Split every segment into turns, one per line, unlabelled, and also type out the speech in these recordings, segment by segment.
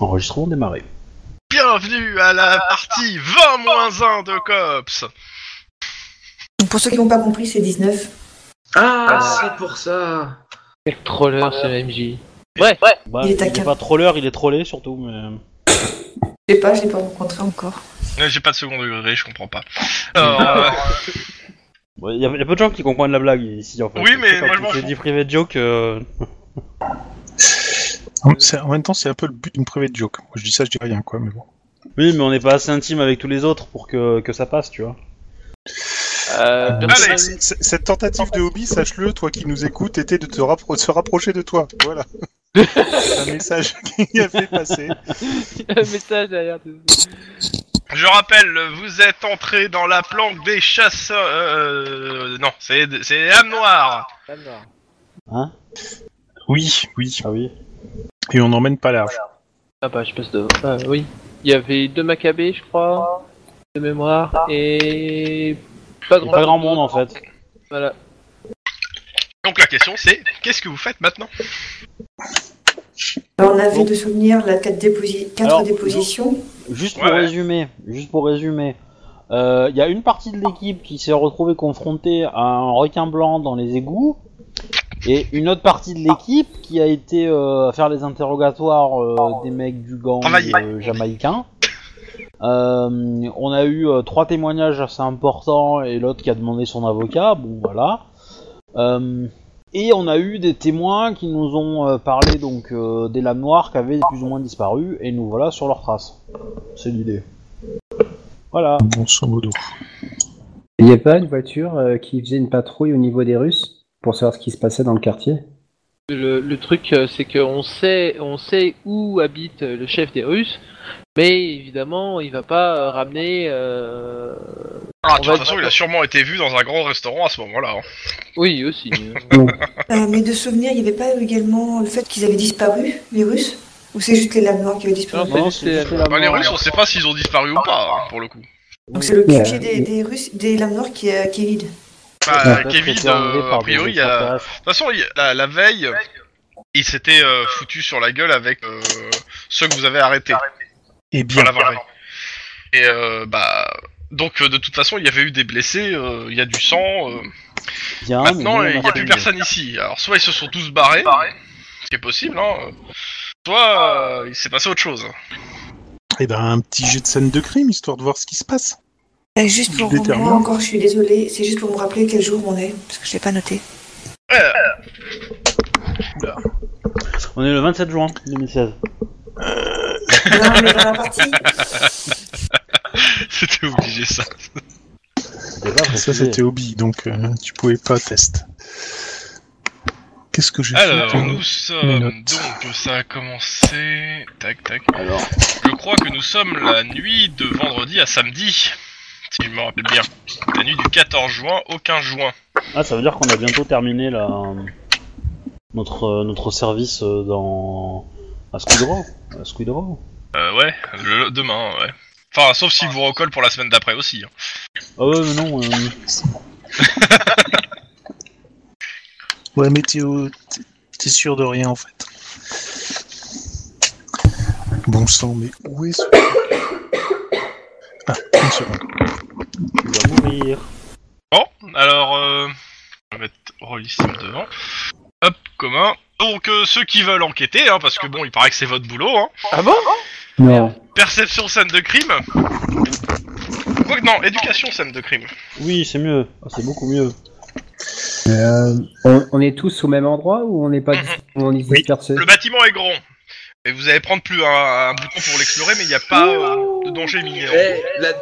Enregistrement démarré.
Bienvenue à la partie 20-1 de Cops
Donc, Pour ceux qui n'ont pas compris, c'est 19.
Ah,
Ah.
c'est pour ça
Quel troller ce MJ.
Bah,
Il est à
est
quatre.
pas troller, il est trollé surtout, mais...
Je sais pas, je l'ai pas rencontré encore.
Euh, J'ai pas de second degré, je comprends pas. Alors, euh,
Ouais, y, a, y a peu de gens qui comprennent la blague ici en fait.
Oui, mais
C'est pas-
moi, je m'en
c'est
fous.
dit privé de joke. euh,
En, c'est- en même temps, c'est un peu le but d'une private joke. Moi, je dis ça, je dis rien, quoi, mais bon.
Oui, mais on n'est pas assez intime avec tous les autres pour que, que ça passe, tu vois.
Euh,
Allez.
C'est- c'est- c'est- Cette tentative de hobby, sache-le, toi qui nous écoutes, était de, te rappro- de se rapprocher de toi. Voilà. C'est un message qui a fait passer.
message derrière.
je rappelle, vous êtes entré dans la planque des chasseurs... euh, non, c'est c'est les âmes noires
Ah,
Hein
Oui, oui.
Ah oui.
Et on n'emmène pas large.
Ah bah je passe devant. Ah oui. Il y avait deux Maccabées je crois, de mémoire, et pas
Y
grand,
a pas grand monde en fait.
Voilà.
Donc la question c'est, qu'est-ce que vous faites maintenant
Alors, on avait
Bon.
de souvenir la 4, déposi... quatre
Alors,
dépositions.
Juste pour
Ouais, ouais.
résumer, juste pour résumer, euh, il y a une partie de l'équipe qui s'est retrouvée confrontée à un requin blanc dans les égouts, et une autre partie de l'équipe qui a été euh, faire les interrogatoires euh, des mecs du gang
Travailler.
euh, jamaïcain. Euh, on a eu euh, trois témoignages assez importants et l'autre qui a demandé son avocat, bon voilà. Euh, et on a eu des témoins qui nous ont euh, parlé donc euh, des lames noires qui avaient plus ou moins disparu et nous voilà sur leurs traces. C'est l'idée. Voilà.
Grosso modo.
Il n'y a pas une voiture euh, qui faisait une patrouille au niveau des Russes pour savoir ce qui se passait dans le quartier
Le, le truc euh, c'est qu'on sait, on sait où habite euh, le chef des Russes, mais évidemment il va pas euh, ramener. euh,
ah,
On
De
va-
toute façon, il a sûrement été vu dans un grand restaurant à ce moment-là. hein.
Oui aussi.
Euh, mais de souvenir, il n'y avait pas également le fait qu'ils avaient disparu, les Russes Ou c'est juste les lames noires qui avaient disparu
Non, c'est juste les lames
lames
Bah, les
noires.
Russes, on sait pas s'ils ont disparu ou pas, hein, pour le coup.
Donc, c'est le
Ouais.
QG des, des Russes, des lames noires qui, euh, qui est vide.
Bah,
Peut-être
Kevin,
été enlevés
euh,
par
a
des
priori, il y a...
extraterrestres.
De toute façon, il- la, la veille, il s'était euh, foutu sur la gueule avec euh, ceux que vous avez arrêtés.
Et
Enfin,
Eh bien.
l'avant-veille. Et euh, bah. Donc, euh, de toute façon, il y avait eu des blessés, euh, il y a du sang. euh.
Bien, Ah, mais
Maintenant,
nous, on
il n'y a
a
plus
fait-
personne ici. Alors, soit ils se sont tous barrés, ce qui est possible, hein. euh, Soit euh, il s'est passé autre chose.
Et ben, un petit jet de scène de crime, histoire de voir ce qui se passe.
Euh, juste pour
Déterminant.
moi encore, je suis désolée, c'est juste pour me rappeler quel jour on est, parce que je l'ai pas noté.
On est le 27 juin 2016.
Voilà, on est dans la partie.
C'était obligé, ça.
C'était pas
Ça,
précisé.
c'était hobby, donc euh, tu pouvais pas test. Qu'est-ce que j'ai fait
Alors,
comme-
nous sommes.
notes.
Donc, ça a commencé. Tac, tac.
Alors,
Je crois que nous sommes la nuit de vendredi à samedi, si je me rappelle bien. La nuit du 14 juin au 15 juin.
ah, ça veut dire qu'on a bientôt terminé la... notre, euh, notre service euh, dans. à Squid Row. À Squid Row.
Euh, ouais, le- demain, ouais. Enfin, sauf s'il vous recolle pour la semaine d'après aussi. hein.
Ah ouais, mais non. euh,
Ouais, mais t'es, au- t'es- t'es sûr de rien en fait. Bon sang, mais où est ce. Ah, une seconde.
tu vas mourir.
Bon, alors, euh, on va mettre Rollissim devant. Hop, commun. Donc, euh, ceux qui veulent enquêter, hein, parce que bon, il paraît que c'est votre boulot, hein.
Ah bon
Non.
Perception scène de crime. Quoique, non, éducation scène de crime.
Oui, c'est mieux. Ah, c'est beaucoup mieux.
Euh, on, on est tous au même endroit ou on n'est
Mhm.
pas dis- on est dispersés
Le bâtiment est grand. Et vous allez prendre plus un, un bouton pour l'explorer, mais il n'y a pas euh, de danger imminent.
Eh, la-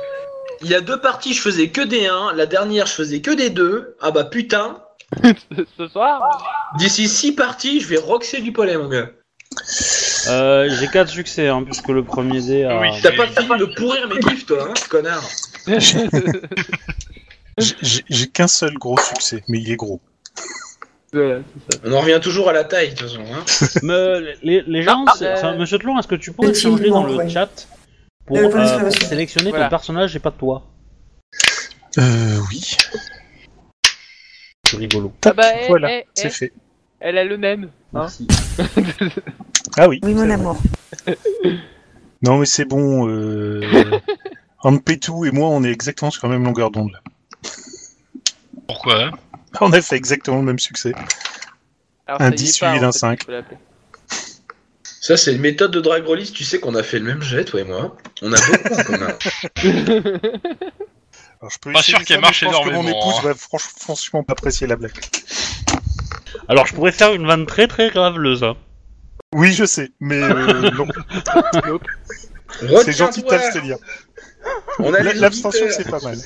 Il y a deux parties, je faisais que des 1, la dernière, je faisais que des 2. Ah bah putain,
Ce soir
d'ici 6 parties, je vais roxer du pollen, mon gars.
Euh, J'ai 4 succès, hein, puisque le premier dé a.
Oui.
T'as pas fini de pourrir mes kiffs, toi, hein, connard.
Ah,
J'ai- J'ai j'ai qu'un seul gros succès, mais il est gros.
bah,
Voilà.
On en revient toujours à la taille, de toute façon. Hein.
Mais, les, les gens,
Ah,
c'est-
euh,
enfin, Monsieur Tlon, est-ce que tu peux
Petit
changer dans le
moment, ouais.
chat pour
Le bonus
euh,
révélation.
sélectionner
Voilà.
ton personnage et pas toi
Euh, oui.
C'est rigolo.
Ah bah eh,
voilà,
eh, eh,
c'est fait.
elle a le même. Hein
Merci.
Ah oui.
Oui, mon amour.
Non, mais c'est bon. Euh... Ampetou et moi, on est exactement sur la même longueur d'onde. là.
Pourquoi hein
On a fait exactement le même succès.
Alors,
Un
ça y est
10
pas,
suivi
en
d'un
fait,
cinq.
il faut l'appeler.
Ça, c'est une méthode de Dragrolis. Tu sais qu'on a fait le même jet, toi et moi. On a beaucoup en commun.
Alors, je peux
Pas
essayer
sûr
de
qu'elle
faire, mais
marche
je pense Que
énormément,
mon épouse
hein.
va franch- franchement pas apprécier la blague.
Alors je pourrais faire une vanne très très graveleuse. hein.
Oui, je sais, mais euh, non. c'est gentil de
Retiens-toi.
t'abstenir.
On a
L-
les
L'abstention,
auditeurs.
c'est pas mal.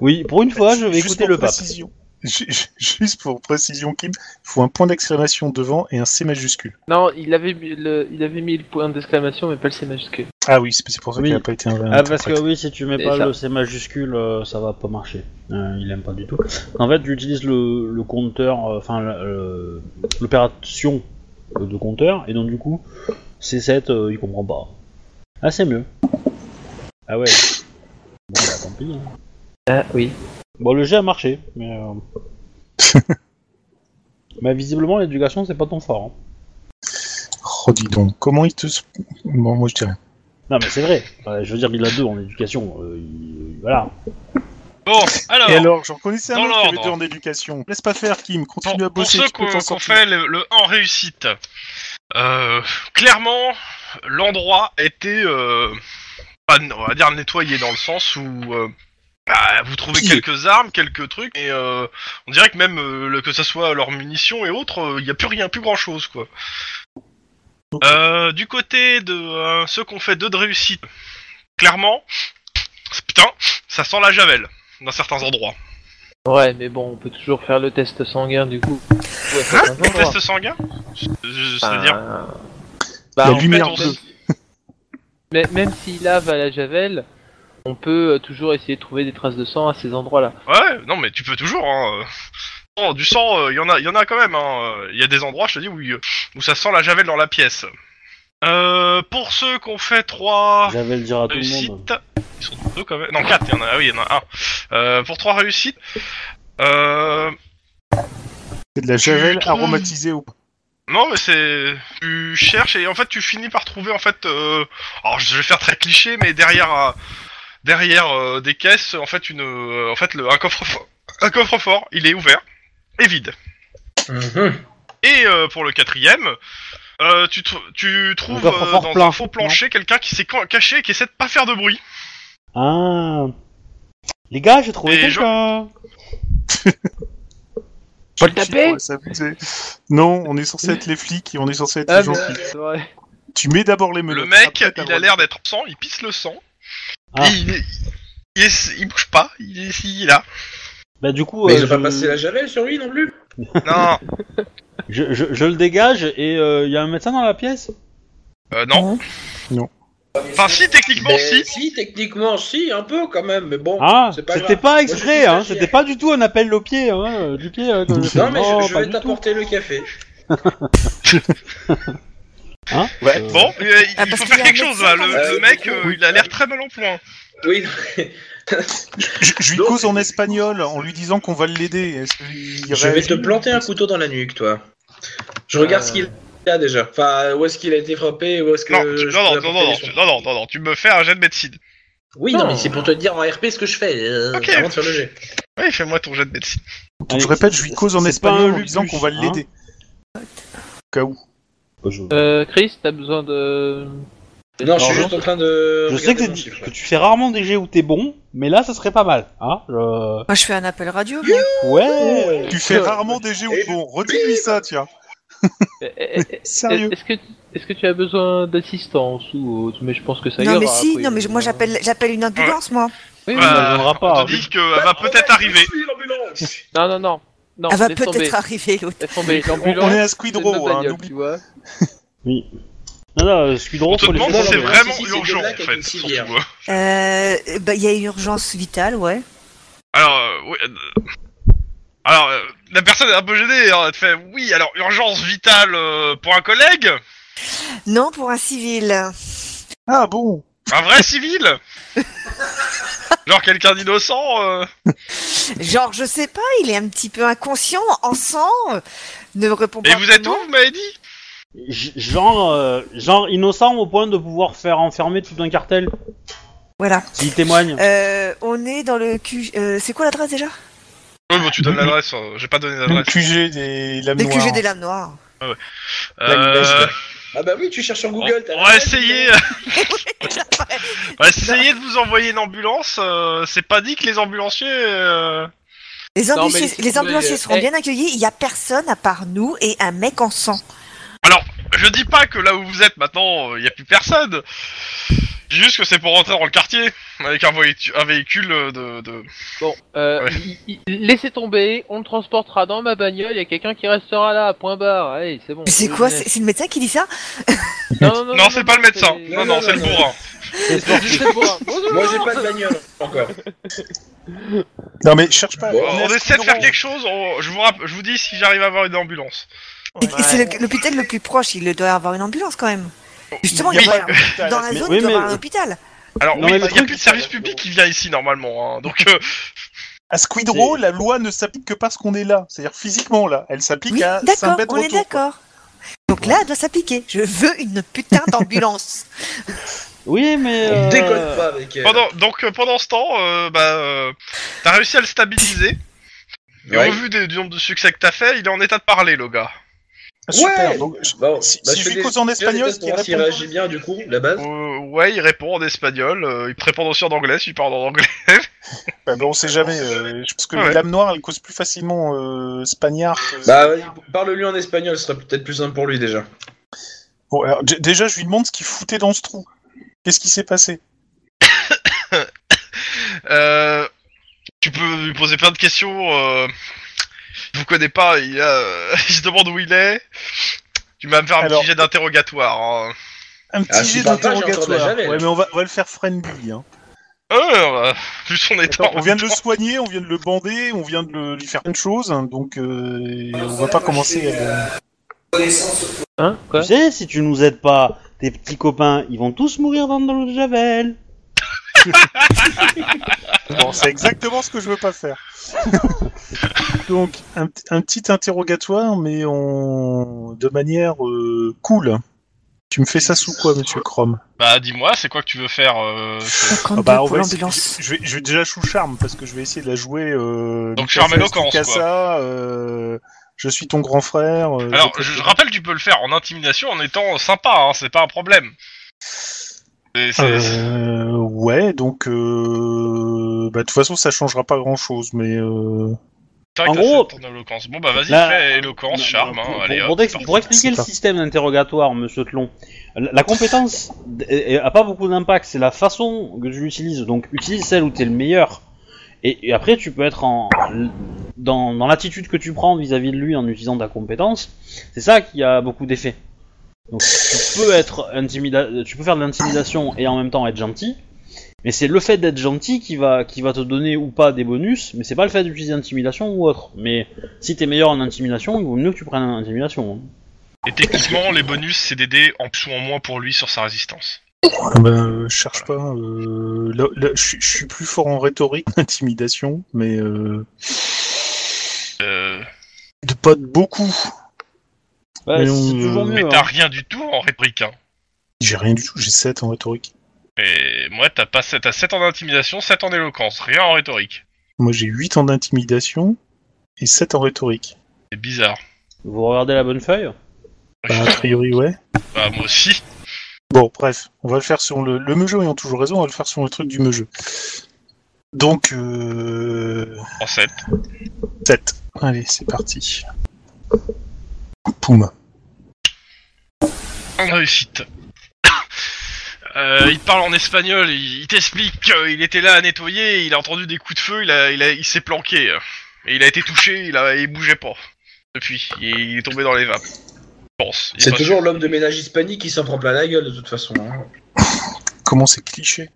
Oui, pour une fois, je vais
Juste
écouter
pour
le pape.
précision- ju- ju- Juste pour précision, Kim, il faut un point d'exclamation devant et un C majuscule.
Non, il avait, mis le, il avait mis le point d'exclamation, mais pas le C majuscule.
Ah oui, c'est c'est pour ça
Oui.
qu'il n'a pas été un.
Ah parce que oui, si tu mets
C'est
pas
ça.
le C majuscule, euh, ça va pas marcher. Euh, il aime pas du tout. En fait, j'utilise le, le compteur, euh, enfin le- le- l'opération euh, de compteur, et donc du coup, C7, euh, il comprend pas. Ah c'est mieux. Ah ouais. Bon bah tant pis. hein.
Ah oui.
Bon le jet a marché, mais... euh, mais visiblement l'éducation c'est pas ton fort. hein.
Oh, dis donc, comment il te. s- Bon, moi je dirais.
Non mais c'est vrai. Euh, je veux dire il a deux en éducation. euh, il- Voilà.
Bon, alors,
Et alors, j'en connaissais un
dans
autre qui avait
l'ordre.
deux en éducation. Laisse pas faire, Kim,
pour,
continue à
pour
bosser.
ceux
tu peux
qu'on
t'en
qu'on
sortir.
fait le, le en réussite, euh, clairement, l'endroit était, euh, pas- on va dire, nettoyé dans le sens où euh, bah, vous trouvez
Pillé.
quelques armes, quelques trucs, et euh, on dirait que même euh, le- que ce soit leurs munitions et autres, euh, il n'y a plus rien, plus grand-chose, quoi. Euh, du côté de euh, ceux qu'on fait deux de réussite, clairement, putain, ça sent la javel dans certains endroits.
Ouais, mais bon, on peut toujours faire le test sanguin du coup. Ouais, ça, c'est un
Le
endroit.
test sanguin Je- je-
Enfin,
C'est-à-dire
bah,
La
en fait,
lumière
on-
bleue.
Mais même s'il lave à la javel, on peut euh, toujours essayer de trouver des traces de sang à ces endroits-là.
Ouais, non, mais tu peux toujours. Hein. euh. Bon, du sang, il y, en a- y en a quand même. hein. Il y a des endroits, je te dis, où, y- où ça sent la javel dans la pièce. Euh, pour ceux qui ont fait 3
J'avais le dire à tout le monde.
réussites. Ils sont deux quand même. Non, 4, il y en a, ah oui, il y en a un. Euh, pour 3 réussites. Euh,
C'est de la javel
trouves-
aromatisée au.
non, mais c'est. Tu cherches et en fait, tu finis par trouver en fait. euh, Alors, je vais faire très cliché, mais derrière. euh, Derrière euh, des caisses, en fait, une, euh, en fait, le, un coffre, un coffre fort, il est ouvert et vide.
Mhm.
Et euh, pour le quatrième, euh, tu, tr- tu trouves
coffre
euh,
fort
dans
plein,
un faux plancher quelqu'un qui s'est ca- caché et qui essaie de pas faire de bruit.
Ah Les gars, j'ai trouvé
Et
quelqu'un
Faut le taper
Ouais, ça me fait- Non, on est censé être les flics et on est censé être
Ah,
les gentils.
c'est vrai.
Tu mets d'abord les menottes.
Ah, le mec,
après, t'as
il a
le
l'air
droit
d'être absent, il pisse le sang.
Ah.
Et il, est- il, est- il bouge pas, il est, il est là.
Bah du coup,
Mais
euh,
ils ont
je...
pas passé la javel sur lui non plus.
Non,
je- je- je le dégage et euh, il y a un médecin dans la pièce
euh, non.
Non.
Enfin, si, techniquement,
Mais
si.
techniquement, si, un peu quand même, mais bon.
Ah
c'est pas
C'était
grave.
pas
Moi, je
exprès,
suis
hein
stagiaire.
C'était pas du tout un appel au pied, hein euh, Du pied, hein, comme je fais.
Non, mais je-
Oh,
je,
pas
vais
du
t'apporter le café.
tout. Euh,
Bon, euh, il-
Ah,
il
parce
faut
qu'il y
faire
a
quelque
un
chose là.
médecin
Le,
dans le-
le mec, euh, il a l'air très mal en point.
Oui.
de- Je, je lui
Donc-
cause en espagnol en lui disant qu'on va l'aider. Est-ce qu'il
Je vais
réagit
te planter un couteau dans la nuque, toi. Je regarde
Euh.
ce qu'il a déjà. Enfin, où est-ce qu'il a été frappé, où est-ce que.
Non, tu-
je peux
non, non,
apporter
non, non,
des
non,
soins.
tu- non, non, non, non, tu me fais un jet de médecine.
Oui, non, mais c'est pour te dire en RP ce que je fais euh,
Ok.
avant de faire le jet.
Oui, fais-moi ton jet de médecine.
Donc, je
Allez,
répète, je lui cause en
c'est pas un
espagnol en lui
lupus,
disant qu'on va
hein.
l'aider. Au Cas où.
bah, je...
Euh, Chris, t'as besoin de.
Non, je suis
non.
juste en train de.
je sais
regarder
que,
mon
c'est-
chiffre.
que tu fais rarement des jets où t'es bon, mais là, ça serait pas mal, hein Je-
Moi, je fais un appel radio. moi.
Ouais
Tu fais rarement des géos.
Et-
Bon, redis-lui ça, tiens.
Eh, eh, eh,
Sérieux.
Est-ce que, est-ce que tu as besoin d'assistance ou autre Mais je pense que ça ira.
Non, mais si,
après.
non, mais je- moi, j'appelle j'appelle une ambulance, moi.
Oui,
Ah,
Ouais.
oui.
la viendra pas,
Euh, on te
oui.
dit qu'elle va peut-être arriver.
Non, non, non. non
Elle va
laisse tomber.
peut-être arriver, l'autre.
Laisse tomber.
On, on est
L'ambulance.
à
c'est de
Squidrow,
notre
hein,
bagnole,
n'oublie
tu vois.
Oui. Non, euh, non, Squidron,
On te
faut les
demande
faire
si c'est
tomber, hein.
vraiment
Si, si, c'est
urgent
Golak
en
avec
fait.
une civière.
surtout, hein.
Euh, bah, il y a une urgence vitale, ouais.
Alors, euh, oui, euh, alors euh, la personne est un peu gênée. hein, elle te fait oui, alors urgence vitale euh, pour un collègue,
Non, pour un civil.
Ah bon
un vrai civil, genre quelqu'un d'innocent. euh.
Genre, je sais pas, il est un petit peu inconscient, en sang, euh, ne répond pas.
Et vous êtes où
vraiment.
Vous m'avez dit
G- Genre, euh, genre innocent au point de pouvoir faire enfermer tout un cartel
Voilà.
s'il témoigne.
Euh, on est dans le Q. euh, c'est quoi l'adresse déjà
Oui, bon, tu donnes l'adresse, euh, j'ai pas donné
Le
l'adresse.
QG des lames
Le
noires.
QG des lames noires.
Euh,
Ah bah oui, tu cherches sur
on,
Google. t'as
on
la
va
réponse,
essayer,
hein.
on va essayer de vous envoyer une ambulance. euh, c'est pas dit que les ambulanciers. euh,
Les,
Non,
ambulanciers,
mais-
les ambulanciers
mais-
seront
eh.
bien accueillis. Il y a personne à part nous et un mec en sang.
Je dis pas que là où vous êtes maintenant, il y a plus personne. Je dis Juste que c'est pour rentrer dans le quartier avec un, voitu- un véhicule euh, de. de-
Bon, euh,
Ouais.
il- il- laissez tomber, on le transportera dans ma bagnole, il y a quelqu'un qui restera là, point barre. Allez, c'est bon.
Mais c'est quoi C'est c'est le médecin qui dit ça
Non, c'est pas le médecin. Non, non,
non,
c'est
non,
le
non.
bourrin.
C'est c'est pour un- Bonjour.
Moi j'ai pas de bagnole encore.
Non mais cherche pas.
Bon,
On,
Ernest
essaie de
Coudron.
faire quelque chose. on- je, vous rapp- je vous dis si j'arrive à avoir une ambulance.
Et- et C'est le- l'hôpital le plus proche. Il doit y avoir une ambulance quand même. Justement, il
Oui,
doit y avoir-
Putain,
dans la
mais-
zone,
oui,
il doit
mais-
y
euh,
avoir un hôpital.
Alors
Non,
oui,
mais
il
le
n'y a
truc-
plus de service public qui vient ici normalement. hein, donc euh,
À Squidro, la loi ne s'applique que parce qu'on est là. C'est-à-dire physiquement là. Elle s'applique
Oui,
à 5
d'accord,
mètres
on est
autour.
d'accord. Donc là, elle doit s'appliquer. Je veux une putain d'ambulance.
Oui, mais.
On
euh,
déconne pas avec elle.
pendant, donc euh, pendant ce temps, euh, bah, euh, t'as réussi à le stabiliser. Et
Ouais.
au vu des- du nombre de succès que t'as fait, il est en état de parler, le gars.
Super.
Ouais.
donc, je-
Bon,
si
bah, je
si je
fais
lui
des-
cause en
je fais des
espagnol,
tests
ce
pour
qui
voir s'il
répond.
réagit bien du coup, la base.
Euh, ouais, il répond en espagnol. euh, il répond aussi en anglais. S'il parle en anglais.
Bah, bah, on sait jamais. euh, je pense que
Ouais.
les lames noires, elles causent plus facilement euh, Spagnard. que-
Bah vas-y, parle-lui en espagnol, ce serait peut-être plus simple pour lui déjà.
Bon, alors, d- déjà, je lui demande ce qu'il foutait dans ce trou. Qu'est-ce qui s'est passé
Euh, tu peux lui poser plein de questions. Euh, il vous connaît pas. Il, a, euh, il se demande où il est. Tu vas me faire un
Alors-
petit jet d'interrogatoire. hein.
Un petit
Ah, c'est
jet
pas grave, j'entendais
d'interrogatoire.
jamais.
Ouais, mais on va, on va le faire friendly. hein.
Euh, bah, vu son état.
on vient de le
temps.
soigner, on vient de le bander, on vient de le- lui faire plein de choses. hein, donc, euh, on va pas commencer. à-
Hein Quoi
Tu sais, si tu nous aides pas, tes petits copains, ils vont tous mourir dans de l'eau de Javel.
Bon, c'est exactement ce que je veux pas faire. donc, un, p- un petit interrogatoire, mais on... de manière euh, cool. Tu me fais ça sous quoi, monsieur Chrome
Bah, dis-moi, c'est quoi que tu veux faire euh, c'est-
52
Ah bah, on
pour
va essayer-
l'ambulance.
Je vais, je vais déjà chou charme parce que je vais essayer de la jouer. Euh,
Donc,
Nicolas
charme éloquence,
Sticasa, euh, je suis ton grand frère. euh,
Alors,
j'ai-
je, je rappelle, tu peux le faire en intimidation en étant sympa. Hein, c'est pas un problème. C'est- c'est-
Euh, ouais, donc euh, bah, de toute façon ça changera pas grand chose, mais euh,
c'est vrai
en
que t'as
gros-
fait ton éloquence. Bon, bah vas-y,
Là-
fais éloquence, charme. hein,
Pour- pour-
allez,
pour,
hop,
t'ex-
parti.
pour expliquer le
C'est ça.
système d'interrogatoire, monsieur Tlon, la, la compétence d- est- est- a pas beaucoup d'impact, c'est la façon que tu l'utilises. Donc utilise celle où t'es le meilleur. Et, et après, tu peux être en, dans, dans l'attitude que tu prends vis-à-vis de lui en utilisant ta compétence. C'est ça qui a beaucoup d'effet. Donc tu peux, être intimida- tu peux faire de l'intimidation et en même temps être gentil. Mais c'est le fait d'être gentil qui va, qui va te donner ou pas des bonus, mais c'est pas le fait d'utiliser intimidation ou autre. Mais si t'es meilleur en intimidation, il vaut mieux que tu prennes en intimidation. hein.
Et techniquement, les bonus, c'est des dés en plus ou en moins pour lui sur sa résistance.
bah, euh, je cherche pas. euh, là, là, je suis- je suis plus fort en rhétorique, intimidation, mais euh,
Euh,
de pas de beaucoup.
Ouais,
Mais
c'est
on-
toujours
mais
mieux.
t'as
hein.
rien du tout en réplique. hein.
J'ai rien du tout, j'ai 7 en rhétorique.
Et moi, t'as pas sept- t'as 7 en intimidation, 7 en éloquence, rien en rhétorique.
Moi j'ai 8 en intimidation et 7 en rhétorique.
C'est bizarre.
hein. Vous regardez la bonne feuille
Ah,
Bah, a priori, ouais.
Bah, moi aussi.
Bon, bref, on va le faire sur le, le jeu, ils ont toujours raison, on va le faire sur le truc du jeu. Donc, euh,
En 7.
7. Allez, c'est parti. Poum.
En réussite. Euh, il te parle en espagnol, il, il t'explique qu'il était là à nettoyer, il a entendu des coups de feu, il, a, il, a- il s'est planqué. euh. Et il a été touché, il, a, il bougeait pas. Depuis, il, il est tombé dans les vapes. Je pense. Il est
C'est
pas
toujours l'homme de ménage hispanique qui s'en prend plein la gueule de toute façon. hein.
Comment c'est cliché.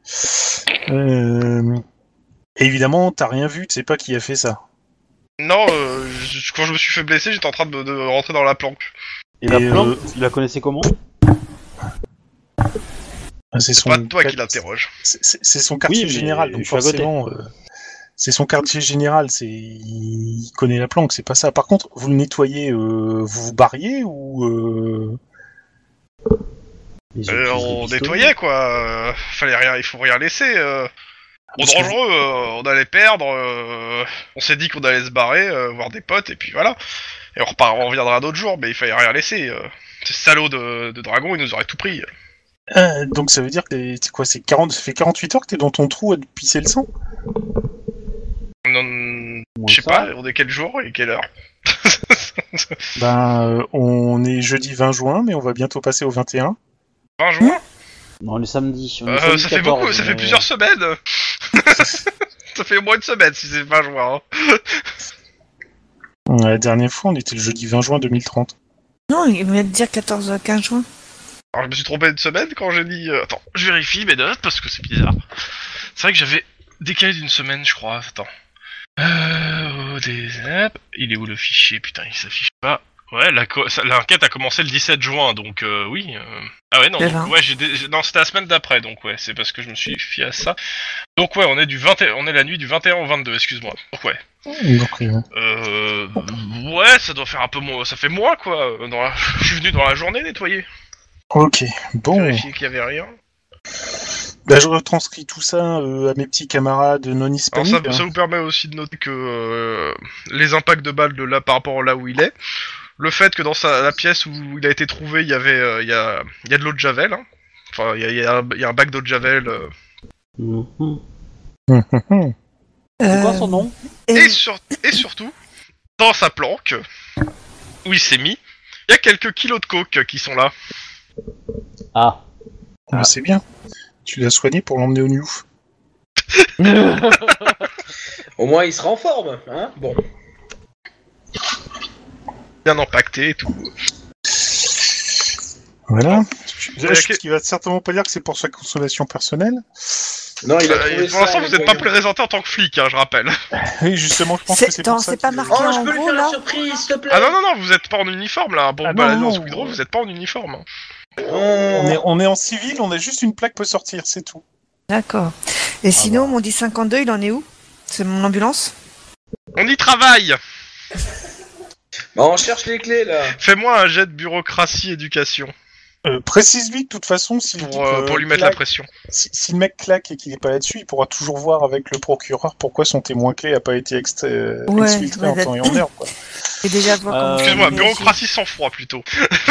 Euh, Évidemment, t'as rien vu, tu sais pas qui a fait ça.
sûr. Non, euh, je- quand je me suis fait blesser, j'étais en train de, de rentrer dans la planque.
Et la
Et,
plante,
euh,
tu la connaissais comment
Ah, C'est
C'est pas toi qui
l'interroge.
l'interroge.
C'est- C'est c'est son quartier
mais
général, donc
je suis à côté.
forcément. euh, C'est son quartier général, c'est il connaît la planque, c'est pas ça. Par contre, vous le nettoyez, euh, vous vous barriez ou euh,
Ils ont
Euh,
tous des
on
pistolets.
nettoyait quoi. euh, fallait rien, il faut rien laisser. euh. On est dangereux, euh, on allait perdre. euh, On s'est dit qu'on allait se barrer, euh, voir des potes et puis voilà. Et on repart, on reviendra d'autres jours, mais il fallait rien laisser. euh. Ces salauds de, de dragon, ils nous auraient tout pris.
Euh, donc ça veut dire que t'es- c'est quoi C'est 40, ça fait 48 heures que t'es dans ton trou à te pisser le sang
Non,
Moins
je sais
ça.
pas, on est quel jour et quelle heure.
Ben, euh, on est jeudi 20 juin, mais on va bientôt passer au 21.
20 jours
Non, le samedi. on est
Euh,
samedi
Ça fait
14,
beaucoup, ça
mais-
fait plusieurs semaines. ça fait au moins une semaine si c'est 20 jours. hein.
Euh, La dernière fois, on était le jeudi 20 juin 2030.
Non, il vient de dire 14 euh, 15 juin.
Alors je me suis trompé une semaine quand j'ai dit. euh, Attends, je vérifie mes notes parce que c'est bizarre. C'est vrai que j'avais décalé d'une semaine, je crois. Attends. Euh, ODZ. Il est où le fichier Putain, il s'affiche pas. Ouais, la co- ça- l'enquête a commencé le 17 juin, donc euh, oui. euh. Ah ouais, non,
Le
donc,
20.
ouais, j'ai dé- j'ai- non, c'était la semaine d'après, donc ouais, c'est parce que je me suis fié à ça. Donc ouais, on est du 20 on est la nuit du 21 au 22, excuse-moi. Donc ouais.
Donc, euh,
Euh, ouais, ça doit faire un peu moins, ça fait moins quoi. Dans la- je suis venu dans la journée nettoyer,
Ok, bon.
vérifier qu'il y avait rien.
Bah, je retranscris tout ça euh, à mes petits camarades non
Alors
hispaniques.
ça, ça vous permet aussi de noter que euh, les impacts de balles de là par rapport à là où il est, le fait que dans sa, la pièce où il a été trouvé, il y avait, euh, il y, a, il y a de l'eau de javel. hein. Enfin, il y a, il y a un- il y a un bac d'eau de javel. euh.
Mhm.
Mhm.
C'est quoi
Euh,
son nom
et-
Et, sur- et surtout, dans sa planque où il s'est mis, il y a quelques kilos de coke qui sont là.
Ah.
Ah, C'est bien. Tu l'as soigné pour l'emmener au New.
Au moins, il sera en forme. Hein bon.
Bien impacté et tout. Ah.
Voilà.
Ouais,
Je-
que-
Ce qui va certainement pas dire que c'est pour sa consolation personnelle.
Non, il a
Euh,
trouvé
pour l'instant,
ça,
vous
les
n'êtes pas
voyous.
présenté en tant que flic, hein, je rappelle.
Oui, justement, je pense
C'est-
que c'est
attends,
pour ça.
c'est pas
que-
marqué.
Oh,
Parce
je
qu'en
peux lui
gros,
faire
là-
la surprise, s'il te plaît.
Ah non, non, non, vous n'êtes pas en uniforme là. Pour
Ah
vous balader
non,
dans
non.
Squid Row, vous n'êtes pas en uniforme. hein.
On
On-
est, on est en civil, on a juste une plaque peut sortir, c'est tout.
D'accord.
Ah
Et sinon,
bah.
mon 1052, il en est où C'est mon ambulance
On y travaille
Bah, on cherche les clés là.
Fais-moi un jet de bureaucratie éducation
Euh, Précise-lui que de toute façon, si le type,
pour, euh,
euh,
pour lui mettre la
claque-
pression.
si, si le mec claque et qu'il n'est pas là-dessus, il pourra toujours voir avec le procureur pourquoi son témoin clé n'a pas été ext- euh,
Ouais,
exfiltré en
ouais,
temps et en heure. quoi.
Et déjà, voir
Euh,
comment
Excuse-moi,
ça réagit.
bureaucratie sans froid plutôt.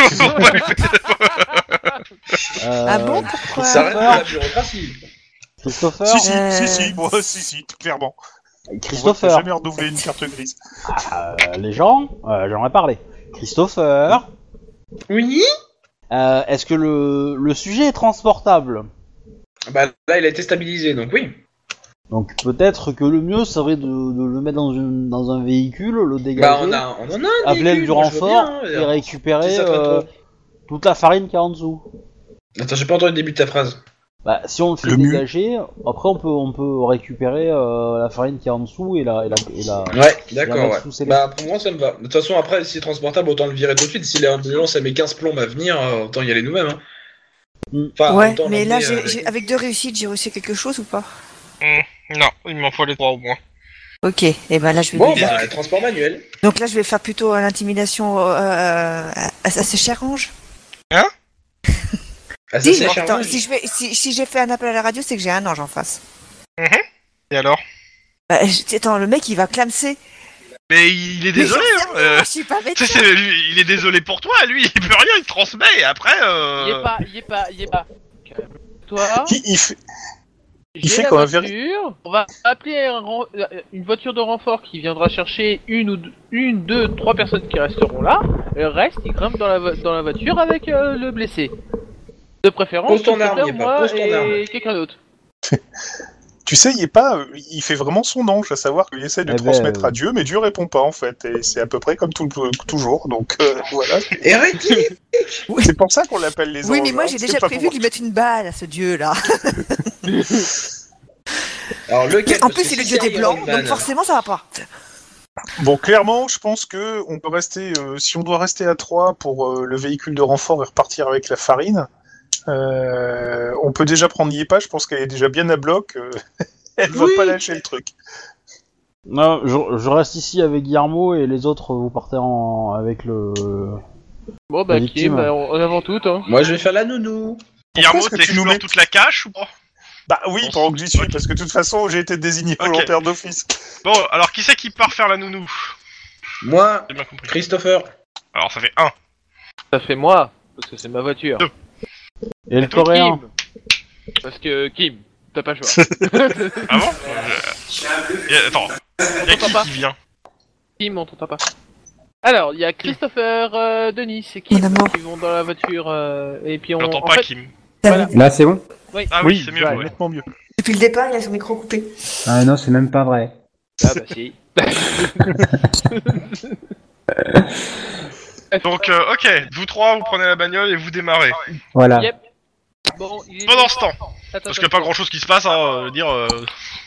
euh,
Ah bon
Il
Pourquoi
s'arrête
Christopher
à la bureaucratie.
Christopher
Si, si,
Euh,
si, si, moi, si, si, clairement. On va
Christopher
jamais renouveler une carte grise.
Euh, Les gens, euh, j'en ai parlé. Christopher
Oui
euh, Est-ce que le, le sujet est transportable
Bah là, il a été stabilisé, donc oui.
Donc peut-être que le mieux serait de, de le mettre dans, une, dans un véhicule, le
Bah
dégager,
on a, on en a un
appeler
véhicule,
du
moi, je veux
renfort
bien, hein.
et récupérer
c'est ça, pas
euh,
trop.
toute la farine qu'il y a en dessous.
Attends, j'ai pas entendu le début de ta phrase.
Bah, si on le fait
Le mieux.
dégager, après on peut, on peut récupérer euh, la farine qui est en dessous et la... Et la, et la...
Ouais,
la
d'accord,
mettre
ouais.
sous ses
Bah pour moi ça me va. De toute façon, après, si c'est transportable, autant le virer tout de suite. Si l'ambulance ça met 15 plombes à venir, euh, autant y aller nous-mêmes. Hein.
Mm.
Ouais,
autant
mais là,
l'emmener,
j'ai-
euh,
j'ai- avec deux réussites, j'ai réussi quelque chose ou pas
Non, il m'en faut les trois au moins.
Ok, et ben là, je vais.
Bon,
lui-
bah, transport manuel.
Donc là, je vais faire plutôt euh, l'intimidation euh, euh, à, à ces chers anges.
Ah, ça,
Si,
c'est
attends,
charmant.
si je vais, si, si j'ai fait un appel à la radio, c'est que j'ai un ange en face.
Et alors
Bah, je- attends, le mec, il va clamser.
Mais il est désolé,
Mais
hein
j'en sais rien,
euh,
Je suis pas
tu
médecin.
sais, lui, il est désolé pour toi, lui, il peut rien, il te transmet, et après... euh,
Il est pas, il est pas, il est pas. Toi,
Il, il fait-
j'ai
fait
la
quand même
voiture. On va appeler un ren- euh, une voiture de renfort qui viendra chercher une ou deux, une, deux, trois personnes qui resteront là. Et le reste, il grimpe dans la, vo- dans la voiture avec euh, le blessé. De préférence,
Pose ton
Christopher,
arme, Yéba,
moi
pose ton
et
arme.
quelqu'un d'autre.
tu sais, il est pas, euh, il fait vraiment son ange, à savoir qu'il essaie de
Eh ben,
transmettre
euh.
à Dieu, mais Dieu répond pas en fait, et c'est à peu près comme tout, toujours. Donc euh, voilà,
Hérétique
c'est pour ça qu'on l'appelle les anges.
Oui, mais moi,
hein,
j'ai
c'est
déjà
pas
prévu
pour-
de lui mettre une balle à ce dieu-là.
Alors lequel
En
Parce
plus,
que
c'est le
si
dieu des
Iron
blancs,
Man,
donc forcément, ça va pas.
Bah,
Bon, clairement, je pense que on peut rester, euh, si on doit rester à 3 pour euh, le véhicule de renfort et repartir avec la farine, euh, on peut déjà prendre Yepa, je pense qu'elle est déjà bien à bloc, euh, elle va
Oui.
pas lâcher le truc.
euh, Non, je, je reste ici avec Guillermo et les autres vous partez en, avec le,
Bon bah
La victime.
Kim, bah, on, on avant tout hein.
Moi, je vais faire la nounou.
Pourquoi
Guillermo,
est-ce que tu nous
t'explores
mets
toute la cache ou pas
Bah oui,
Bon,
pendant que j'y suis,
ok.
parce que de toute façon, j'ai été désigné
Ok.
volontaire d'office.
Bon, alors qui c'est qui part faire la nounou
Moi,
J'ai bien compris.
Christopher.
Alors ça fait un.
Ça fait moi, parce que c'est ma voiture.
Et le
Et toi,
coréen
Kim, Parce que Kim, t'as pas le choix.
Ah bon Euh, y a- Attends, y a
t'entend
qui
pas.
qui vient
Kim, on t'entend pas. Alors, il y a Christopher, euh, Denis et Kim
Mon amour.
qui vont dans la voiture euh, et puis on.
J'entends
en
pas
fait,
Kim.
Voilà.
Là, c'est bon
Ah oui, c'est mieux.
ouais,
ouais.
nettement mieux.
Depuis le départ, il a son micro coupé.
Ah non, c'est même pas vrai.
Ah bah si.
Donc euh, ok, vous trois vous prenez la bagnole et vous démarrez.
Voilà.
Yep. Bon, il est-
Pendant ce temps,
Attends,
parce
attends,
qu'il n'y a pas grand chose qui se passe, hein, je veux dire. euh,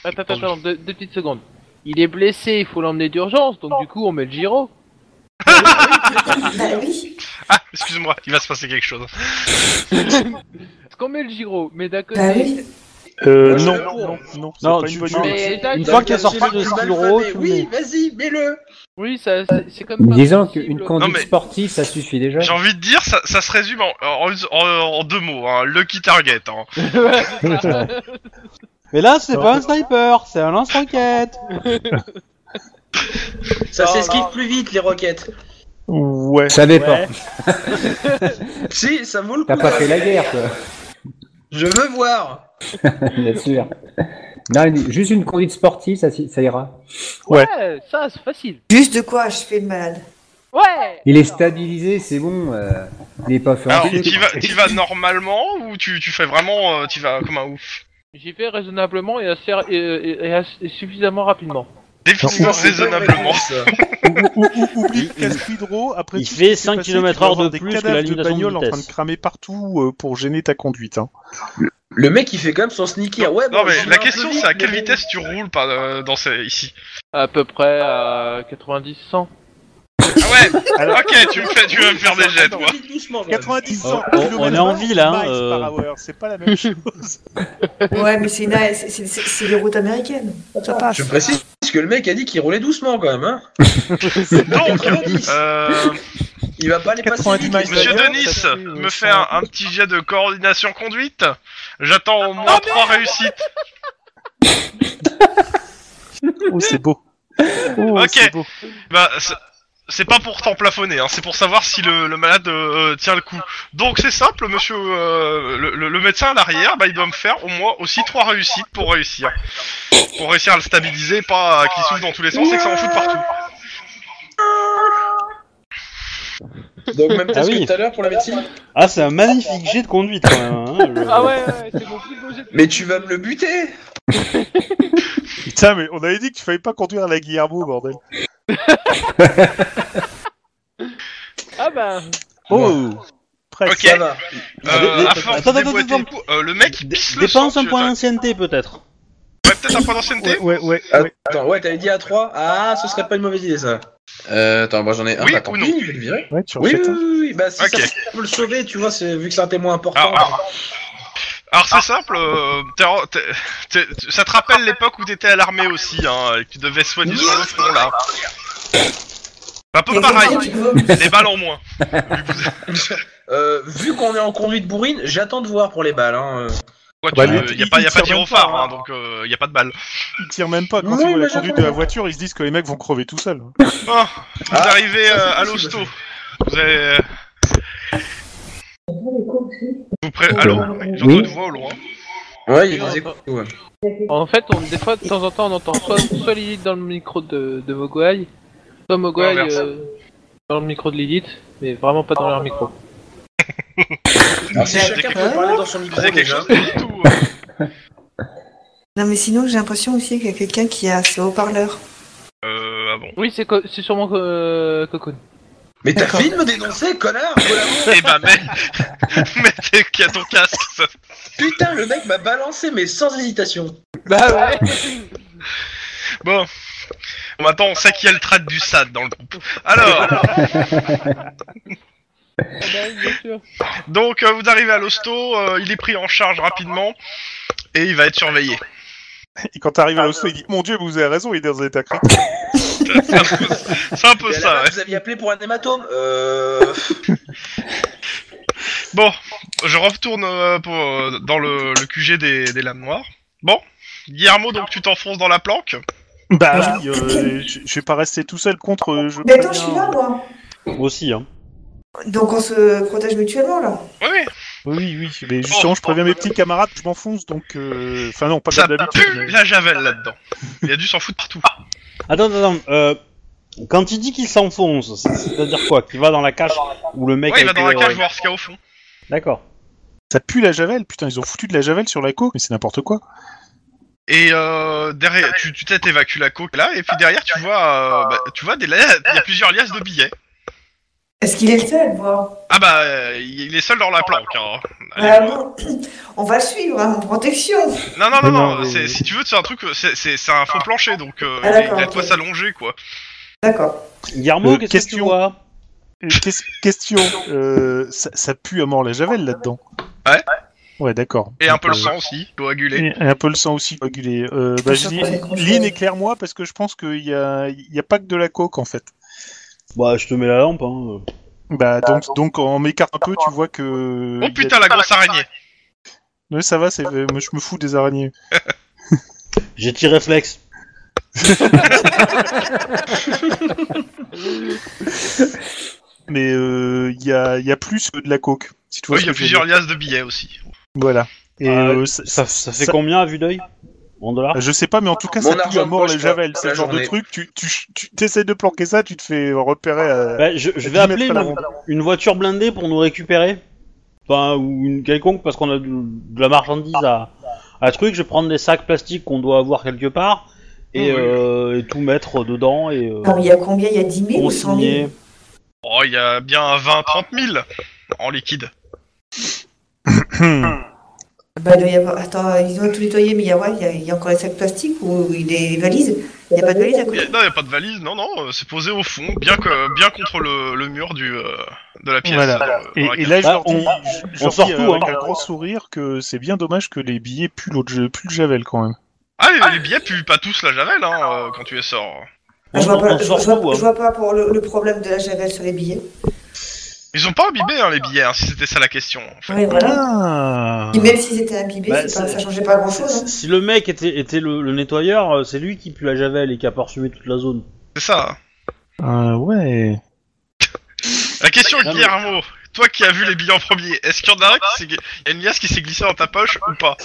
Attends, attends, attends, deux, deux petites secondes. Il est blessé, il faut l'emmener d'urgence, donc du coup on met le Giro.
Bah oui.
Ah, excuse-moi, il va se passer quelque chose.
Est-ce qu'on met le Giro Mais d'un côté.
Bah oui.
Moi,
Euh,
je-
non, non, non, c'est
Non,
pas
tu-
une bonne
tu-
idée.
Mais d'un
Une
côté-
fois qu'il est sorti
J'ai
de
mal
Spyro,
famé.
tu
Oui,
mets.
vas-y, mets-le.
Oui, ça, c'est- c'est comme. pas
Disons
possible.
qu'une
Non,
conduite
mais-
sportive, ça suffit déjà.
J'ai envie de dire, ça, ça se résume en, en- en- en deux mots, hein, Lucky Target. Hein.
Ouais, c'est ça.
Mais là, c'est
Non.
pas un sniper, c'est un lance-roquette
Ça
Non,
s'esquive
non.
plus vite, les roquettes.
Ouais.
Ça dépend.
Ouais.
Si, ça vaut le coup.
T'as pas fait la guerre, toi.
Je veux voir.
Bien sûr. Non, une- juste une conduite sportive, ça, ça ira.
Ouais.
Ouais, ça c'est facile.
Juste de quoi je fais le malade.
Ouais
Il est stabilisé, c'est bon. euh, il est pas fait
Alors,
enculer.
t'y vas, t'y vas normalement ou tu, tu fais vraiment, euh, t'y vas comme un ouf
J'y vais raisonnablement et, assez, et, et- et assez- et suffisamment rapidement.
Définissons
C'est pas vrai,
raisonnablement.
ça.
Ou- ou- ou- Oublie le casse hydro, après
Il
tout ce
fait
qui s'est
5
passé,
kilomètres
tu vas
heure
avoir
de
des
plus que
cadavres
la
de
limitation de
bagnoles en train de
vitesse.
cramer partout euh, pour gêner ta conduite. Hein.
Le mec, il fait comme son sneaker. Ouais,
Non
bon,
mais
j'en ai
la
un
question
peu vite,
c'est à quelle
mais bon.
vitesse tu roules par, euh, dans ces, ici
À peu près à 90-100.
Ah ouais
Alors,
Ok, tu me fais, tu vas me faire des jets toi.
Vite, doucement, voilà.
90
Oh,
100
on- on est
kilomètres
en
par
ville, hein,
miles
euh.
par hour, c'est pas la même chose.
Ouais, mais c'est une- c'est- c'est- c'est- c'est des routes américaines. Ça
Ah,
passe.
Je précise que le mec a dit qu'il roulait doucement quand même. Hein.
Donc,
90.
euh,
Il va pas aller passer
90
vite.
miles
Monsieur
D'ailleurs,
Denis,
ça fait, euh,
me fait un, un petit jet de coordination conduite. J'attends au moins trois réussites.
oh, c'est beau. Oh,
Ok.
c'est beau.
Bah, c'est- c'est pas pour t'en plafonner, hein, c'est pour savoir si le, le malade euh, tient le coup. Donc c'est simple, monsieur euh, le, le- le médecin à l'arrière, bah, il doit me faire au moins aussi trois réussites pour réussir. Pour réussir à le stabiliser, pas à- qu'il souffle dans tous les sens et que ça en fout partout.
Donc même test
Ah oui.
que tout à l'heure pour la médecine.
Ah, c'est un magnifique jet de conduite quand même. hein, je-
Ah ouais, ouais, c'est mon plus beau jet de-
Mais tu vas me le buter.
Putain, mais on avait dit qu'il fallait pas conduire à la Guillermo, bordel.
Ah bah
Oh Presque.
Ok.
Ça va.
Euh, à force de
Attends, attends,
déboîter
attends.
le cou- euh, le mec il
Dé-
pisse le
Dépense
sang,
un
tu-
point d'ancienneté peut-être.
Ouais, peut-être un point d'ancienneté.
Ouais, ouais, ouais.
Ah,
ouais.
Attends, ouais, t'avais dit à 3. Ah, ce serait pas une mauvaise idée ça. Euh, attends, moi j'en ai un.
Oui
bah, tant
ou non
pis, je vais le virer.
Ouais, tu
Oui, oui,
rejettes, hein.
oui, oui. Bah, si
Ok.
ça ça peut le sauver, tu vois, c'est- vu que c'est un témoin important.
Ah, Alors
Ah.
c'est simple, euh, t'es en- t'es- t'es- t'es- ça te rappelle l'époque où t'étais à l'armée aussi, hein, et que tu devais soigner sur le front là. Un peu pareil, les balles en moins.
Euh, vu qu'on est en conduite bourrine, j'attends de voir pour les balles. Hein. euh.
Quoi, tu,
Bah, lui,
euh, y a
il-
pas,
il
y a pas de
tire même
gyrophare,
pas,
hein,
hein.
donc euh, y a pas de balles.
Ils tirent même pas. Quand
Oui,
ils voient la
mais
conduite
j'attends.
de la voiture, ils se disent que les mecs vont crever tout seuls.
Ah, vous
Ah,
arrivez
ça,
euh,
c'est
à
possible,
l'hosto. Vous avez... euh, Vous pré... Allô J'entends
Oui.
une voix au loin.
Ouais, il Ah, y a des échos, ouais.
En fait, on, des fois, de temps en temps, on entend soit, soit Lilith dans le micro de, de Mogwai, soit Mogwai
Ouais, inverse.
euh, dans le micro de Lilith, mais vraiment pas dans leur micro.
Alors, si
J'ai
chacun
quelque-
peut parler dans son
Vous
micro
avez quelque
déjà.
chose de tout. euh.
Non, mais sinon, j'ai l'impression aussi qu'il y a quelqu'un qui a ses haut-parleurs.
Euh, ah bon.
Oui, c'est co- c'est sûrement euh, Cocoon.
Mais t'as fini de me dénoncer, connard Colin
Eh bah mec, mec qui a ton casque, ça
Putain, le mec m'a balancé, mais sans hésitation.
Bah ouais
Bon. Bon, Maintenant, on sait qui a le trait du SAD dans le groupe. Alors,
Ah bah bien sûr.
donc, euh, vous arrivez à l'hosto, euh, il est pris en charge rapidement, et il va être surveillé. Ah,
Et quand t'arrives à l'hosto, ils disent Mon dieu, vous avez raison, il est dans un état critique.
C'est un peu, c'est un peu
Et à la
ça,
base,
ouais.
Vous aviez appelé pour un hématome euh...
Bon, je retourne euh, pour, euh, dans le, le QG des, des lames noires. Bon, Guillermo, donc tu t'enfonces dans la planque.
Bah oui, euh, je je vais pas rester tout seul contre. euh, Je
Mais attends, je
préviens-
suis là, moi.
Aussi, hein.
Donc on se protège mutuellement, là.
Oui, oui,
Oui, oui, mais justement, je préviens mes petits camarades, je m'enfonce donc. euh, Enfin, non, pas
ça
comme d'habitude.
pue
mais-
la javel là-dedans. Il a dû s'en foutre partout.
Attends, attends, euh, quand il dit qu'il s'enfonce, c'est- c'est-à-dire quoi Qu'il va dans la cage où le mec
Ouais, il
a
va
été,
dans la cage
euh,
voir ce qu'il y a au fond.
D'accord.
Ça pue la javel, putain, ils ont foutu de la javel sur la côte, mais c'est n'importe quoi.
Et euh, derrière, tu tu t'es évacué la coque là, et puis derrière, tu vois, euh, bah, tu vois, des la- il y a plusieurs liasses de billets.
Est-ce qu'il est le seul, moi
Ah bah, euh, il est seul dans la planque. Hein.
Ah bon On va le suivre, hein, en protection.
Non, non, non,
Non,
non,
mais-
c'est- si tu veux, c'est un truc, c'est- c'est c'est un faux plancher, donc euh,
Ah,
il
d'accord,
a de quoi
ok.
s'allonger, quoi.
D'accord.
Guillermo,
Euh,
qu'est-ce que tu
question.
vois
Euh, ques- question, euh, ça, ça pue à mort la javel là-dedans.
Ouais.
Ouais, d'accord.
Et un peu le
Euh,
sang aussi, coagulé.
Et un peu le sang aussi coagulé. Euh, bah, je dis,
Surprenant.
Lynn, éclaire-moi parce que je pense qu'il y a, il y a pas que de la coke en fait.
Bah, je te mets la lampe, hein.
Bah, donc, donc en m'écarte un peu, tu vois que.
Oh putain, la grosse araignée.
Ouais, ça va, c'est... euh, moi, je me fous des araignées.
J'ai tiré réflexe.
Mais euh, il y, a, il y a plus que de la coke. Si tu vois
Oui,
ce
il y a
que je veux
plusieurs
dire.
liasses de billets aussi.
Voilà. Et
Ah,
euh, ça-
Ça, ça fait
ça-
combien à vue d'œil En dollars
Je sais pas, mais en tout cas,
Mon
ça pue
argent
à
de
mort
poche,
la
quoi,
javel.
dans
C'est
la
le genre de
journée.
truc, tu, tu, tu t'essayes de planquer ça, tu te fais repérer à...
Bah, je, je vais
10
appeler
mètres à
une,
l'avant.
une voiture blindée pour nous récupérer. Enfin, ou une quelconque, parce qu'on a de, de la marchandise à, à truc. Je vais prendre des sacs plastiques qu'on doit avoir quelque part et, euh, et tout mettre dedans et euh,
Non, mais il y a combien Il y a 10 000 ou 100 000
consigner.
Oh, il y a bien un 20, 30 000 en liquide.
Hmm.
Ah,
Bah, il doit y avoir... Attends, ils ont tout nettoyé, mais il y a, ouais, il y a, il y a encore les sacs plastiques ou des valises Il n'y a pas de valises à
Il y a-
côté
non, il n'y a pas de valise, non, non, euh, c'est posé au fond, bien, que, bien contre le, le mur du, euh, de la pièce.
Voilà.
dans- dans
Et, et
laquelle-
là, je
Bah,
leur dis,
on-
je- je
on
leur
sort
dis euh,
tout,
avec
hein.
un grand sourire que c'est bien dommage que les billets puent l'autre jeu, puent le javel quand même.
Ah, les- les billets puent pas tous la javel hein, euh, quand tu les sors.
Ah, Je vois
On-
pas,
on
je,
sort
je vois-
tout, hein.
je vois pas pour le, le problème de la javel sur les billets.
Ils ont pas imbibé hein, les billets, hein, si c'était ça la question. En fait.
Oui, voilà.
Ah.
Puis même s'ils étaient imbibés,
Bah,
c'est pas-
c'est-
ça changeait pas hein. grand chose.
Si le mec était, était le, le nettoyeur, euh, c'est lui qui pue la javel et qui a parsemé toute la zone.
C'est ça.
Ah ouais.
La question,
Non, mais-
Guillermo, toi qui as vu les billets en premier, est-ce qu'il y en a un qui s'est gl- il y a une liasse qui s'est glissée dans ta poche ou pas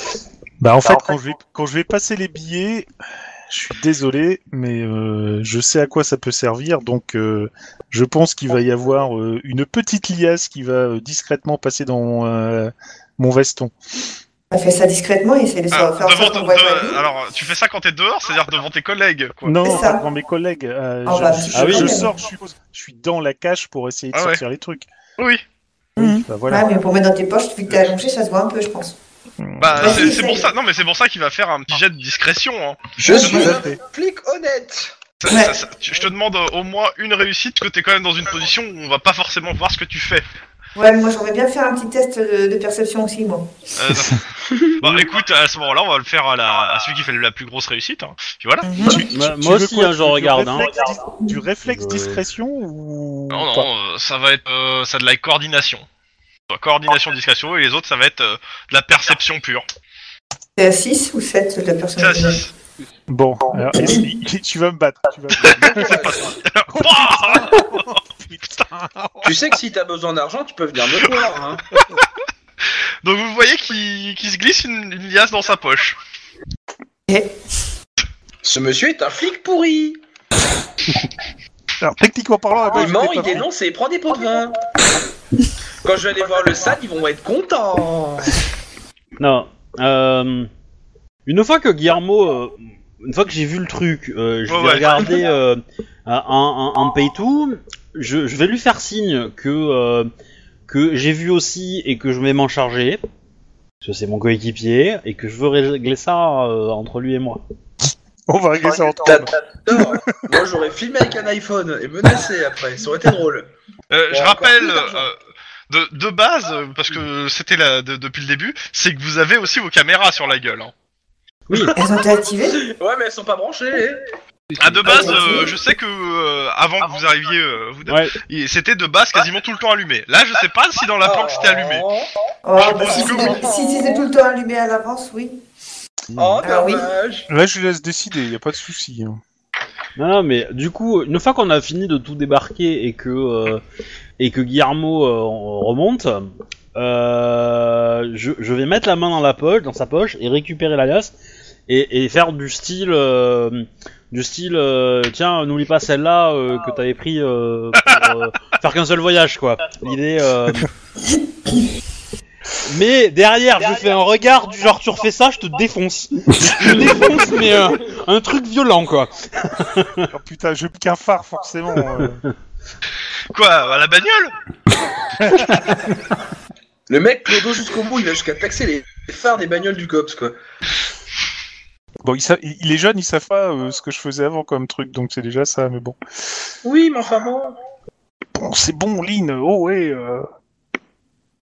Bah en fait, quand je vais, quand je vais passer les billets, je suis désolé, mais euh, je sais à quoi ça peut servir, donc euh, je pense qu'il va y avoir euh, une petite liasse qui va euh, discrètement passer dans euh, mon veston.
On fait ça discrètement et c'est de
Ah,
faire faire en
devant
sorte
ton-
qu'on voit
de-
pas les billets.
Alors, tu fais ça quand t'es dehors, c'est-à-dire devant tes collègues, quoi.
Non,
C'est ça.
devant mes collègues, euh,
Ah
je,
bah,
je-
ah
je
oui.
sors, je suis, je suis dans la cache pour essayer de
Ah ouais.
sortir les trucs.
Oui.
Oui, bah voilà.
Ouais, mais pour mettre dans tes poches, vu que t'es allongé, ça se voit un peu, je pense.
Bah,
Vas-y,
c'est c'est
essaye.
pour ça. Non, mais c'est pour ça qu'il va faire un petit jet de discrétion. Hein.
Je suis
Tout
un
à fait.
flic honnête
Ça-
Ouais.
ça- ça- tu- je te demande euh, au moins une réussite, parce que t'es quand même dans une position où on va pas forcément voir ce que tu fais.
Ouais, mais moi j'aimerais bien faire un petit test de, de perception aussi, moi.
Euh, bah, écoute, à ce moment-là, on va le faire à, la, à celui qui fait la plus grosse réussite. Hein. Puis voilà.
Tu- tu-
Moi-
tu
moi
veux
aussi,
quoi
hein, je
Du
regarde, hein.
réflexe dis- Du réflexe
Je-
discrétion ou.
Non,
pas
non, euh, ça va être euh, ça a de la coordination. Enfin, Coordination, discrétion, et les autres, ça va être euh, de la perception pure.
C'est à 6 ou 7 de la personne
C'est à 6.
Bon, alors, est-ce- tu vas me battre. Tu vas me battre.
C'est pas ça. Pouah
Tu sais que si t'as besoin d'argent, tu peux venir me voir. Hein.
Donc vous voyez qu'il qu'il se glisse une, une liasse dans sa poche.
Ce monsieur est un flic pourri
Alors, techniquement parlant, la
Ah, Il
base,
ment,
je l'ai
il
pas fait.
dénonce et il prend des pots de vin Quand je vais aller voir le SAD, ils vont être contents
Non. euh, une fois que Guillermo, euh, une fois que j'ai vu le truc, euh, je
Ouais,
vais
ouais.
regarder euh, un, un, un pay-to, je, je vais lui faire signe que, euh, que j'ai vu aussi et que je vais m'en charger, parce que c'est mon coéquipier, et que je veux régler ça euh, entre lui et moi.
On va régler ça en temps.
T'as tort. Moi j'aurais filmé avec un iPhone et menacé après, ça aurait été drôle.
Euh,
Ouais,
je
encore
rappelle,
plus d'argent.
euh, de, de base, euh, parce que c'était la- de- depuis le début, c'est que vous avez aussi vos caméras sur la gueule. hein.
Elles ont été activées
Ouais mais elles sont pas branchées hein.
Ah, de base, euh, je sais que euh, avant que vous arriviez, euh, vous-
Ouais.
il- c'était de base quasiment tout le temps allumé. Là, je sais pas si dans la planque c'était allumé.
Oh,
Je
bah,
pense
si
que
c'était
oui.
si c'était tout le temps allumé à l'avance, oui.
Oh,
Ah oui.
dommage.
Là, je laisse décider, y a pas de souci. hein.
Non, non, mais du coup, une fois qu'on a fini de tout débarquer et que, euh, et que Guillermo euh, remonte, euh, je, je vais mettre la main dans la poche, dans sa poche, et récupérer la liasse, et, et faire du style, euh, du style, euh, tiens, n'oublie pas celle-là euh, que t'avais pris euh, pour euh, faire qu'un seul voyage, quoi. L'idée. euh, Mais derrière, je fais un regard du genre tu refais ça, je te défonce. je te défonce, mais euh, un truc violent, quoi.
Oh putain, je pique qu'un phare, forcément. euh.
Quoi, à la bagnole
Le mec Clodo jusqu'au bout, il va jusqu'à taxer les les phares des bagnoles du cops quoi.
Bon, il, sa- il il est jeune, ils savent pas euh, ce que je faisais avant comme truc, donc c'est déjà ça, mais bon.
Oui, mais enfin bon.
Bon, c'est bon, Lynn, oh ouais. euh.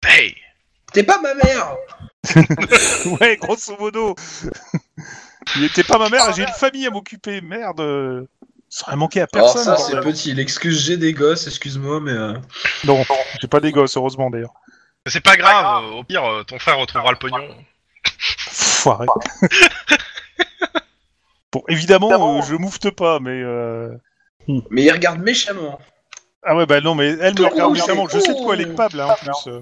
Hey
T'es pas ma mère.
Ouais, grosso modo. il était pas ma
Ah,
mère, j'ai une famille à m'occuper, merde. euh. Ça aurait manqué à
Alors
personne.
Oh, ça c'est
bordel.
petit, l'excuse j'ai des gosses, excuse-moi mais. euh,
Non, j'ai pas des gosses, heureusement d'ailleurs.
C'est pas grave, euh, au pire, euh, ton frère retrouvera le pognon.
Foiré. bon, évidemment, euh, je moufte pas, mais. euh,
Mais il regarde méchamment.
Ah ouais, bah non, mais elle me regarde
Ouh,
méchamment. Je
ouh.
sais de quoi elle est capable, hein, en plus. euh.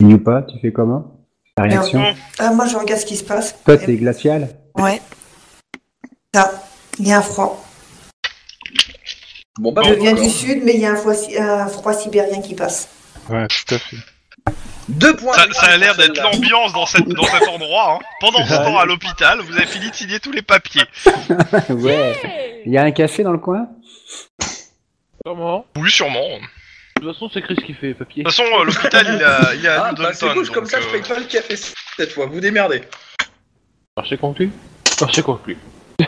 Signe ou pas, tu fais comment Ta réaction
Ah, moi, je regarde ce qui se passe.
Toi, t'es glacial
Ouais.
Là, il y a un froid.
Bon bah
Je viens
encore.
du sud, mais il y a un froid, si- un froid sibérien qui passe.
Ouais, tout à fait.
Deux points. Ah,
Ça, ça a l'air d'être l'ambiance dans, cette, dans cet endroit. Hein. Pendant ce temps à l'hôpital, vous avez fini de signer tous les papiers.
Ouais. Il y a un café dans le coin
Sûrement.
Oui, sûrement.
De toute façon, c'est Chris qui fait papier.
De toute façon, euh, l'hôpital, il a, il a
Ah bah c'est cool, comme
euh.
ça je paye pas le café cette fois, vous démerdez.
Marché conclu Marché conclu.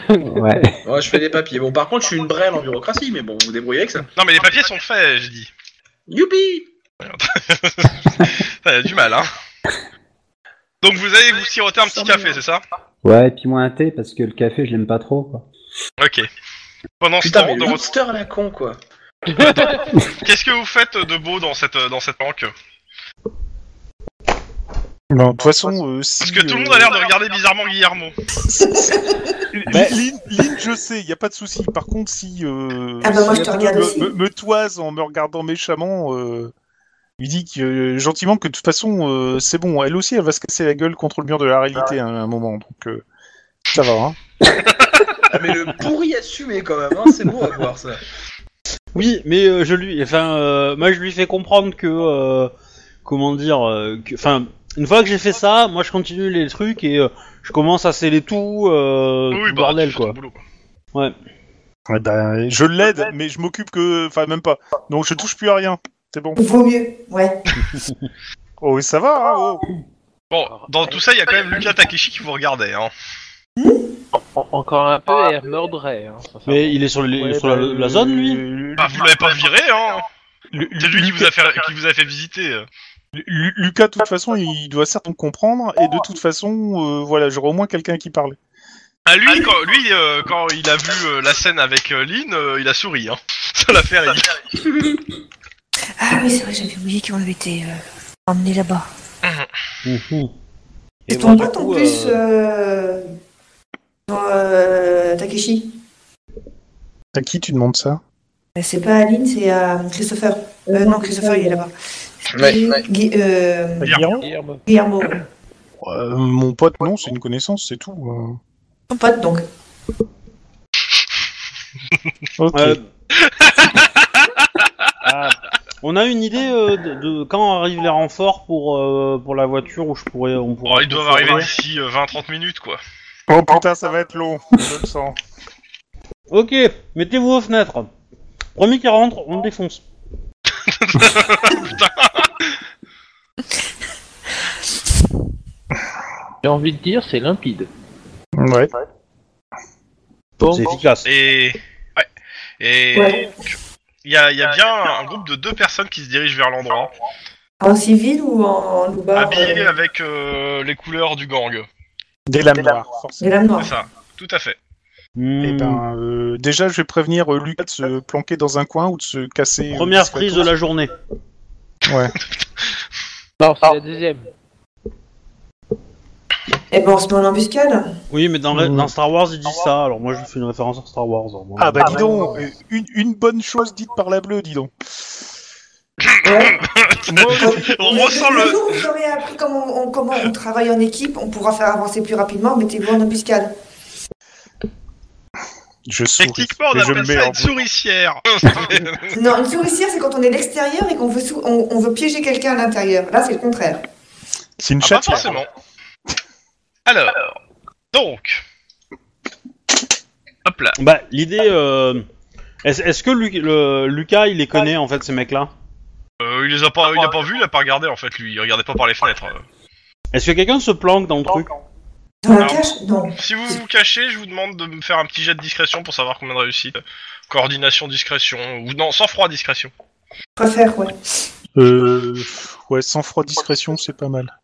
Ouais.
Ouais, je fais des papiers. Bon, par contre, je suis une brêle en bureaucratie, mais bon, vous vous débrouillez avec ça.
Non, mais les papiers sont faits, j'ai dit.
Youpi
Ça a du mal, hein. Donc vous allez vous siroter un petit café, c'est ça
Ouais, et puis moi un thé parce que le café, je l'aime pas trop. Quoi.
Ok. Pendant ce
Putain,
temps,
mais
de
le
votre-
monster à la con, quoi.
qu'est-ce que vous faites de beau dans cette, dans cette banque
Non, de toute façon, euh, si,
Parce que tout le
euh,
monde a l'air de regarder bizarrement Guillermo.
euh,
Lynn- Lynn, Lynn, je sais, y a pas de souci. Par contre, si. euh,
Ah bah, moi,
si
je te
un
regarde
me,
aussi.
me- me toise en me regardant méchamment, euh, il dit que, euh, gentiment que de toute façon, euh, c'est bon. Elle aussi, elle va se casser la gueule contre le mur de la réalité à un, moment. Donc, euh, ça va, hein.
Ah, mais le pourri assumé, quand même, hein, c'est beau à voir, ça.
Oui, mais euh, je lui, enfin, euh, moi je lui fais comprendre que, euh, comment dire, euh, que- enfin, une fois que j'ai fait ça, moi je continue les trucs et euh, je commence à sceller tout, euh, tout le
bah, tu
bordel
fais
quoi.
ton boulot,
Eh ben, je l'aide, mais je m'occupe que. Enfin, même pas. Donc, je touche plus à rien. C'est bon.
Vaut mieux, ouais.
Oh, ça va, hein, oh.
Bon, dans tout ça, il y a quand même Lucas Takeshi qui vous regardait, hein.
En- encore un peu et elle mordrait. Hein, sincèrement.
Mais il est sur, les-
Ouais,
sur
bah,
la, la
euh,
zone lui.
Lu-
Bah, vous l'avez pas viré, hein
Lu-
C'est lui qui vous a fait, qui vous a fait visiter. euh.
Lu- Lucas, de toute façon, il doit certes comprendre, et de toute façon, euh, voilà, j'aurais au moins quelqu'un qui parle.
Ah, lui, quand, lui euh, quand il a vu euh, la scène avec euh, Lynn, euh, il a souri, hein. Ça l'a fait rire.
Ah oui, c'est vrai, j'avais oublié qu'on avait été euh, emmené là-bas.
Mhm. Et
Et
bon,
ton
du
pote en
coup,
plus,
euh,
euh... dans, euh, Takeshi.
À qui tu demandes ça
Mais C'est pas Aline, c'est à Christopher. Euh, non, Christopher, il est là-bas.
Ouais, ouais.
Gui- euh,
Guillermo
Guillermo.
Guillermo.
Euh, Mon pote, non, c'est une connaissance, c'est tout.
Ton pote, donc.
euh. Ok.
euh, ah, on a une idée euh, de, de quand arrivent les renforts pour euh, pour la voiture où je pourrais on
Bon,
pourra.
Oh, ils doivent arriver d'ici euh, 20-30 minutes, quoi.
Oh putain, ça va être long, je le sens.
Ok, mettez-vous aux fenêtres. Premier qui rentre, on le défonce.
J'ai envie de dire, c'est limpide.
Ouais.
Bon,
C'est efficace.
Et. Ouais. Et.
Ouais.
Il y a, il y a bien un groupe de deux personnes qui se dirigent vers l'endroit,
En civil ou en loubar
habillées
euh,
avec euh, les couleurs du gang.
Des lames noires,
Des
forcément.
lames noires.
C'est ça, tout à fait.
Eh
Hmm.
ben, euh, déjà, je vais prévenir euh, Lucas de se planquer dans un coin ou de se casser. euh,
Première
soit-
prise de la journée.
Non, c'est la deuxième.
Eh ben, on se met en embuscade.
Oui, mais dans,
Hmm.
dans Star Wars, ils disent ça, alors moi je fais une référence à Star Wars. hein, moi.
Ah bah dis donc, euh, une, une bonne chose dite par la bleue, dis donc.
Ouais.
On
Mais
ressent le.
jour où vous aurez appris comment on, comment on travaille en équipe, on pourra faire avancer plus rapidement. Mettez-vous en embuscade.
Je souris.
Techniquement, on
mais je me
appelle
mets
ça
en- Ah,
une souricière. Ah,
Non, une souricière, c'est quand on est l'extérieur et qu'on veut, sou- on, on veut piéger quelqu'un à l'intérieur. Là, c'est le contraire.
C'est
Ah,
une
pas
chatte.
forcément. Alors, donc. Hop là.
Bah, l'idée. euh, Est-ce est-ce que Lu- le- Lucas, il les connaît en fait, ces mecs-là
Euh, il les a pas, il a pas vu, il a pas regardé en fait lui. Il regardait pas par les fenêtres.
Est-ce que quelqu'un se planque hein. dans le truc
Dans la
Non.
cache Non.
Si vous vous cachez, je vous demande de me faire un petit jet de discrétion pour savoir combien de réussite. Coordination, discrétion ou non, sans froid, discrétion.
Je préfère, ouais.
Euh, ouais, sans froid discrétion, c'est pas mal.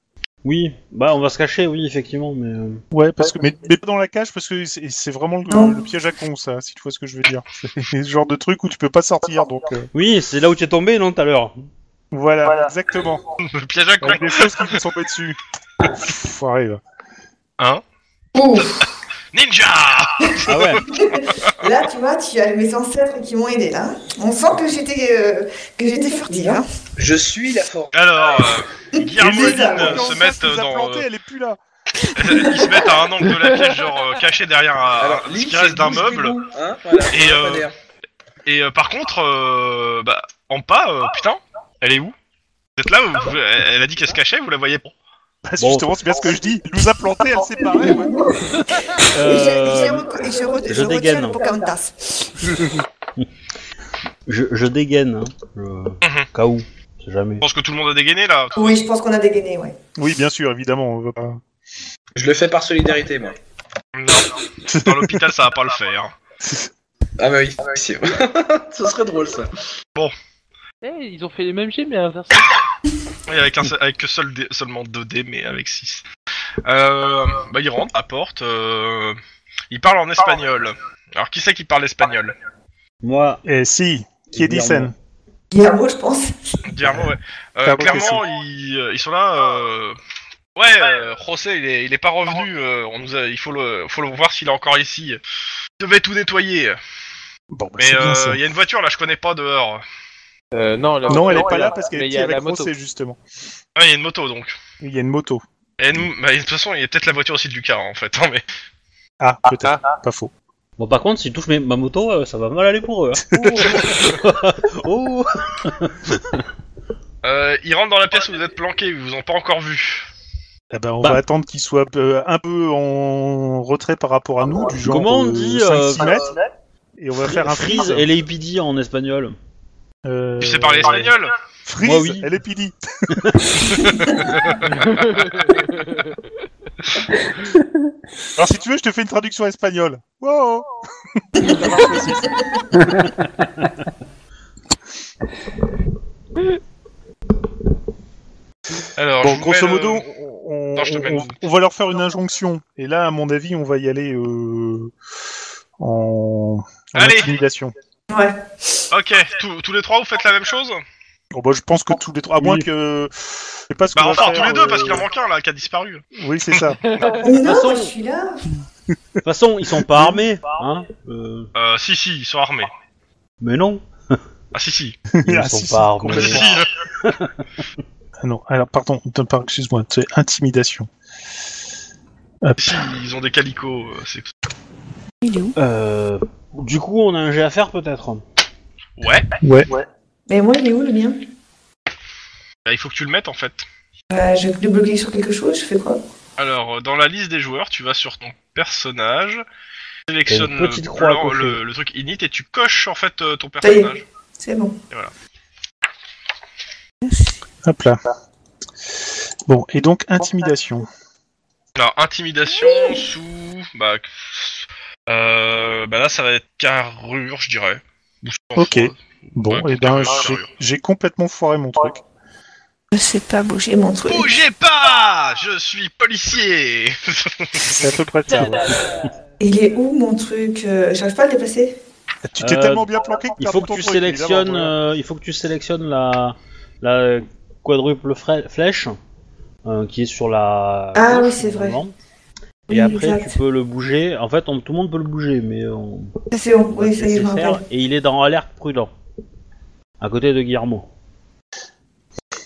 Oui, bah on va se cacher, oui, effectivement, mais. euh,
Ouais, parce que mais, mais pas dans la cage parce que c'est c'est vraiment
Non.
le, le piège à con ça, si tu vois ce que je veux dire. C'est ce genre de truc où tu peux pas sortir donc euh,
Oui, c'est là où tu es tombé, non, tout à l'heure
voilà, exactement.
Le piège à con.
Avec des choses qui te sont pas dessus. Foiré. va.
Ouf.
Ninja.
Ah ouais
Là, tu vois, tu as mes ancêtres qui m'ont aidé là. On sent que j'étais euh, que j'étais furtive. hein.
Je suis la force.
Alors, euh, Guillermo
Et
et
les
Lynn,
armes.
euh,
Non,
se
ça,
mettent
nous a
dans,
planté,
euh,
elle est plus là.
ils se mettent à un angle de la pièce, genre euh, caché derrière un-
Alors,
ce
Lynch,
qui reste d'un
bouge du
meuble.
bout, hein, voilà,
Et,
on a pas
euh,
d'air.
Et euh, par contre, euh, bah, en pas, euh, putain, elle est où Vous êtes là vous- vous- Elle elle a dit qu'elle se cachait, vous la voyez pas
Parce que
Bon.
justement, c'est bien ce que je dis. Elle nous a planté, elle s'est barrée. ouais.
Et je, et je
Euh,
re- et je re-
je
je retire
dégaine.
le Pocahontas.
je, je dégaine, hein. Je... Cas où, on sait jamais.
Je pense que tout le monde a dégainé là.
Oui, je pense qu'on a dégainé, ouais.
Oui, bien sûr, évidemment. On va pas...
Je le fais par solidarité, moi.
Non, dans l'hôpital ça va pas le faire.
Ah bah oui, si. Ce serait drôle, ça.
Eh, ils ont fait les mêmes jets, mais inversé.
Et avec, un seul- avec que seul dé- seulement 2 dés, mais avec 6. Euh, bah, il rentre, apporte. Euh, il parle en espagnol. Alors qui c'est qui parle espagnol
Moi,
Eh si, qui est
Guillermo.
Dyson
Guillermo, je pense.
Guillermo, ouais. Euh,
Pardon,
clairement, ils, euh, ils sont là. euh, Ouais, euh, José, il est, il est pas revenu. euh, on nous a- il faut le, faut le voir s'il est encore ici. Il devait tout nettoyer.
Bon, bah,
Mais euh,
c'est
il
bien ça.
y a une voiture là, je connais pas dehors.
Euh, non, la-
Non, elle est
il
pas
y a-
là parce qu'elle
mais il
est
y a
avec
la moto.
Rosé, justement.
Ah, il y a une moto donc.
Il y a une moto.
Et nous- bah, de toute façon, il y a peut-être la voiture aussi de Lucas hein, en fait. hein, mais...
Ah, peut-être. Pas faux.
bon, par contre, s'ils touchent mes- ma moto, euh, ça va mal aller pour eux. hein. oh
euh, ils rentrent dans la pièce où vous êtes planqués, ils vous ont pas encore vu.
Eh ben, on
Bah.
va attendre qu'il soit euh, un peu en retrait par rapport à nous, du genre
Comment on
euh,
dit,
5,
euh,
6 mètres, et on va faire un freeze.
Freeze et LAPD en espagnol.
Euh,
Tu sais parler espagnol
Freeze,
Moi, oui.
elle est pidi. Alors si tu veux, je te fais une traduction espagnole. Wow
Alors, je
Bon,
vous
grosso
mets le-
modo, on, on-
Attends, je te mets le-
on- on va leur faire une injonction. Et là, à mon avis, on va y aller euh, en, en
Allez.
intimidation.
Ouais.
Ok, tous- tous les trois vous faites la même chose
Bon, bah, je pense que tous les trois, à
Oui.
moins que... Je sais pas ce qu'on
Bah,
va
enfin,
faire,
tous les deux, parce
euh,
qu'il en manque un là qui a disparu.
Oui, c'est ça.
Mais non,
façon-
je suis là.
De toute façon, ils sont pas armés, hein euh,
Euh, si, si, ils sont armés.
Mais non,
Ah, si, si.
ils
Ah,
sont
si, si,
pas armés.
Si, si.
Ah non, alors pardon, non, pardon, excuse-moi, c'est intimidation.
Si, ils ont des calicots. euh, c'est-
Il est où
Euh, du coup, on a un jet à faire peut-être.
Ouais,
Ouais.
Mais moi, il est où le mien
bah, il faut que tu le mettes en fait.
Euh, Je double-clique sur quelque chose, je fais quoi
Alors, euh, dans la liste des joueurs, tu vas sur ton personnage, sélectionne le,
petite croix à
plan-
cocher.
le- le truc init et tu coches en fait euh, ton
Ça y est.
personnage.
C'est bon.
Hop là. Bon, et donc intimidation.
Alors, intimidation sous. Bah, euh, bah là, ça va être carrure, je dirais. Ou sans
Ok.
froid.
Bon,
Ouais, Ah,
et ben
carrure.
j'ai- j'ai complètement foiré mon truc.
Je sais pas bouger mon truc.
Bougez pas Je suis policier
C'est à peu près ça. ouais.
Il est où mon truc Euh, J'arrive pas à le déplacer
Tu t'es
Euh,
tellement bien planqué que
Il
t'as
faut
pas
que
ton
tu
truc,
sélectionnes,
évidemment,
euh, il faut que tu sélectionnes la, la quadruple fre- flèche euh, qui est sur la.
Ah oui,
gauche,
c'est vrai.
normalement.
Oui,
Et après,
exact.
tu peux le bouger. En fait, on- tout le monde peut le bouger, mais on
Ça, C'est bon,
va
oui,
te
ça y est, je
laisser
me
faire.
rappelle.
Et il est dans alerte prudent, à côté de Guillermo,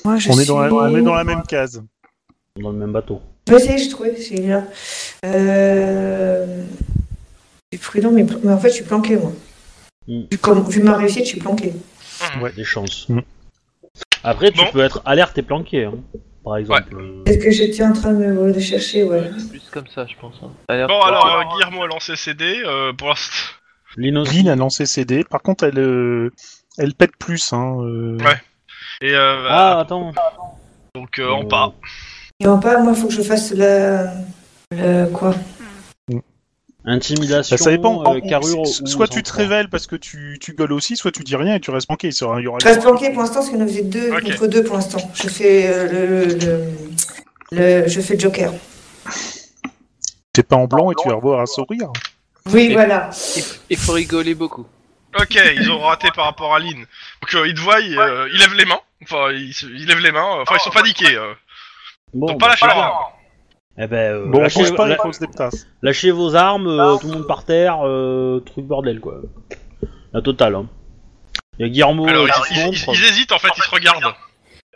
Moi,
ouais.
je
On est,
suis-
dans la, on est dans la même case.
dans le même bateau.
Bah, ça y est, j'ai trouvé, c'est là. Euh... Je suis prudent, mais, mais en fait, je suis planqué, moi.
Mm.
Vu, comme, vu ma réussite, je suis planqué.
Des chances.
Mm.
Après, tu
Bon.
peux être alerte et planqué, hein, par exemple.
Est-ce que j'étais en train de me de chercher, ouais.
Plus comme ça, je pense. hein. Ça a l'air-
Bon, alors, euh, Guillermo a lancé CD, euh, pour l'instant...
Lino,
Lynn a lancé ses dés. Par contre, elle, euh, elle pète plus. Hein, euh,
Ouais. Et, euh,
Ah, attends.
donc, euh, en pas.
Et en pas, moi, faut que je fasse la. la quoi
Intimidation,
Bah, ça dépend.
euh,
En-
carrure
so-
ou
soit tu te
sang-froid.
révèles parce que tu, tu gueules aussi, soit tu dis rien et tu restes planqué. Il sera- il y aura-
Je reste planqué pour l'instant, parce qu'il y en avait deux
Ok.
contre deux pour l'instant. Je fais euh, le, le, le- Je fais le Joker.
T'es pas en blanc et tu vas revoir un sourire.
Oui,
Et-
voilà.
Il f- Il faut rigoler beaucoup.
Ok, ils ont raté par rapport à Lynn. Donc, euh, ils te voient, ils, euh, ils lèvent les mains. Enfin, ils, se- ils lèvent les mains. Enfin, ils sont paniqués. euh.
Bon,
Ils ont pas
bah,
lâché
très
leur
bien.
arme.
Eh ben, euh,
Bon, on
lâchez,
bouge pas,
la-
il faut se déplacer.
lâchez vos armes, euh, tout le monde par terre, euh, truc bordel quoi. La totale. Hein. Il y a Guillermo
Alors,
euh, qui
ils,
se
ils-
montre.
ils hésitent, en fait, ils se regardent.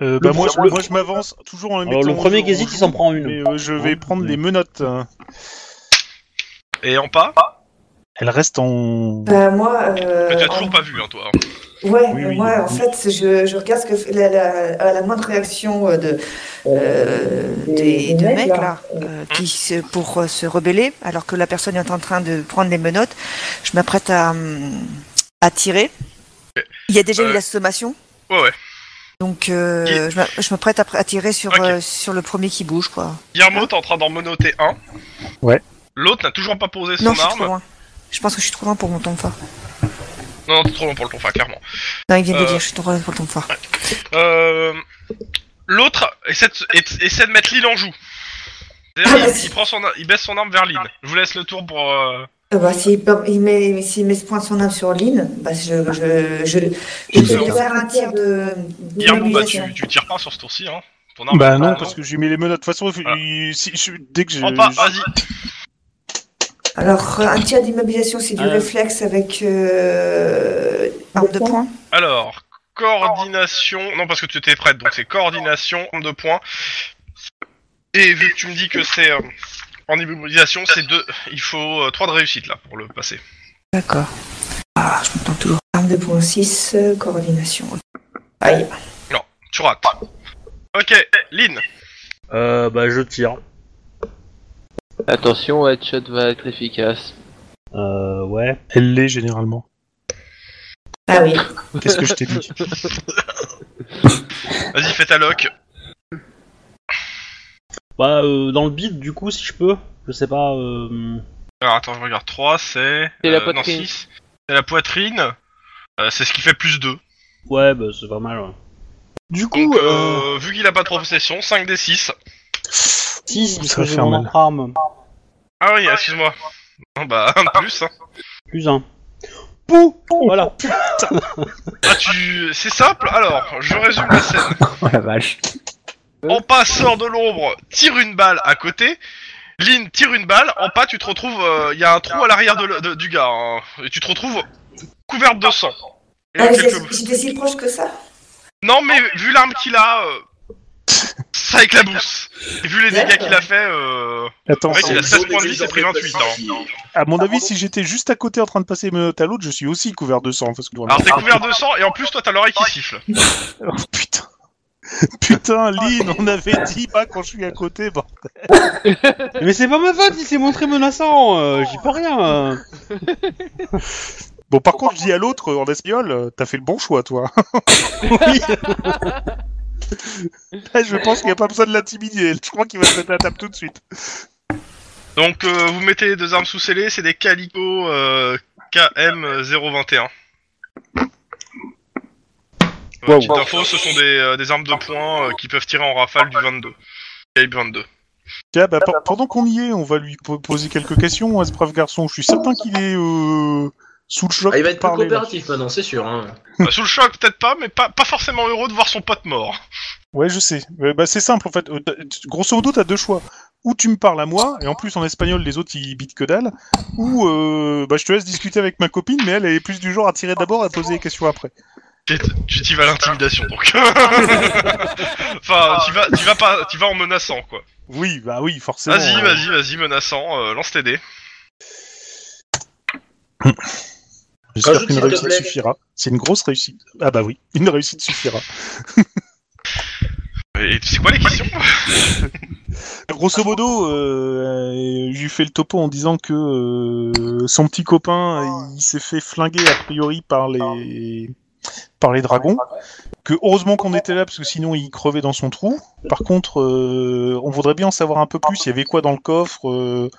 Euh, bah,
Le-
moi,
le-
je, moi, je m'avance toujours en même
Alors, le premier qui hésite, il s'en prend une.
Mais euh, je vais prendre les menottes. hein.
Et en pas,
Elle reste en.
Ben,
Bah, moi. euh,
tu as
en-
toujours pas vu, hein, toi.
Ouais,
Oui,
mais
oui,
moi,
oui.
en fait, je, je regarde ce que fait la, la, à la moindre réaction euh, de,
euh, des, de mecs là, euh, qui se- pour euh, se rebeller, alors que la personne est en train de prendre les menottes, je m'apprête à, hum, à tirer. Il y a déjà
Euh,
eu la sommation,
Ouais, ouais.
donc euh,
Qui-
je m'a- je m'apprête à, à tirer sur,
Ok.
euh, sur le premier qui bouge quoi.
Guillermo, t'es en train d'en monoter un.
Ouais.
L'autre n'a toujours pas posé son
Non, je suis trop
arme.
loin. Je pense que je suis trop loin pour mon temps fort.
Non, non, t'es trop long pour le tonfa, clairement.
Non, il vient de
Euh,
dire, je suis trop loin pour le temps fort.
Euh, L'autre essaie, de se- et- essaie de mettre Lynn en joue. C'est-à-dire, il, il prend son, ar- il baisse son arme vers Lynn. Je vous laisse le tour pour. euh,
Ah bah, s'il peut- il met, s'il met ce point de son âme sur Lynn, bah, je, je, je, je
Je
vais
sais.
faire un tir de.
Guillermo, bah,
d'immobilisation.
tu, tu tires pas sur ce tour-ci. Hein. Ton arme,
Bah
elle est
non,
pas-
parce que j'ai mis les menottes. De toute façon, il-
Ah.
il- si- je- dès que je.
En pas,
je-
vas-y.
Alors, euh, un tir d'immobilisation, c'est du
Euh.
réflexe avec. Euh,
Arme de poing
Alors, coordination. Non, parce que tu étais prête, donc c'est coordination, arme de points. Et vu que tu me dis que c'est euh, en immobilisation, c'est deux. Il faut euh, trois de réussite là pour le passer.
D'accord. Ah, je m'entends toujours.
Arme de poing 6, euh, coordination. Ah, Aïe.
Tu rates. Ok, Lynn.
Euh, bah, je tire.
Attention, headshot va être efficace.
Euh, ouais.
Elle l'est généralement.
Ah oui.
Qu'est-ce que je t'ai dit
Vas-y, fais ta loc.
Bah, euh, dans le bid, du coup, si je peux. Je sais pas. Euh...
Alors attends, je regarde. 3, c'est.
C'est la
euh, non,
poitrine.
six. C'est la poitrine. Euh, c'est ce qui fait plus 2.
Ouais, bah, c'est pas mal. Ouais. Du
Donc,
coup, euh...
euh, vu qu'il a pas trop possession, 5 des 6.
6,
Ça
parce
va
que j'ai
faire
mon
mal.
autre arme.
Ah oui, excuse-moi. Non, bah, un de plus. Hein.
Plus 1. Pou Voilà.
Ah, tu... C'est simple Alors, je résume la scène.
Oh la vache.
Ampa sort de l'ombre, tire une balle à côté. Lynn tire une balle. Ampa, tu te retrouves. euh, Il y a un trou à l'arrière de le- de- du gars. hein. et tu te retrouves couverte de sang. Et
Ah,
quelques-
j'étais- J'étais si proche que ça.
Non, mais vu l'arme qu'il a. euh, Ça éclabousse. Et vu les dégâts qu'il a fait. euh,
Attends,
En fait,
c'est-
il a 16 points de vie,
c'est
c'est pris 28. hein.
à mon avis, si j'étais juste à côté en train de passer les menottes à l'autre, je suis aussi couvert de sang. Parce que
Alors t'es couvert de sang et en plus toi t'as l'oreille qui siffle.
Oh, putain. Putain, Lynn, on avait dit pas quand je suis à côté. bah, Bon.
Mais c'est pas ma faute, il s'est montré menaçant. Euh, J'y peux rien. euh.
Bon, par contre, je dis à l'autre euh, en espiole, euh, t'as fait le bon choix, toi. oui. Là, je pense qu'il n'y a pas besoin de l'intimider. Je crois qu'il va se mettre à la table tout de suite.
Donc euh, vous mettez les deux armes sous scellés, c'est des Calico euh, KM021. Euh,
Wow.
Petite info, ce sont des, euh, des armes de poing euh, qui peuvent tirer en rafale du 22. Calibre 22.
Tiens, bah, pe- pendant qu'on y est, on va lui po- poser quelques questions à ce brave garçon. Je suis certain qu'il est euh, sous le choc.
Ah, il va être plus
par les-
coopératif maintenant, c'est sûr. hein.
Bah, sous le choc, peut-être pas, mais pas, pas forcément heureux de voir son pote mort.
Ouais, je sais. Euh, bah, c'est simple en fait. Euh, t'as- t- Grosso modo, t'as deux choix. Ou tu me parles à moi, et en plus en espagnol les autres ils bitent que dalle, ou euh, bah, je te laisse discuter avec ma copine, mais elle elle est plus du genre à tirer d'abord et à poser les questions après.
Tu tu t'y vas à l'intimidation, donc. enfin, tu vas, tu vas pas, tu vas en menaçant, quoi.
Oui, bah oui, forcément.
Vas-y,
euh,
vas-y, vas-y, menaçant, euh, lance tes dés.
J'espère
Rajoute,
qu'une
s'il te
réussite
plaît.
suffira. C'est une grosse réussite. Ah bah oui, une réussite suffira.
Et tu sais quoi les questions
Grosso modo, euh, euh, je lui fais le topo en disant que euh, son petit copain, il s'est fait flinguer a priori par les par les dragons. Que heureusement qu'on était là parce que sinon il crevait dans son trou. Par contre, euh, on voudrait bien en savoir un peu plus. Il y avait quoi dans le coffre euh,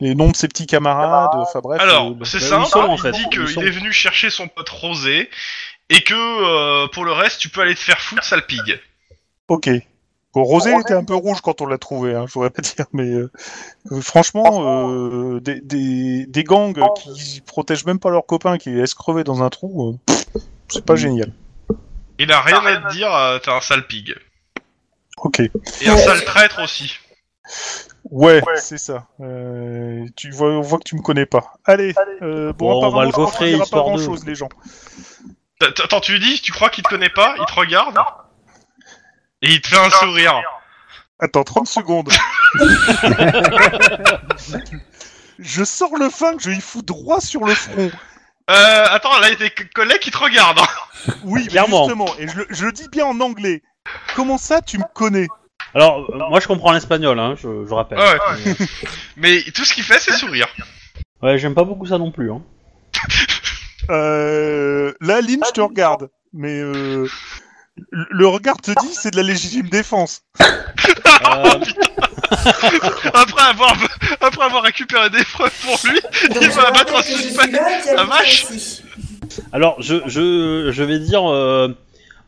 Les noms de ses petits camarades. Enfin bref.
Alors,
euh, le-
c'est
bah,
simple,
ils sont, en
il
fait,
dit
ils
qu'il
sont.
est venu chercher son pote Rosé, et que euh, pour le reste, tu peux aller te faire foutre, sale pig.
Ok. Bon, Rosé était un peu rouge quand on l'a trouvé, hein, je voudrais pas dire, mais euh, euh, franchement, euh, des, des, des gangs qui protègent même pas leurs copains, qui les laissent crever dans un trou, euh, pff, c'est pas génial.
Il a rien à te dire, euh, t'es un sale pig.
Ok.
Et un sale traître aussi.
Ouais, c'est ça. Euh, tu vois, on voit que tu me connais pas. Allez, euh,
Bon, on va
apparemment,
le gaufrer,
on dira pas
histoire
grand
de-
chose, les gens.
T- t- Attends, tu lui dis, tu crois qu'il te connaît pas, il te regarde, et il te fait un sourire.
Attends, 30 secondes. je sors le flingue, je lui fous droit sur le front.
Euh, attends, là, il y a tes co- collègues qui te regardent.
Oui, mais
Clairement.
justement, et je, le- je le dis bien en anglais. Comment ça, tu me connais
Alors, euh, moi je comprends l'espagnol, hein, je, je rappelle.
Ouais.
Mais, euh,
Mais tout ce qu'il fait, c'est sourire.
ouais, j'aime pas beaucoup ça non plus. Hein.
Euh, là, Lynn, je te regarde. Mais euh, le le regard te dit, c'est de la légitime défense.
Euh,
Après avoir, après avoir récupéré des preuves pour lui,
Donc,
Il
je
va
rappelle
abattre un
que je
suspect.
suis là, tiens,
La vache.
ici.
alors, je, je, je vais dire, euh,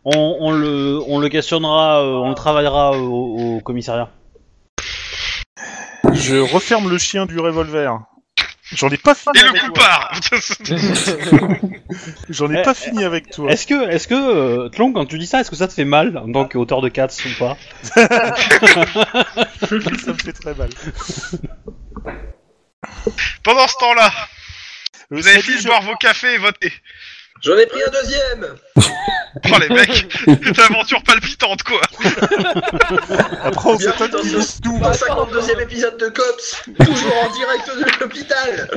on, on le, on le questionnera, euh, on le travaillera au, au commissariat.
Je referme le chien du revolver. J'en ai pas fini
et le
avec
coup
toi.
part.
J'en ai
Eh,
pas fini avec toi.
Est-ce que, est-ce que, euh, Tlon, quand tu dis ça, est-ce que ça te fait mal en tant qu'auteur de Cats ou pas
eh,
Ça me fait très mal. Euh,
Pendant ce temps-là,
Euh,
vous avez
salut,
fini de
je-
boire vos cafés et voter.
J'en ai pris un deuxième
Oh les mecs, c'est aventure palpitante quoi.
Après, on s'étonne
Bienvenue
qu'il
dans
lise
Euh,
tout.
52 e épisode de Cops, toujours en direct de l'hôpital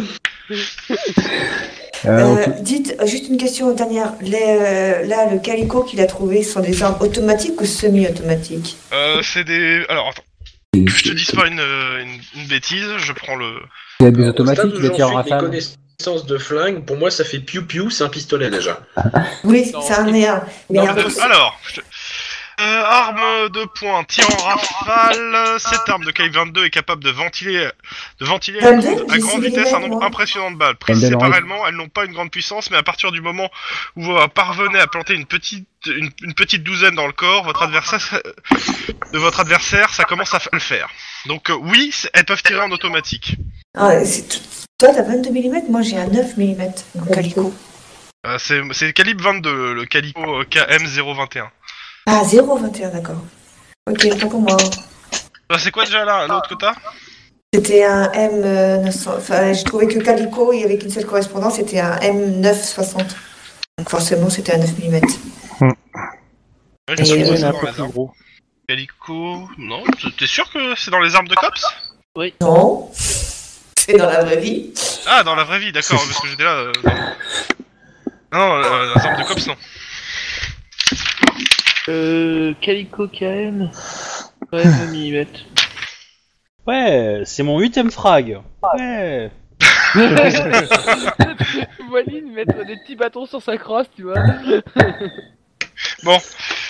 Euh, on
Euh,
peut-
dites, euh, juste une question dernière. Les, euh, là, le calico qu'il a trouvé, ce sont des armes automatiques ou semi-automatiques
Euh, c'est des. Alors attends. Je te dis pas une, euh, une, une bêtise, je prends le.
Il y a des
Au
automatiques,
stade où
les
j'en
tirs en
suis, mes
rafale.
connaissances de flingue, pour moi ça fait piou piou, c'est un pistolet déjà.
Oui,
Non,
c'est un et un. Mais
non,
un
mais
aussi.
Alors, je te- Euh, arme de poing, tir en rafale. Cette arme de calibre 22 est capable de ventiler, de ventiler à
22,
grande, à
j'ai
grande
essayé
vitesse un
même,
nombre
moi.
impressionnant de balles.
Elle
Prises
donne envie.
séparément, elles n'ont pas une grande puissance, mais à partir du moment où vous parvenez à planter une petite, une, une petite douzaine dans le corps, votre adversaire, de votre adversaire, ça commence à le faire. Donc euh, oui, c'est- elles peuvent tirer en automatique.
Ah, c'est tout- Toi, t'as 22 mm, moi j'ai un 9 mm en calico.
Euh, c'est c'est calibre 22, le calico euh, KM021.
Ah, 0,21, d'accord. Ok, pas pour moi.
Bah, c'est quoi déjà là, l'autre que t'as
C'était un M900. Enfin, je trouvais que Calico, il y avait qu'une seule correspondance, c'était un M960. Donc forcément, c'était un 9 mm.
Ouais, j'ai
Et oui,
sûr que
mais
c'est
un
dans les armes. Calico. Non, t- t'es sûr que c'est dans les armes de cops
Non. C'est dans la vraie vie.
Ah, dans la vraie vie, d'accord, parce que j'étais là. euh, dans- Non, euh, les armes de cops, non.
Euh, Calico KM. Ouais, 2 mm.
Ouais, c'est mon huitième frag. Ouais.
Waline mettre des petits bâtons sur sa crosse, tu vois.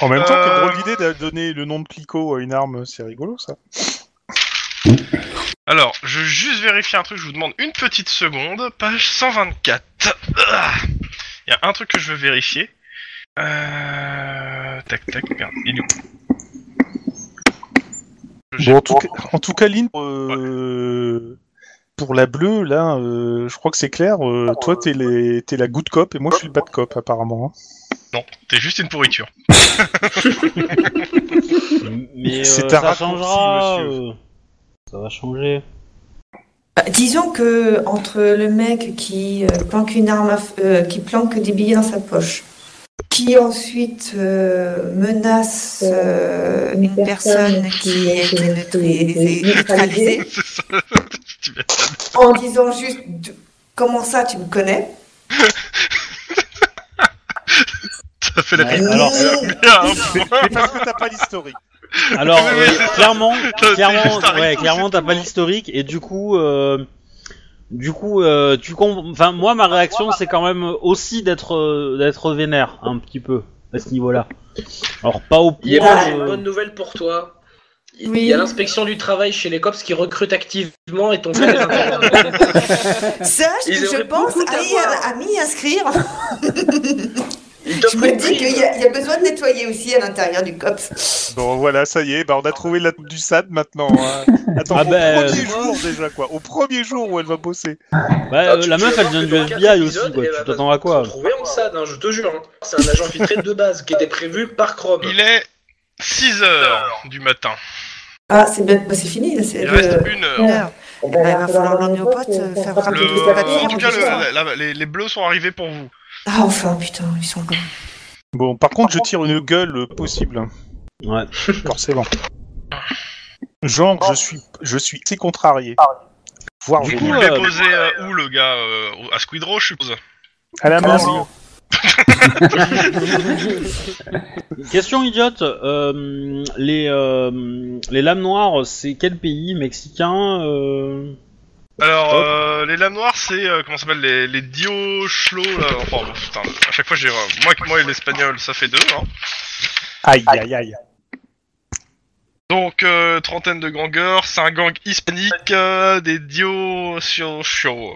En même temps,
Euh,
quelle drôle d'idée de donner le nom de Clico à une arme, c'est rigolo ça.
Alors, je vais juste vérifier un truc, je vous demande une petite seconde. Page 124. Ah. Il y a un truc que je veux vérifier. Euh, tac, tac, merde, il est où J'ai-
Bon, en, tout cas, en tout cas, Lynn, euh, pour la bleue, là, euh, je crois que c'est clair. euh, toi, t'es, les, t'es la good cop et moi, je suis le bad cop, apparemment. hein.
Non, t'es juste une pourriture.
Mais euh,
C'est un
ça
raccourci,
changera.
monsieur.
euh, Ça va changer.
Bah, disons que entre le mec qui euh, planque une arme, à f- euh, qui planque des billets dans sa poche, qui ensuite euh, menace euh, une personne qui est neutralisée, neutralisée
C'est ça. Tu m'as-
en disant juste d- comment ça tu me connais
T'as fait la
Ouais,
pire.
alors-
Merde.
Mais parce que t'as pas l'historique.
Alors, euh, clairement,
T'as- t'es
clairement,
juste un
ouais,
rico,
clairement,
c'est
t'as
tout.
pas l'historique et du coup, euh, du coup, euh, tu com- Enfin, moi, ma réaction, c'est quand même aussi d'être, euh, d'être vénère un petit peu à ce niveau-là. Alors, pas au bah,
Il y a
point
une
de-
bonne nouvelle pour toi. Il
Bah, Oui.
il y a l'inspection du travail chez les cops qui recrute activement et ton frère est interne.
euh,
Sache que
Ils
je
auraient
pense
beaucoup
à y-
d'avoir.
à m'y inscrire.
Il t'offre
Je me
une
dis
bribe.
qu'il y, a il y a besoin de nettoyer aussi à l'intérieur du COPS.
Bon, voilà, ça y est, bah, on a trouvé la du SAD maintenant. hein. Attends,
Ah
au
ben,
premier
euh,
jour déjà, quoi. Au premier jour où elle va bosser.
Bah,
Ah,
euh,
tu-
la
tu
meuf,
vas
elle
voir
vient
que
du
dans quatre
FBI aussi,
épisodes, bah,
quoi. Tu
elle va
t'attends à
se
quoi
retrouver en SAD, hein, je te jure. hein. C'est un agent infiltré de base qui était prévu par Chrome.
Il est 6h du matin.
Ah, c'est bien- bah, c'est fini. là, c'est
Il
le- Ah,
reste une heure.
Eh ben, il va falloir l'emmener au pote, euh, faire
Le-
rappeler tous les papiers.
En tout cas,
tout
hein.
ça.
le- la- la- les, les bleus sont arrivés pour vous.
Ah, enfin, putain, ils sont longs.
Bon, par contre, je tire une gueule euh, possible, hein,
Ouais.
forcément. Genre, je suis, je suis très contrarié. Voire
Du
je-
coup,
Vous
euh,
le déposez euh, où, le gars euh, au- À Squidrow, je suppose.
à la main.
euh,
clairement.
Question idiote. euh, les, euh, les lames noires, c'est quel pays mexicain euh...
Alors,
Hop.
euh, les lames noires, c'est. euh, comment ça s'appelle Les, les diochlo, là. Enfin, bon, putain, à chaque fois, j'ai. euh, moi, moi et l'espagnol, ça fait deux, hein.
Aïe, aïe, aïe.
Donc, euh, trentaine de gangers, c'est un gang hispanique euh, des Dios sur show.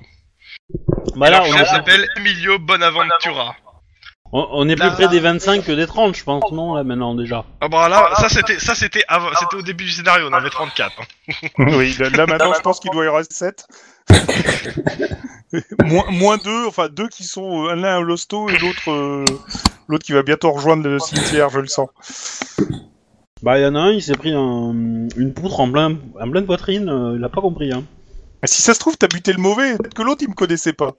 Bah là, on
Alors,
est,
ça s'appelle Emilio Bonaventura.
on- on est plus près des 25 que des 30, je pense, non, là, maintenant, déjà.
Ah bah là, ça c'était ça c'était
Ah.
avant- c'était au début du scénario, on avait 34. hein.
Oui, là,
Ah,
là, maintenant
bah,
je pense qu'il doit y avoir 7. moins, moins deux, enfin deux qui sont euh, l'un à l'hosto et l'autre euh, l'autre qui va bientôt rejoindre le cimetière, je le sens.
Bah, il y en a un, il s'est pris un- une poutre en plein, en pleine poitrine, euh, il a pas compris, hein.
Mais si ça se trouve, t'as buté le mauvais, peut-être que l'autre il me connaissait pas.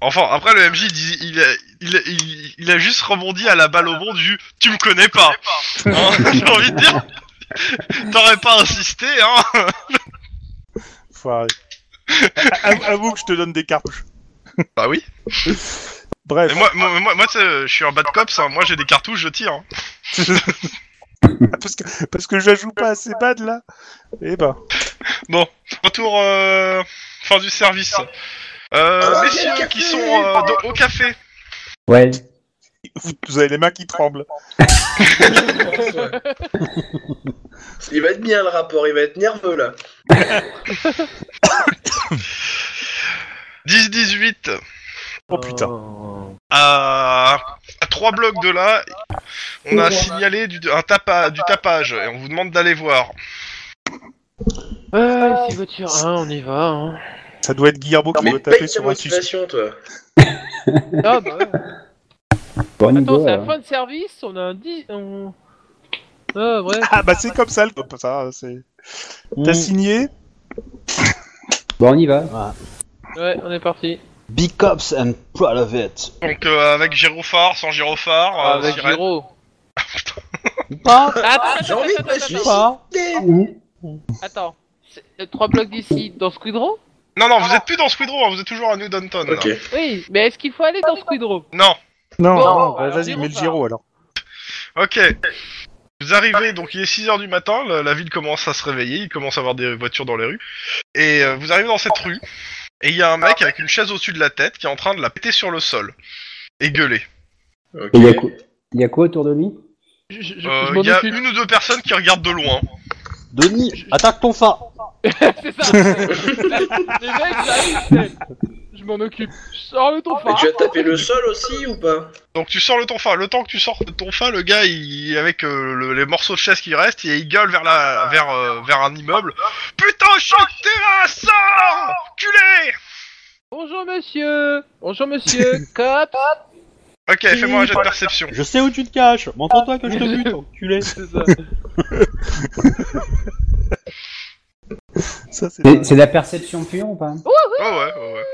Enfin, après le MJ dit- il, a, il, a- il- il a juste rebondi à la balle au bon du tu me connais pas. Hein, J'ai envie de dire T'aurais pas insisté hein
Enfin, av- avoue que je te donne des cartouches.
Bah oui.
Bref,
Et moi moi moi, moi, tu sais, je suis un bad cops, hein. moi j'ai des cartouches, je tire. hein.
parce que, parce que je la joue pas assez bad là. Eh ben,
Retour euh, fin du service. Euh, messieurs qui sont euh, dans- au café.
Ouais.
vous, vous avez les mains qui tremblent.
Il va être bien le rapport, il va être nerveux là.
10-18
Oh putain.
à, à trois blocs de là, on a signalé du, un tapa, du tapage et on vous demande d'aller voir.
Ah, c'est voiture 1, on y va. Hein.
Ça doit être Guillermo qui
Mais
doit
paye
taper
ta
sur un suspect.
motivation, toi.
Ah, bah, ouais.
Bon
Attends,
niveau.
c'est la
euh.
fin de service, on a un 10. On... Ah, ouais.
Ah bah c'est comme ça le cop, ça c'est. T'as
Mm.
signé
Bon, on y va.
Ouais, on est parti.
Big Cops and proud of it.
Donc euh, avec gyrophare, sans gyrophare, euh,
avec
sirène.
Giro. Ah,
Ou pas
Attends,
j'ai
attends,
envie de
attends,
me
attends,
Ou
suicider.
pas
attends. Attends. C'est- euh, Trois blocs d'ici, dans Squidrow
Non non, vous êtes plus dans Squidrow, hein, vous êtes toujours à New Downton. là.
Ok.
Oui, mais est-ce qu'il faut aller dans Squidrow
Non,
Non,
Bon,
non, bah,
alors,
vas-y,
zéro
mets le
part.
Giro alors.
ok. Vous arrivez, donc il est 6h du matin, la, la ville commence à se réveiller, il commence à avoir des voitures dans les rues. Et euh, vous arrivez dans cette rue, et il y a un mec avec une chaise au-dessus de la tête qui est en train de la péter sur le sol. Et gueuler.
ok.
Et Il y, a quoi- il y a quoi autour de lui
Je, je, je-
Euh,
je m'en
Il y a
occupe.
une ou deux personnes qui regardent de loin.
Denis, attaque ton phare
C'est ça. Les mecs, j'arrive. je m'en occupe. Je Sors le ton
Et tu as tapé le sol aussi ou pas
Donc tu sors le tonfa. Le temps que tu sors le tonfa, le gars, il, avec euh, le- les morceaux de chaise qui restent, il gueule vers la, vers, euh, vers un immeuble. Putain, choc, t'es là, sors, culé.
Bonjour monsieur Bonjour monsieur Cop
Ok, fais-moi un jet de perception.
Je sais où tu te caches. Montre-toi que je te bute, enculé.
C'est ça.
Ça, c'est
C'est c'est la perception pure ou pas
Ouais, ouais, ouais. ouais.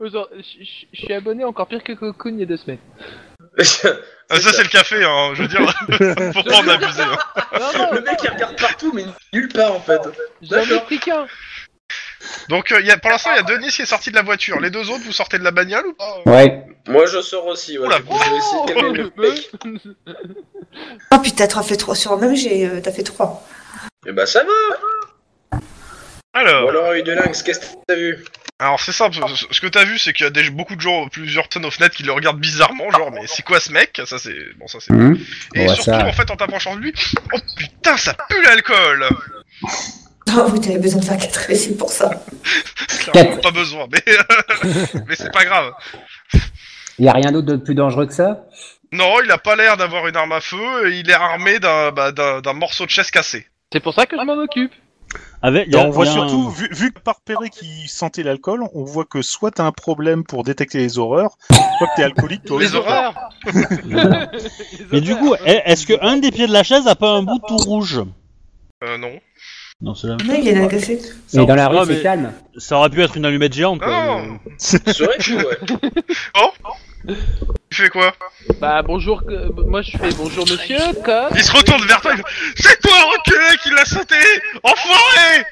Bonjour, Je je- je suis abonné encore pire que Cocoon il y a deux semaines.
Ah, ça c'est le café, hein. Je veux dire, faut pas en abuser. hein.
Non, non,
Le mec il regarde partout mais nulle part en fait.
j'en ai
d'accord.
pris qu'un
Donc euh, il y a, pour l'instant, il y a Denis qui est sorti de la voiture. Les deux autres, vous sortez de la bagnole ou pas
Ouais.
Moi je sors aussi, ouais.
Oula.
Je vais essayer de calmer
Oh,
le mec.
Ah putain, t'as fait trois sur le même, j'ai, euh, t'as fait trois.
Et bah ça va
Alors.
Ou alors eu de lynx, qu'est-ce que t'as vu
Alors c'est simple, ce- ce ce que t'as vu c'est qu'il y a des, beaucoup de gens, plusieurs personnes aux fenêtres qui le regardent bizarrement, genre mais c'est quoi ce mec Ça c'est... Bon bah, ça c'est...
Hum.
Et
Ouais,
surtout
ça.
en fait en t'approchant de lui, oh putain ça pue l'alcool
Ah oui, t'avais besoin de faire quatre récits pour ça.
Clairement pas besoin, mais, mais c'est pas grave.
Il n'y a rien d'autre de plus dangereux que ça
Non, il a pas l'air d'avoir une arme à feu, et il est armé d'un, bah, d'un, d'un morceau de chaise cassé.
C'est pour ça que je m'en occupe
Avec, Ah, il y
Bah,
a-
on voit
il y a un-
surtout, vu, vu que par Perret qui sentait l'alcool, on voit que soit t'as un problème pour détecter les horreurs, soit que t'es alcoolique, toi
Les
aussi.
horreurs.
Les
Mais du
horreurs.
coup, est- est-ce que un des pieds de la chaise a pas un bout tout rouge
Euh non.
Non, c'est la...
Non, il est agacé.
Ça-
Mais dans la rue,
Ah,
c'est
mais-
calme.
Ça aurait pu être une allumette géante. Quoi.
Oh.
Ça aurait pu, ouais.
Tu fais quoi
Bah bonjour, euh, moi je fais bonjour monsieur Cop
Il se retourne vers toi, il fait, C'est toi reculé qui l'a sauté Enfoiré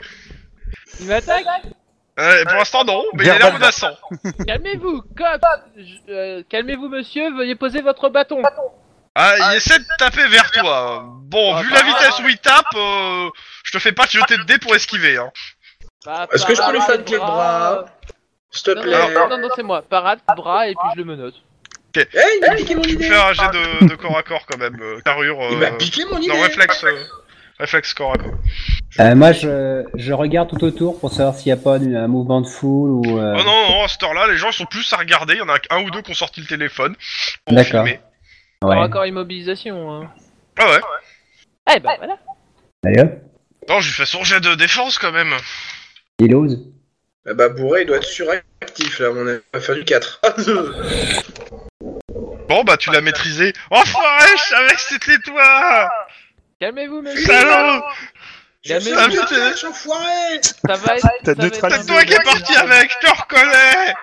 Il m'attaque
Euh, Pour l'instant non, mais il a l'air menaçant.
Calmez-vous Cop Je- euh, Calmez-vous monsieur, veuillez poser votre bâton
Ah, il essaie de taper vers toi. Bon,
Ah,
vu
bah,
la
bah,
vitesse où il tape, euh, je te fais pas jeter de dés pour esquiver. Hein.
Bah,
Est-ce que je peux lui
parade,
faire avec les bras S'il te
Non, non,
plaît.
non, non, non, c'est moi. Parade, bras, et puis je le menote.
Hey, Eh, il m'a piqué mon
Tu me
idée
fais un jet de, de corps à corps quand même. euh, carrure.
Il m'a
euh,
piqué mon idée
non, réflexe. euh, réflexe corps à corps.
Euh, moi, je, je regarde tout autour pour savoir s'il n'y a pas une- un mouvement de foule ou. euh,
Oh non, non, à cette heure-là, les gens sont plus à regarder. Il y en a un ou deux qui ont sorti le téléphone. Pour
D'accord.
filmer.
Encore,
Ouais.
encore immobilisation. Hein.
Ah ouais.
Eh bah voilà.
D'ailleurs,
Non, je lui fais son jet de défense quand même.
il ose.
Ah bah bourré, il doit être suractif là, on va faire du 4.
Bon, bah tu l'as maîtrisé. Enfoiré, je savais que c'était toi
Calmez-vous, monsieur.
Salaud
Il a
Je sais
même-
que t'es lâche, enfoiré
Ça va être.
T'as
ça va être
neutralisé.
un
C'est toi qui es
peu-
parti avec, je te reconnais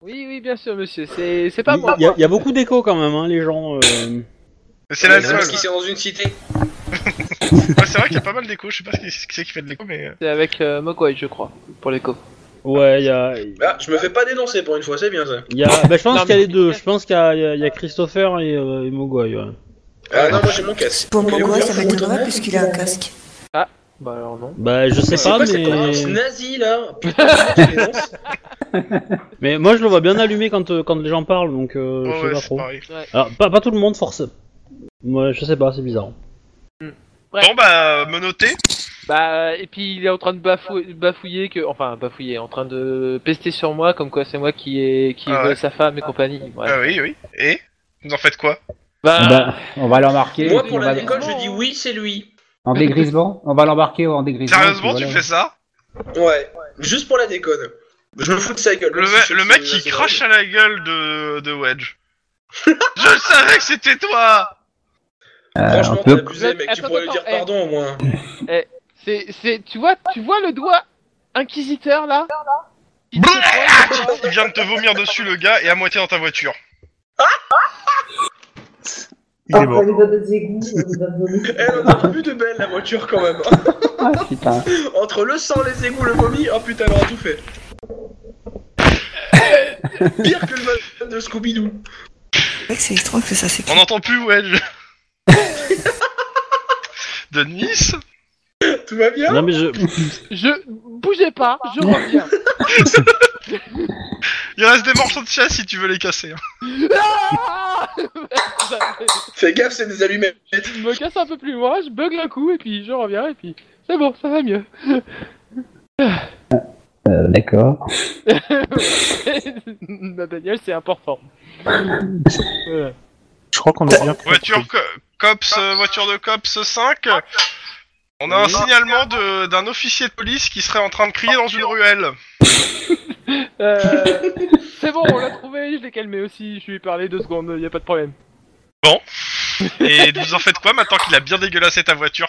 Oui, oui, bien sûr, monsieur. C'est c'est pas moi.
Il y, a- il y a beaucoup d'écho quand même, hein, les gens. euh.
Mais C'est la
C'est parce
seule.
qu'il s'est dans une cité.
Ouais, C'est vrai qu'il y a pas mal d'écho. Je sais pas qui qui c'est qui fait de l'écho, mais. euh,
C'est avec euh, Mogwai, je crois, pour l'écho.
Ouais, il y a.
Bah, je me fais pas dénoncer pour une fois, c'est bien ça.
il Y a... Bah, je pense
Non,
qu'il y a
mais-
les deux. Je pense qu'il y, a- il y a- il y a Christopher et, euh, et Mogwai. Ouais.
Ah non, moi j'ai mon casque.
Pour
Il est
Mogwai,
ouvert,
ça
faut
m'étonnerait
m'étonner.
puisqu'il a un casque.
Bah alors non.
Bah, je sais
C'est
pas,
quoi cette tendance
mais.
nazie là Putain, tu dénonces
Mais moi, je le vois bien allumé quand, euh, quand les gens parlent, donc euh,
ouais,
je sais
ouais,
pas
c'est
trop.
pareil.
Alors, pas, pas tout le monde, force. Moi, je sais pas, c'est bizarre.
Ouais.
Bon bah, menotté.
Bah et puis il est en train de bafou- bafouiller que, enfin bafouiller, en train de pester sur moi comme quoi c'est moi qui ai qui ai
Ah
volé
ouais.
sa femme et compagnie. Ouais.
Ah oui, oui. Et Vous en faites quoi Ah.
Bah,
Bah, on va l'embarquer.
Moi
et
pour
puis on
la
va-
décolle, je dis oui, c'est lui.
En dégrisement On va l'embarquer en dégrisement.
Sérieusement,
et
tu
puis voilà.
fais ça
Ouais, juste pour la déconne. Je me fous de sa gueule.
le,
même si
me-
je sais
le
que
mec
c'est-
qui
c'est
crache
vrai.
à la gueule de, de Wedge. Je savais que c'était toi
Euh,
Franchement,
on
t'as
peut-
abusé, mec, tu
Attends,
pourrais lui dire
attends, eh.
pardon au moins.
c'est c'est tu vois tu vois le doigt inquisiteur là. Qui te
Bleh
pointe-
Il vient de te vomir dessus, le gars, et à moitié dans ta voiture.
Il est mort.
lui donne des égouts, on lui donne des égouts.
Elle en a vu de belle la voiture quand même.
Ah, putain.
Entre le sang, les égouts, le vomi, oh putain, elle aura tout fait. Pire que le van de Scooby-Doo.
C'est vrai que c'est étrange que ça
On
s'écrit.
n'entend plus Wedge. de Nice
Tout va bien
Non, mais je.
Je bougez pas,
Bah.
je reviens.
Il reste des morceaux de chaise si tu veux les casser. hein.
Ah
Fais gaffe, c'est des allumettes.
je me casse un peu plus loin, je bug un coup et puis je reviens et puis c'est bon, ça va mieux.
Euh, D'accord.
Ma bagnole, c'est important. Voilà.
Je crois qu'on a bien
Voiture co- cops, euh, voiture de cops 5. On a un signalement de- d'un officier de police qui serait en train de crier dans une ruelle.
Euh, c'est bon, on l'a trouvé, je l'ai calmé aussi, je lui ai parlé deux secondes, y a pas de problème.
Et vous en faites quoi maintenant qu'il a bien dégueulassé ta voiture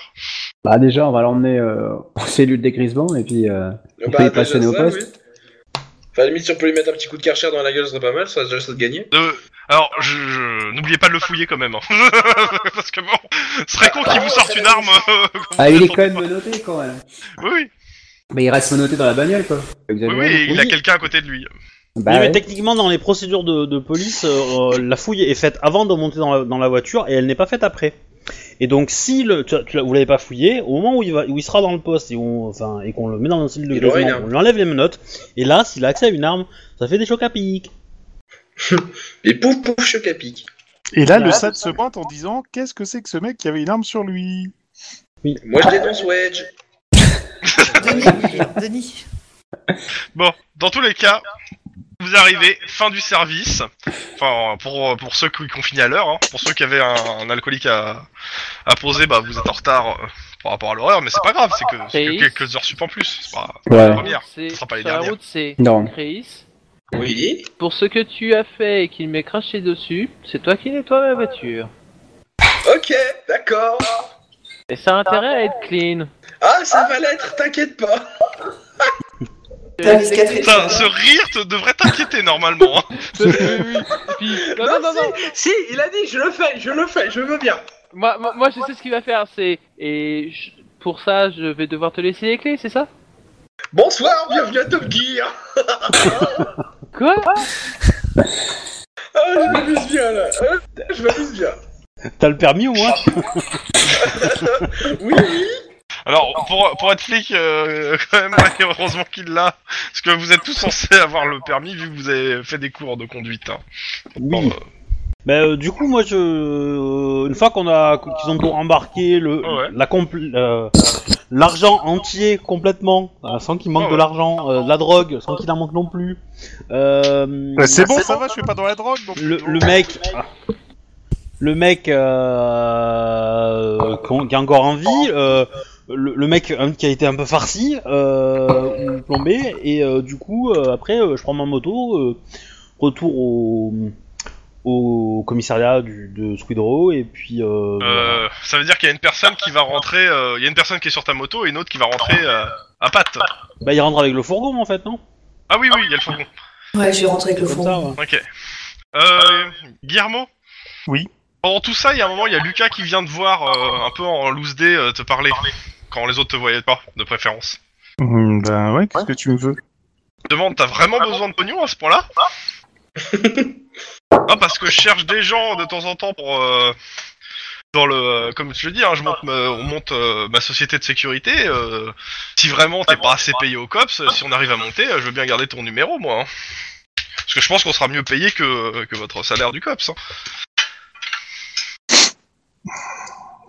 Bah déjà, on va l'emmener euh, aux cellules des Grisbans et puis euh, on peut y passer nos postes.
Enfin, à la limite, si on peut lui mettre un petit coup de karcher dans la gueule, ce serait pas mal, ça serait déjà ça de gagner.
De- Alors, je, je- n'oubliez pas de le fouiller quand même. hein. Parce que bon, ce serait con qu'il vous sorte une arme. euh, quand
Ah,
vous
il est
attendez
quand même
pas.
menotté quand même.
Oui, oui,
Mais il reste menotté dans la bagnole quoi.
oui, oui, il a quelqu'un à côté de lui.
Bah,
oui, mais
ouais.
techniquement, dans les procédures de, de police, euh, la fouille est faite avant de monter dans la, dans la voiture et elle n'est pas faite après. Et donc, si le, tu, tu- vous l'avez pas fouillé, au moment où il, va, où il sera dans le poste et, où on- enfin, et qu'on le met dans le style de
Il aurait une
grisement,
arme.
on lui enlève les menottes, et là, s'il a accès à une arme, ça fait des chocs à pic.
Et pouf pouf, choc à pic.
Et là,
Il y
le
a-
SAD se pointe en disant Qu'est-ce que c'est que ce mec qui avait une arme sur lui
Moi, je dénonce Wedge.
Denis, Denis.
Bon, dans tous les cas, vous arrivez, fin du service. Enfin, pour, pour ceux qui ont fini à l'heure, hein. pour ceux qui avaient un, un alcoolique à, à poser, bah vous êtes en retard euh, par rapport à l'horaire, mais c'est pas grave, c'est que, c'est que quelques heures sup en plus. C'est pas-
Ouais.
première,
C'est
ce sera pas les
sur la
dernières.
route, c'est
Non.
Chris.
Oui.
Pour ce que tu as fait et qu'il m'ait craché dessus, c'est toi qui nettoies ma voiture.
Ok, d'accord.
Et ça a intérêt à être clean.
Ah, ça va l'être, t'inquiète pas.
T'as
Euh,
les cicatrices.
Putain, ce rire te- devrait t'inquiéter normalement. hein.
Oui, oui, oui. Puis- non, non, non,
si,
non.
si, il a dit, je le fais, je le fais, je veux bien.
Moi, moi, moi, je sais ce qu'il va faire, c'est... Et je- pour ça, je vais devoir te laisser les clés, c'est ça
Bonsoir, bienvenue à Top Gear.
Quoi
Ah, je m'amuse bien là. Ah, je m'amuse bien.
T'as le permis au
Ah.
moins
Oui, oui.
Alors, pour, pour être flic, euh, quand même, ouais, heureusement qu'il l'a. Parce que vous êtes tous censés avoir le permis vu que vous avez fait des cours de conduite. hein.
Oui. Bah, euh, du coup, moi, je, euh, une fois qu'on a qu'ils ont pour embarquer le
Oh, Ouais.
la compl- euh, l'argent entier complètement, euh, sans qu'il manque
Oh, Ouais,
de
ouais.
l'argent, euh, de la drogue, sans qu'il en manque non plus. euh,
Bah, C'est bon, ça va, je suis pas dans la drogue. donc-
le, le mec, ah. le mec euh, qu'on- qui est encore en vie, euh, le, le mec un, qui a été un peu farci euh, ou plombé, et euh, du coup euh, après euh, je prends ma moto, euh, retour au, au commissariat du, de Squid Row, et puis euh, voilà.
Euh, ça veut dire qu'il y a une personne qui va rentrer, euh, il y a une personne qui est sur ta moto et une autre qui va rentrer euh, à patte.
bah il rentre avec le fourgon en fait non
Ah oui, oui, il y a le fourgon.
Ouais, je suis rentré avec le
Comme
fond.
ça, ouais.
Ok. Euh, Guillermo
Oui.
Pendant tout ça, il y a un moment, il y a Lucas qui vient te voir euh, un peu en loose day euh, te parler. Quand les autres te voyaient pas, de préférence.
Hum, Ben ouais, qu'est-ce que tu me veux
Demande, t'as vraiment besoin de pognon à ce point-là Ah, parce que je cherche des gens de temps en temps pour. euh, dans le. euh, comme je le dis, hein, je monte, ma, on monte euh, ma société de sécurité. euh, si vraiment t'es pas assez payé au COPS, euh, si on arrive à monter, euh, je veux bien garder ton numéro, moi. hein. Parce que je pense qu'on sera mieux payé que, que votre salaire du COPS. hein.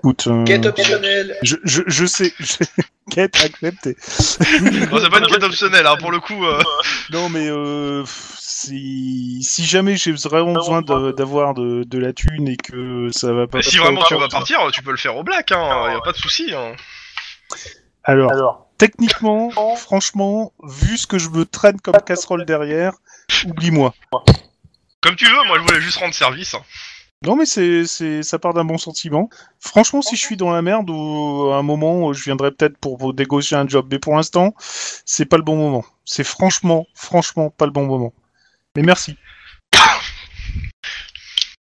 Écoute, euh,
Quête optionnelle.
je, je, je sais, je... quête acceptée.
Bon, c'est pas une quête optionnelle, hein, pour le coup. euh,
Non, mais euh, pff, si, si jamais j'ai vraiment besoin de- d'avoir de, de la thune et que ça va pas.
si vraiment tu vas partir, tu peux le faire au black, hein, y a pas de souci. Hein.
Alors, techniquement, franchement, vu ce que je me traîne comme casserole derrière, oublie-moi.
Comme tu veux, moi je voulais juste rendre service. hein.
Non, mais c'est, c'est, ça part d'un bon sentiment. Franchement, si je suis dans la merde ou à un moment, je viendrai peut-être pour, pour négocier un job, mais pour l'instant, c'est pas le bon moment. C'est franchement, franchement pas le bon moment. Mais merci.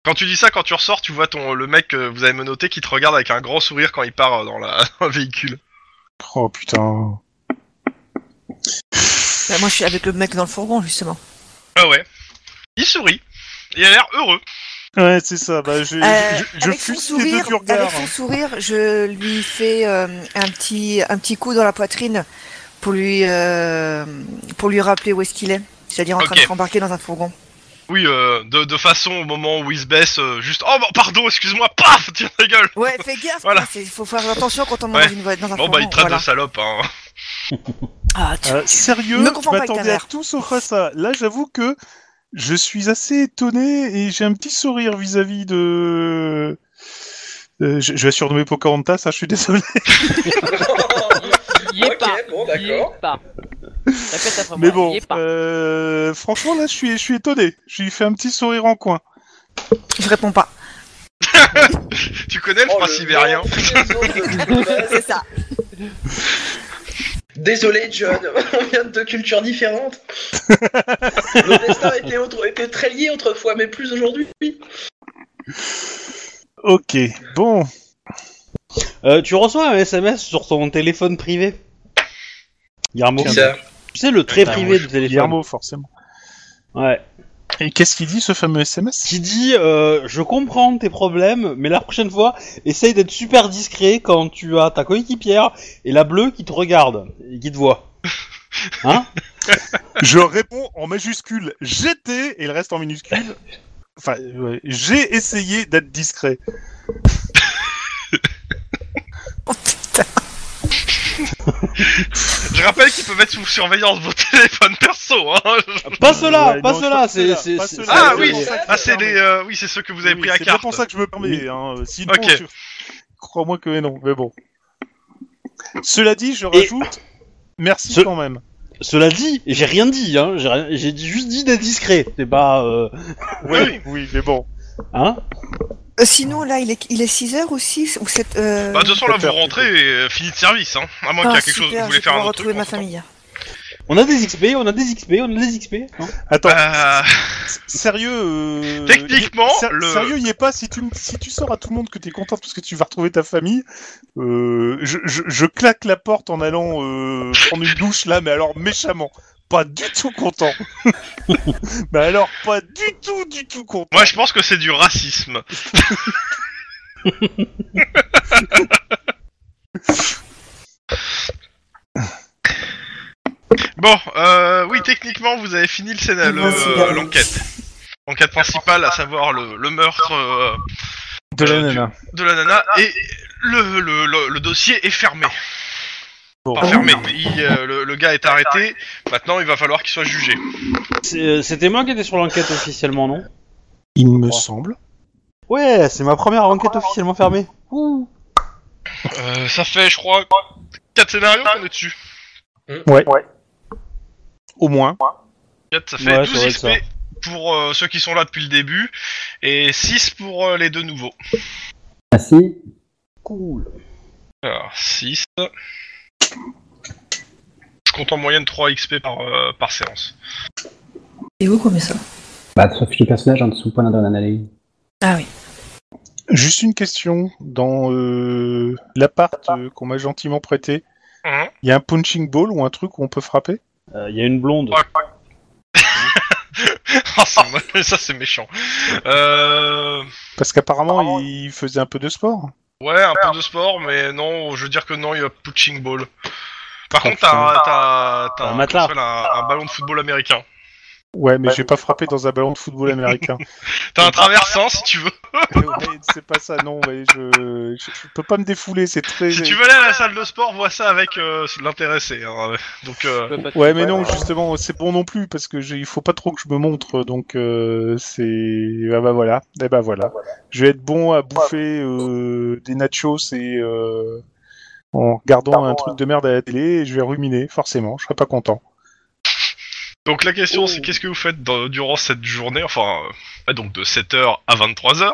Quand tu dis ça, quand tu ressors, tu vois ton le mec que vous avez menotté qui te regarde avec un grand sourire quand il part euh, dans, la, dans le véhicule.
Oh putain.
Bah, moi, je suis avec le mec dans le fourgon, justement.
Ah ouais. Il sourit. Il a l'air heureux.
Ouais, c'est ça. Bah, je,
Euh,
je, je
avec son
fusille les
sourire,
deux hein. Euh,
avec
du regard.
son sourire, je lui fais euh, un petit un petit coup dans la poitrine pour lui euh, pour lui rappeler où est-ce qu'il est, c'est-à-dire en train
Ok.
de rembarquer dans un fourgon.
Oui, euh, de, de façon au moment où il se baisse, euh, juste oh bah, pardon, excuse-moi, paf, tire la gueule.
Ouais, fais gaffe.
hein,
Voilà.
Il faut faire attention quand on monte
Ouais.
dans une vo- dans
Bon
un fourgon.
bah il te traite
voilà.
de salope. Hein.
Ah, tu-
Euh, sérieux,
Ne
je
confonds pas avec ta
m'attendais à
mère.
tout sauf à ça. Là, j'avoue que je suis assez étonné et j'ai un petit sourire vis-à-vis de. Euh, je, je vais surnommer Pocahontas, hein, je suis désolé.
Oh,
Il y est
Ok,
pas.
bon,
Il y
d'accord.
est pas. Répète après
Mais
moi.
bon,
Il bah, y est pas.
euh, franchement, là, je suis, je suis étonné. Je lui fais un petit sourire en coin.
Je réponds pas.
Tu connais le
Oh,
prince sibérien
nom de- de base.
C'est ça.
Désolé, John, on vient de deux cultures différentes. Nos destins étaient, autre- étaient très liés autrefois, mais plus aujourd'hui.
Ok, bon.
Euh, tu reçois un SMS sur ton téléphone privé. Guillermo.
Ça.
Tu sais, le très
Putain,
privé du téléphone.
Guillermo, forcément.
Ouais.
Et qu'est-ce qu'il dit, ce fameux SMS
Qui dit euh, Je comprends tes problèmes, mais la prochaine fois, essaye d'être super discret quand tu as ta coéquipière et la bleue qui te regarde et qui te voit.
Je réponds en majuscule GT et le reste en minuscule. Enfin, ouais, j'ai essayé d'être discret.
Je rappelle qu'ils peuvent être sous surveillance vos téléphones perso. Hein.
Pas cela,
Ouais,
pas
non,
cela,
pas
c'est.
cela,
c'est-
pas
c'est-
cela.
Ah
c'est-
oui,
pour ça que
ah
je
c'est
permets.
les, euh, oui c'est ceux que vous avez
Oui,
pris à
c'est
carte.
pas pour ça que je me permets. Hein. euh, sinon,
Ok.
tu- Crois-moi que non, mais bon. Cela dit, je
Et-
rajoute, merci
Ce-
quand même.
Cela dit, j'ai rien dit, hein. J'ai rien- J'ai dit- juste dit d'être discret. C'est pas. euh,
Oui, oui, mais bon.
Hein
Euh, sinon, là, il est, il est 6 heures ou 6 ou 7 euh...
Bah, de toute façon, là, vous
Peut-être,
rentrez et euh, fini de service, hein. À moins qu'il y a
ah,
quelque chose,
super,
vous voulez
je
faire
vais
un autre
retrouver
truc.
ma
entre-temps.
famille.
On a des XP, on a des XP, on a des XP. hein.
Attends,
Bah,
s- sérieux. euh,
Techniquement,
y- ser-
le-
Sérieux, y est pas. Si tu, m- si tu sors à tout le monde que t'es contente parce que tu vas retrouver ta famille, euh, je, je- je claque la porte en allant euh, prendre une douche là, mais alors méchamment. Pas du tout content. mais alors, pas du tout, du tout content.
moi, je pense que c'est du racisme. bon, euh, oui, techniquement, vous avez fini le scénario, le-
Merci, David.
l'enquête. L'enquête principale, à savoir le, le meurtre euh,
De
la nana. de la nana, et le, le, le- le dossier est fermé. Enfin, fermé. Il, euh, le, le gars est arrêté, maintenant il va falloir qu'il soit jugé.
C'est- euh, C'était moi qui étais sur l'enquête officiellement, non
Il me semble.
Ouais, c'est ma première enquête officiellement fermée. Ouh.
Euh, ça fait, je crois, 4 scénarios qu'on est dessus.
Au moins.
4, ça fait
Ouais, ça
12
doit être
XP pour euh, ceux qui sont là depuis le début et 6 pour euh, les deux nouveaux.
Merci.
Cool.
Alors, 6. Je compte en moyenne 3 XP par, euh, par séance.
C'est où qu'on met ça
Bah, sauf le personnage en dessous, point d'analyse.
Ah oui.
Juste une question. Dans euh, l'appart euh, qu'on m'a gentiment prêté,
Hein
il y a un punching ball ou un truc où on peut frapper
Il Euh, y a une blonde.
Ah, c'est mo- ça, c'est méchant. Euh,
Parce
Ah,
qu'apparemment, il faisait un peu de sport.
ouais, un peu de sport, mais non, je veux dire que non, il y a Punching Ball. Par
Oh,
contre, t'as- t'as t'as
Un
un,
matelas.
comment ça s'appelle, un- un ballon de football américain.
Ouais,
Bah,
mais j'ai pas frappé dans un ballon de football américain.
T'as un traversin si tu veux.
Mais ouais, c'est pas ça, non. Mais je, je, je peux pas me défouler, c'est très.
Si tu veux aller à la salle de sport, vois ça avec euh, l'intéressé. hein. Donc, euh,
Ouais, mais
bah,
non, justement, c'est bon non plus parce que j'ai- il faut pas trop que je me montre, donc euh, c'est ah bah voilà, eh bah voilà. Je vais être bon à bouffer euh, des nachos et euh, en regardant un truc de merde à la télé, et je vais ruminer forcément. Je serai pas content.
donc la question c'est qu'est-ce que vous faites dans- durant cette journée, enfin euh, ouais, donc de 7h à 23h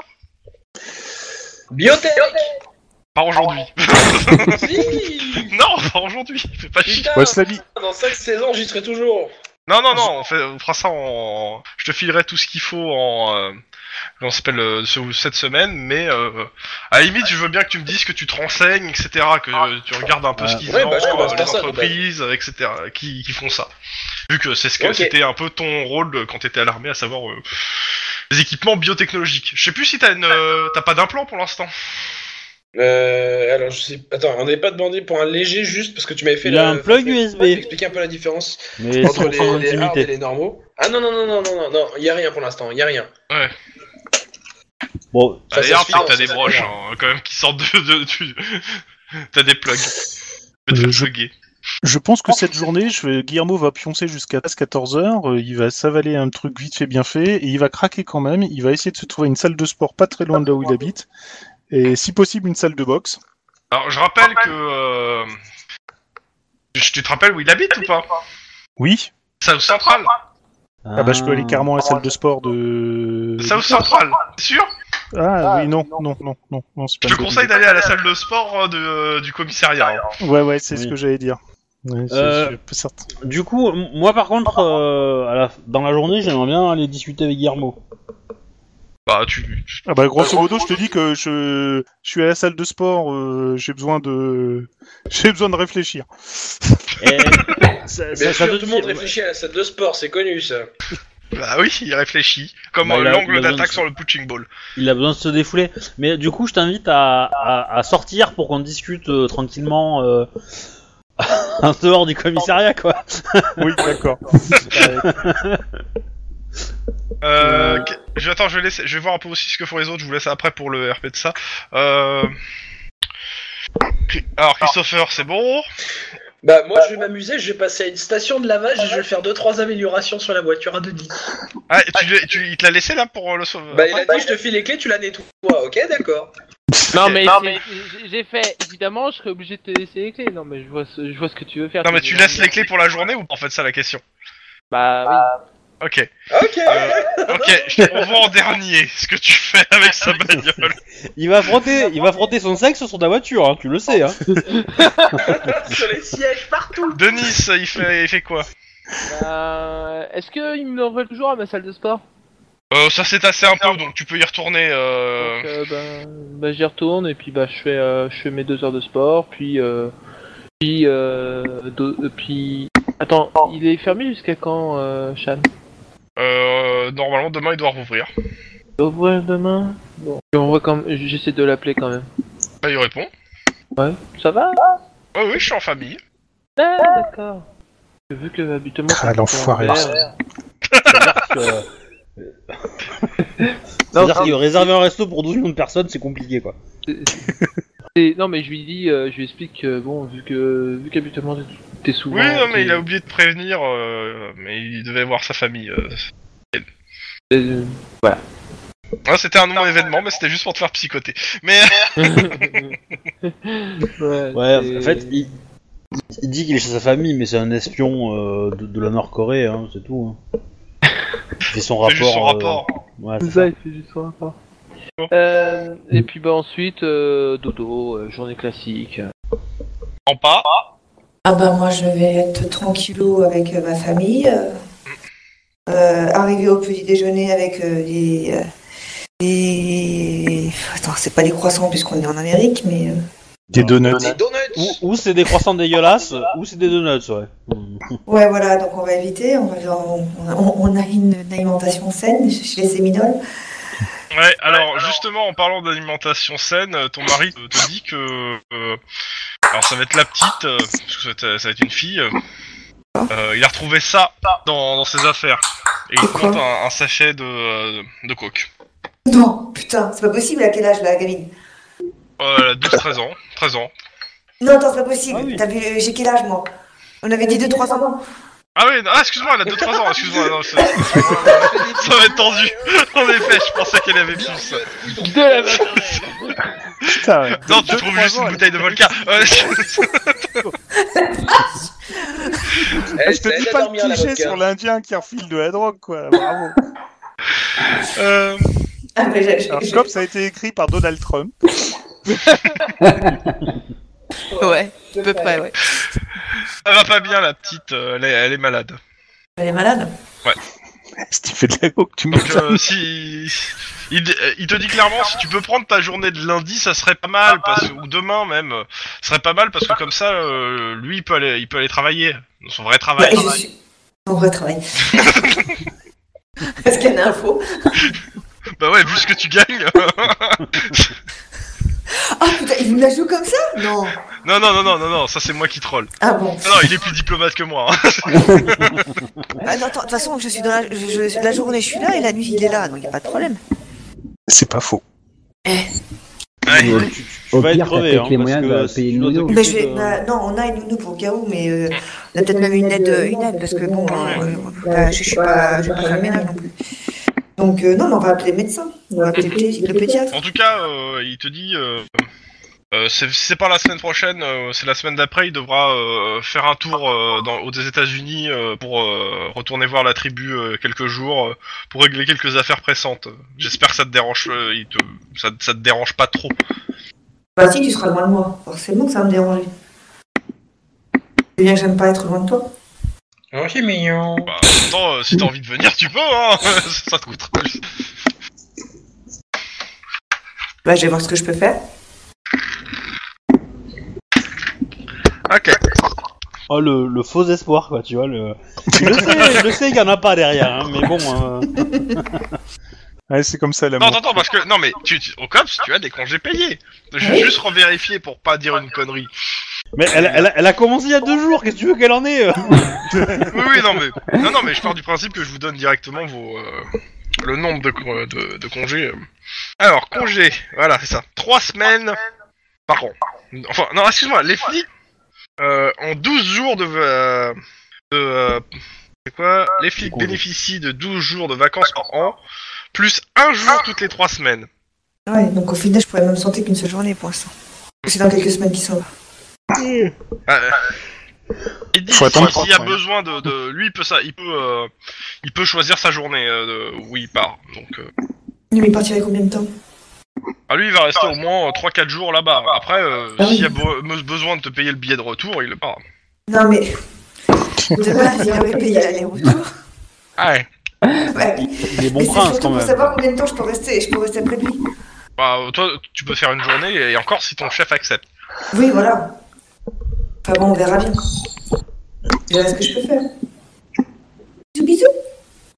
Biotech
Pas aujourd'hui.
Si
non, pas aujourd'hui. Fais pas chier.
Putain,
Ouais, cela dit,
dans 5 saisons, j'y serai toujours.
Non, non, non, on, fait- euh, on fera ça en... Je te filerai tout ce qu'il faut en... Euh... comment ça s'appelle euh, ce- cette semaine, mais euh, à la limite, je veux bien que tu me dises que tu te renseignes, etc., que euh, tu regardes un peu
Ouais.
ce qu'ils
Ah. Ouais,
vendent,
bah, je commence
euh,
par
les
ça, de base.
entreprises, euh, etc., qui, qui font ça. Vu que c'est ce que
Ok.
c'était un peu ton rôle euh, quand t'étais à l'armée, à savoir euh, les équipements biotechnologiques. Je sais plus si t'as une, euh, t'as pas d'implant pour l'instant.
Euh, alors, je sais. Attends, on n'est pas demandé pour un léger juste parce que tu m'avais fait
Il y a
la-
un plug
Fais-
USB.
Explique un peu la différence
Mais
entre
sans
les,
son
les hard et
intimité.
les normaux. Ah non, non, non, non, non, non, non, il y a rien pour l'instant, il y a rien.
Bon,
Ça, ça
D'ailleurs,
se fait,
t'as
ça
des
se fait.
broches, hein, quand même, qui sortent de... de- du- T'as des plugs. Je vais te
Euh,
faire
je-
plugger.
Je pense que cette journée, je vais- Guillermo va pioncer jusqu'à 14h, il va s'avaler un truc vite fait, bien fait, et il va craquer quand même, il va essayer de se trouver une salle de sport pas très loin de là où il habite, et si possible une salle de boxe.
Alors, je rappelle que. euh, je- Tu te rappelles où il habite ou pas
Oui,
South Central
ah bah je peux
Euh,
aller carrément à la salle de sport de...
South Central c'est Sûr
Ah oui, non, non, non, non, non, c'est
Je te
pas une bonne
conseille
idée.
d'aller à la salle de sport euh, de- du commissariat. hein.
Ouais, ouais, c'est ce
Oui.
que j'allais dire. Ouais, c'est-
Euh,
je suis pas certain.
Du coup, m- moi par contre, euh, à la- dans la journée, j'aimerais bien aller discuter avec Guillermo.
Bah, tu. tu-
Ah bah
Euh,
grosso modo, je te dis que je, je suis à la salle de sport, euh, j'ai besoin de j'ai besoin de réfléchir.
Et... ça, ça-
Bien
ça
sûr,
te
tout le monde
dit-
réfléchit à la salle de sport, c'est connu ça.
Bah oui, il réfléchit. Comme
Bah,
euh,
il a- il
l'angle
a besoin
d'attaque
de-
sur le punching ball.
Il a besoin de se défouler. Mais du coup, je t'invite à, à- à sortir pour qu'on discute euh, tranquillement euh, en dehors du commissariat, quoi.
Oui, d'accord.
Euh, que- je, attends, je vais, laisser, je vais voir un peu aussi ce que font les autres, je vous laisse après pour le RP de ça. Euh... Cri- Alors, Christopher, c'est bon
Bah moi je vais m'amuser, je vais passer à une station de lavage et je vais faire 2-3 améliorations sur la voiture à Denis.
ah, et tu, l'as- tu- Il te l'a laissé là pour euh, le sauver
Bah il a dit je te file les clés, tu la nettoies, ok d'accord.
Non
Ok.
mais,
Non,
c'est- j'ai- j'ai fait, évidemment je serais obligé de te laisser les clés, non mais je vois ce, je vois ce que tu veux faire.
Non, mais tu laisses les clés pour la journée ou en fait, ça la question
Bah
Ok.
Ok
Euh, Ah. Ok, je te revois en dernier ce que tu fais avec sa bagnole.
Il va frotter, il va frotter son sexe sur ta voiture, hein, tu le sais. Hein.
Sur les sièges partout
Denis, il fait, il fait quoi
oui, euh, est-ce qu'il me l'envoie toujours à ma salle de sport
euh, Ça s'est tassé un peu, donc tu peux y retourner. Euh...
Donc, euh, ben, ben, j'y retourne et puis bah je fais euh, je fais mes deux heures de sport puis euh, puis euh, deux- euh, puis attends il est fermé jusqu'à quand euh, Chan
Euh, normalement, demain, il doit rouvrir.
Au revoir demain. Bon. Je l'envoie quand- j'essaie de l'appeler quand même.
Ça, il répond.
Ouais. Ça va
Oui, oui, je suis en famille.
Ah, D'accord. Vu que habituellement.
Ah, l'enfoiré.
C'est-à-dire qu'il réserver un resto pour 12 millions de personnes, c'est compliqué, quoi.
Et- non mais je lui dis, euh, je lui explique que bon vu que vu qu'habituellement t'es- t'es souvent.
Oui, non, mais
t'es-
il a oublié de prévenir, euh, mais il devait voir sa famille. euh.
t'es-
Ouais, Ah, c'était un non-événement, mais c'était juste pour te faire psychoter. Mais
ouais.
Ouais,
c'est-
en fait, il, il dit qu'il est chez sa famille, mais c'est un espion euh, de, de la Nord-Corée, hein, c'est tout. Hein. Il fait son rapport.
c'est juste son
euh,
rapport.
ouais,
C'est
c'est ça.
ça, il fait juste son rapport. Euh, et puis bah ensuite euh, dodo, euh, journée classique.
En pas.
Ah bah moi je vais être tranquillou avec euh, ma famille. euh, euh, arriver au petit déjeuner avec euh, des, euh, des- Attends, c'est pas des croissants puisqu'on est en Amérique, mais... euh,
Des donuts.
Des donuts
Ou, ou c'est des croissants dégueulasses, ou c'est des donuts, ouais. Mm.
Ouais voilà, donc on va éviter, on, va, on, on- on a une, une alimentation saine chez les Séminoles.
Ouais, alors justement, en parlant d'alimentation saine, euh, ton mari te te dit que. euh, alors ça va être la petite, euh, parce que ça va être, ça va être une fille. euh, euh, il a retrouvé ça dans, dans ses affaires. Et il
C'est quoi
compte un, un sachet de, euh, de coke.
Non, putain, c'est pas possible, à quel âge la gamine
Euh, 12-13 ans. 13 ans.
Non, attends, c'est pas possible,
Ah oui.
t'as vu, euh, j'ai quel âge moi On avait dit 2-3 ans.
Ah oui, non, ah, excuse-moi, elle a 2-3 ans, excuse-moi. non, c'est- ça va être tendu. En effet, je pensais qu'elle avait plus.
De la
Putain, ouais.
Non, tu trouves juste une bouteille de vodka. Euh,
Eh,
je te
ça
dis
aide à
pas
dormir, la
le cliché
vodka.
sur l'Indien qui refile de la drogue, quoi. Bravo.
euh,
Ah, mais j'ai- j'ai-
Alors,
j'ai-
comme ça a été écrit par Donald Trump.
Ouais, à peu près, ouais.
elle va pas bien, la petite. euh, Elle est, elle est malade.
Elle est malade.
Si tu fais de la coke, tu me
Donc euh, si il, euh, il te dit clairement si tu peux prendre ta journée de lundi, ça serait pas mal parce que ou demain même, euh, ça serait pas mal parce que comme ça euh, lui il peut aller il peut aller travailler dans son vrai
Bah,
travail.
et je suis... On retravaille. Est-ce qu'il y a une info
Bah ouais, vu ce que tu gagnes.
Ah putain, il me la joue comme ça Non.
non non non non non non, ça c'est moi qui troll.
Ah
Non,
bon.
non, il est plus diplomate que moi. hein.
Ah non, attends, de toute façon, je suis dans la, je- je- la journée, je suis là et la nuit, il est là, donc il n'y a pas de problème.
C'est pas faux.
Ouais.
Euh, tu, tu- Tu
Au
vas
pire,
être
t'as
crevé,
peut-être
hein,
les
parce
moyens
que
de
si
payer
tu
une
dois
nounou.
t'occuper
Bah,
Plus
je vais-
de-
bah, non, on a une nounou pour Garou, mais euh, on a peut-être même une aide, euh, une aide, parce que bon, euh, bah, je je suis pas, je suis pas hein. familiale non plus. Donc euh, non, mais on va appeler le médecin, on va appeler le pédi- le pédiatre.
En tout cas, euh, il te dit, euh, euh, c'est- c'est pas la semaine prochaine, euh, c'est la semaine d'après, il devra euh, faire un tour euh, dans, aux États-Unis euh, pour euh, retourner voir la tribu euh, quelques jours euh, pour régler quelques affaires pressantes. J'espère que ça te dérange, euh, il te, ça, ça te dérange pas trop.
Bah si, tu seras loin de moi, forcément que ça va me déranger. C'est bien que j'aime pas être loin de toi.
Oh, c'est mignon.
Bah, en même temps, euh, si t'as envie de venir, tu peux, hein ça te coûtera plus.
Bah je vais voir ce que je peux faire.
Ok.
Oh, le, le faux espoir, quoi, tu vois. Le... je sais, je sais qu'il y en a pas derrière, hein, mais bon. euh,
Ouais, c'est comme ça
Non,
l'amour.
attends, attends, parce que, non, mais tu, tu- au COPS, tu as des congés payés. Je vais juste revérifier pour pas dire une connerie.
Mais elle, elle, elle a commencé il y a deux jours, qu'est-ce que tu veux qu'elle en ait euh
Oui, oui, non, mais, non, non, mais je pars du principe que je vous donne directement vos, euh, le nombre de, co- euh, de, de congés. euh. Alors, congés, voilà, c'est ça. Trois semaines par an. Enfin, non, excuse-moi, les flics, euh, en 12 jours de. euh, de euh, c'est quoi Les flics
Congés.
bénéficient de 12 jours de vacances par an, plus un jour toutes les trois semaines.
Ouais, donc au final, je pourrais même sentir qu'une seule journée pour l'instant. C'est dans quelques semaines qu'ils sont là.
Euh, il dit
Faut attendre
s'il y a
trois
besoin de, de- lui il peut ça il peut euh, il peut choisir sa journée euh, de- où il part donc euh,
Mais il partirait combien de temps
ah, lui il va rester au moins euh, 3-4 jours là-bas après euh,
Ah oui.
s'il y a be- me- besoin de te payer le billet de retour il le part
Non mais... De base, il avait payé l'aller-retour.
ah ouais
Ouais.
Il est bon
mais c'est
prince
surtout
quand
pour
même.
savoir combien de temps je peux rester. Je peux rester après lui.
bah euh, toi tu peux faire une journée et encore si ton chef accepte
Oui, voilà. Enfin bon, on verra bien. Je verrai ce que je peux faire. Bisous,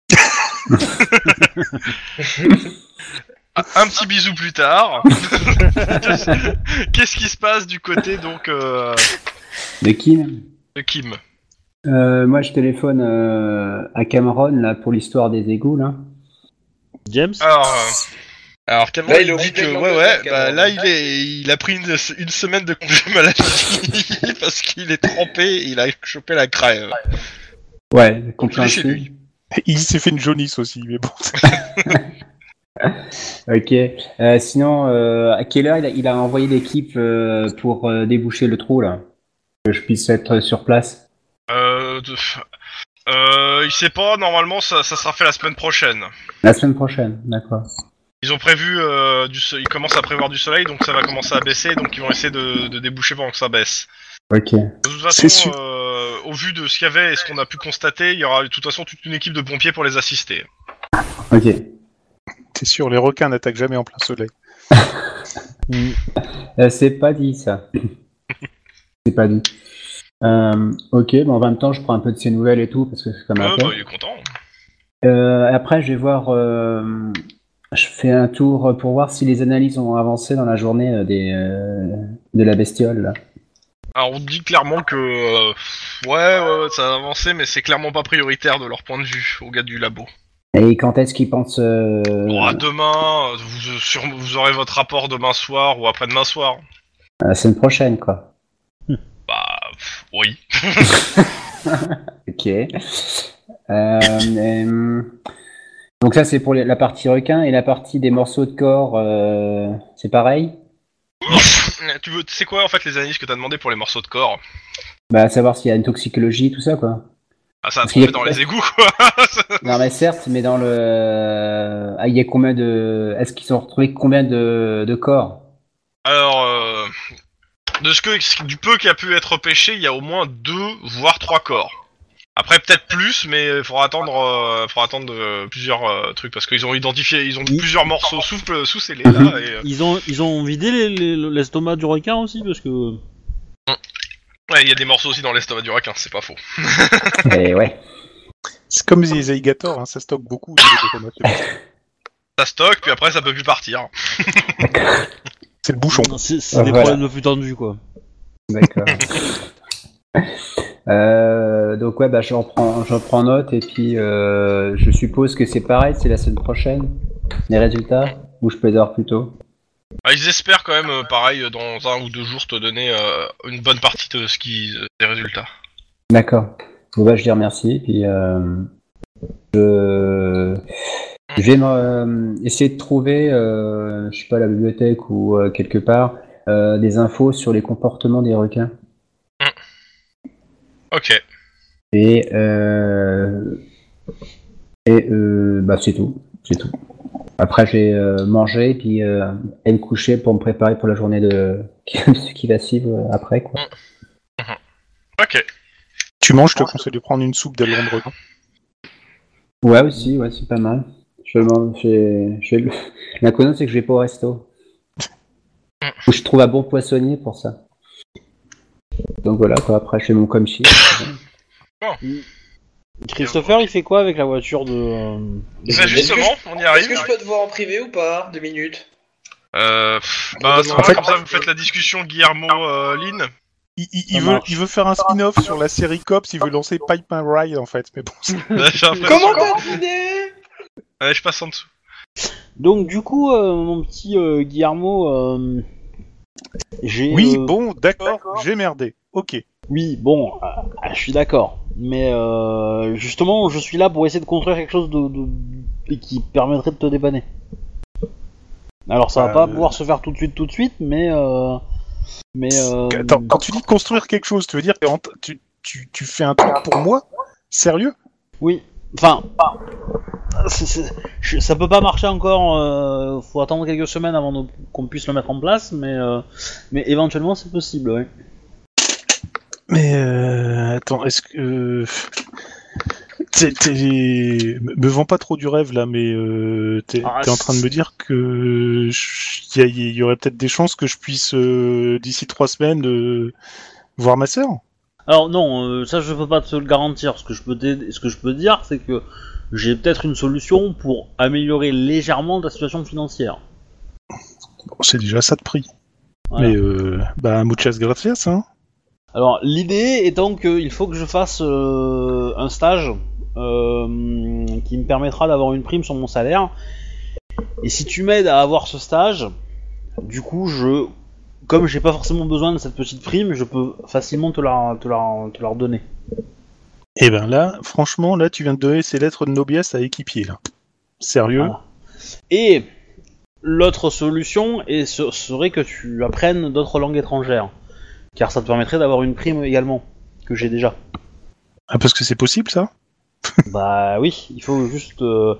bisous.
Ah, un petit bisou plus tard qu'est-ce qui se passe du côté donc euh,
De qui même
de Kim
Euh, Moi, je téléphone euh, à Cameron là pour l'histoire des égouts là.
James
alors euh, alors Cameron
Là, il est
il dit
obligé
que
de
ouais
l'enlever,
ouais
Cameron.
bah, là il est il a pris une, une semaine de congé maladie parce qu'il est trempé et il a chopé la crève.
Ouais,
compréhensible. Chez
compréhensible.
lui.
Il s'est fait une jaunisse aussi, mais bon.
Ok. Euh, sinon, euh, à quelle heure il a, il a envoyé l'équipe euh, pour euh, déboucher le trou là Que je puisse être sur place.
Euh, de- euh, il sait pas normalement ça, ça sera fait la semaine prochaine.
La semaine prochaine, d'accord.
Ils ont prévu euh, du so- ils commencent à prévoir du soleil donc ça va commencer à baisser donc ils vont essayer de, de déboucher pendant que ça baisse.
Ok.
De toute
C'est
façon
sûr.
euh, au vu de ce qu'il y avait et ce qu'on a pu constater il y aura de toute façon toute une équipe de pompiers pour les assister.
Ok.
T'es sûr, les requins n'attaquent jamais en plein soleil.
Euh, c'est pas dit ça. c'est pas dit. Euh, ok, bon, en même temps, je prends un peu de ses nouvelles et tout parce que c'est
Ah
comme
Euh,
un
bah, il est content.
Euh, après, je vais voir. euh, je fais un tour pour voir si les analyses ont avancé dans la journée euh, des, euh, de la bestiole. là.
Alors on dit clairement que euh, ouais, ouais, ouais, ça a avancé mais c'est clairement pas prioritaire de leur point de vue au gars du labo.
Et quand est-ce qu'ils pensent euh,
Bon, à demain, euh, vous, euh, sur- vous aurez votre rapport demain soir ou après-demain soir.
à la semaine prochaine, quoi.
Bah pff, oui.
Ok. Euh, euh, donc ça, c'est pour les- la partie requin et la partie des morceaux de corps. euh, c'est pareil.
tu veux, c'est quoi en fait les analyses que t'as demandé pour les morceaux de corps
Bah, savoir s'il y a une toxicologie, tout ça, quoi.
Ah ça a
Parce qu'il y
trouvé
a-
dans les égouts quoi.
Non, mais certes, mais dans le, ah, il y a combien de, est-ce qu'ils ont retrouvé combien de, de corps?
Alors euh, de ce que du peu qui a pu être pêché, il y a au moins deux voire trois corps. Après peut-être plus, mais il faudra attendre, euh, faudra attendre euh, plusieurs euh, trucs parce qu'ils ont identifié, ils ont
Oui.
plusieurs morceaux sous sous scellés là. Et, euh,
ils ont, ils ont vidé les- les- l'estomac du requin aussi, parce que.
ouais, il y a des morceaux aussi dans l'estomac du requin, c'est pas faux.
Eh ouais.
C'est comme les alligators, hein, ça stocke beaucoup. au niveau des tomates.
Ça stocke, puis après ça peut plus partir.
C'est le bouchon.
C'est c'est des
Voilà.
problèmes le plus tendus, quoi.
D'accord. Euh, donc ouais, bah, j'en prends, j'en prends note et puis euh, je suppose que c'est pareil, c'est la semaine prochaine les résultats ou je peux les avoir plus tôt.
Ah, ils espèrent quand même, euh, pareil, euh, dans un ou deux jours, te donner euh, une bonne partie de ce qui, euh, des résultats.
D'accord. Bon bah, je les remercie, puis euh, je... je vais me- euh, essayer de trouver, euh, je sais pas, à la bibliothèque ou euh, quelque part, euh, des infos sur les comportements des requins.
Ok.
Et, euh, et euh, bah, c'est tout, c'est tout. Après, j'ai euh, mangé, puis euh, aller me coucher pour me préparer pour la journée de ce qui va suivre euh, après, quoi.
Ok.
Tu manges, je te conseille de prendre une soupe d'aileron de requin.
Ouais, aussi, ouais, c'est pas mal. Je m'en- j'ai- je vais le- La connasse, c'est que je vais pas au resto.
Mm.
Où je trouve un bon poissonnier pour ça. Donc voilà, quoi. Après, je fais mon comme
Christopher, il fait quoi avec la voiture de. euh, de
Bah, justement, on y
Est-ce
arrive.
que je peux te voir en privé ou pas Deux minutes.
Euh, pff, bah, ça
En
va,
fait-
comme ça, vous faites la discussion Guillermo-Lynn.
Il, il-
Ça
il veut,
marche.
il veeux faire un spin-off sur la série Cops, il veut lancer Pipe and Ride en fait. Mais bon, c'est-
Bah,
Comment t'as deviné
Allez, je passe en dessous.
Donc du coup, euh, mon petit euh, Guillermo, euh, j'ai.
oui,
euh,
bon, d'accord, j'ai merdé. Ok.
Oui, bon, euh, ah, je suis d'accord. Mais euh, justement, je suis là pour essayer de construire quelque chose de, de- qui permettrait de te dépanner. Alors ça va
Euh,
pas pouvoir se faire tout de suite, tout de suite, mais euh, mais euh,
Attends, quand tu dis construire quelque chose, tu veux dire que en- tu, tu- tu fais un truc pour moi Sérieux
oui, enfin, pas- c'est- c'est- je- ça peut pas marcher encore. euh, faut attendre quelques semaines avant de- qu'on puisse le mettre en place, mais euh, mais éventuellement c'est possible. Ouais.
Mais euh, attends, est-ce que euh, t'es- t'es- me vends pas trop du rêve là, mais euh, t'es
Ah,
t'es en train de me dire que je- y, a- y aurait peut-être des chances que je puisse euh, d'ici trois semaines euh, voir ma sœur.
Alors non, euh, ça je peux pas te le garantir. Ce que je peux, t'aider- ce que je peux dire, c'est que j'ai peut-être une solution pour améliorer légèrement ta situation financière.
Bon, c'est déjà ça de prix.
Voilà.
Mais euh, bah muchas gracias. Hein.
Alors l'idée étant qu'il faut que je fasse euh, un stage euh, qui me permettra d'avoir une prime sur mon salaire. Et si tu m'aides à avoir ce stage, du coup je, comme j'ai pas forcément besoin de cette petite prime, je peux facilement te la, te la, te la redonner.
Et ben là, franchement, là tu viens de donner ces lettres de noblesse à équipier là. Sérieux
Voilà. Et l'autre solution est- ce- serait que tu apprennes d'autres langues étrangères, car ça te permettrait d'avoir une prime également, que j'ai déjà.
Ah parce que c'est possible ça
bah oui, il faut juste, euh,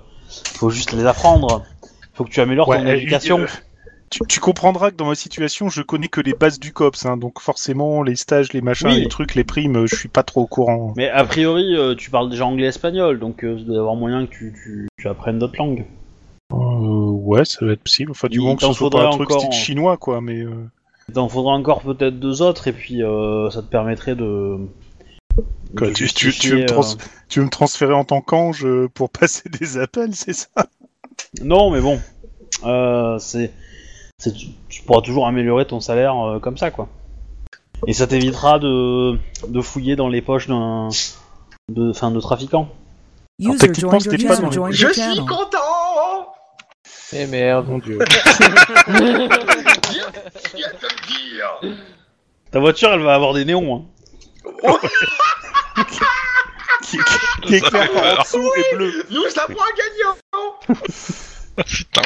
faut juste les apprendre. Il faut que tu améliores
Ouais,
ton
euh,
éducation.
euh, tu, tu comprendras que dans ma situation, je connais que les bases du COPS, hein, donc forcément les stages, les machins,
Oui.
les trucs, les primes, euh, je suis pas trop au courant.
Mais a priori, euh, tu parles déjà anglais et espagnol, donc euh, il doit y avoir moyen que tu, tu- tu apprennes d'autres langues.
Euh, ouais, ça va être possible. Enfin, du
Il
moment que
t'en
ce soit pas un
faudrait
truc
encore
style
en-
chinois, quoi. Mais euh,
Il t'en faudra encore peut-être deux autres, et puis euh, ça te permettrait de. de
Quoi, tu- tu- tu veux me
justifier, euh,
trans- tu veux me transférer en tant qu'ange euh, pour passer des appels, c'est ça
Non, mais bon, euh, c'est, c'est- tu, tu pourras toujours améliorer ton salaire euh, comme ça, quoi. Et ça t'évitera de, de fouiller dans les poches d'un, de, fin, de trafiquant.
Alors,
User
techniquement,
joined your,
c'était pas
user
dans les-
joined
Je
your
suis
channel.
content
Eh merde.
Mon dieu.
Il y a de me dire
Ta voiture, elle va avoir des néons. Hein.
qui, qui- qui est clair par en dessous et bleu.
Nous, ça prend un gagnant
Putain.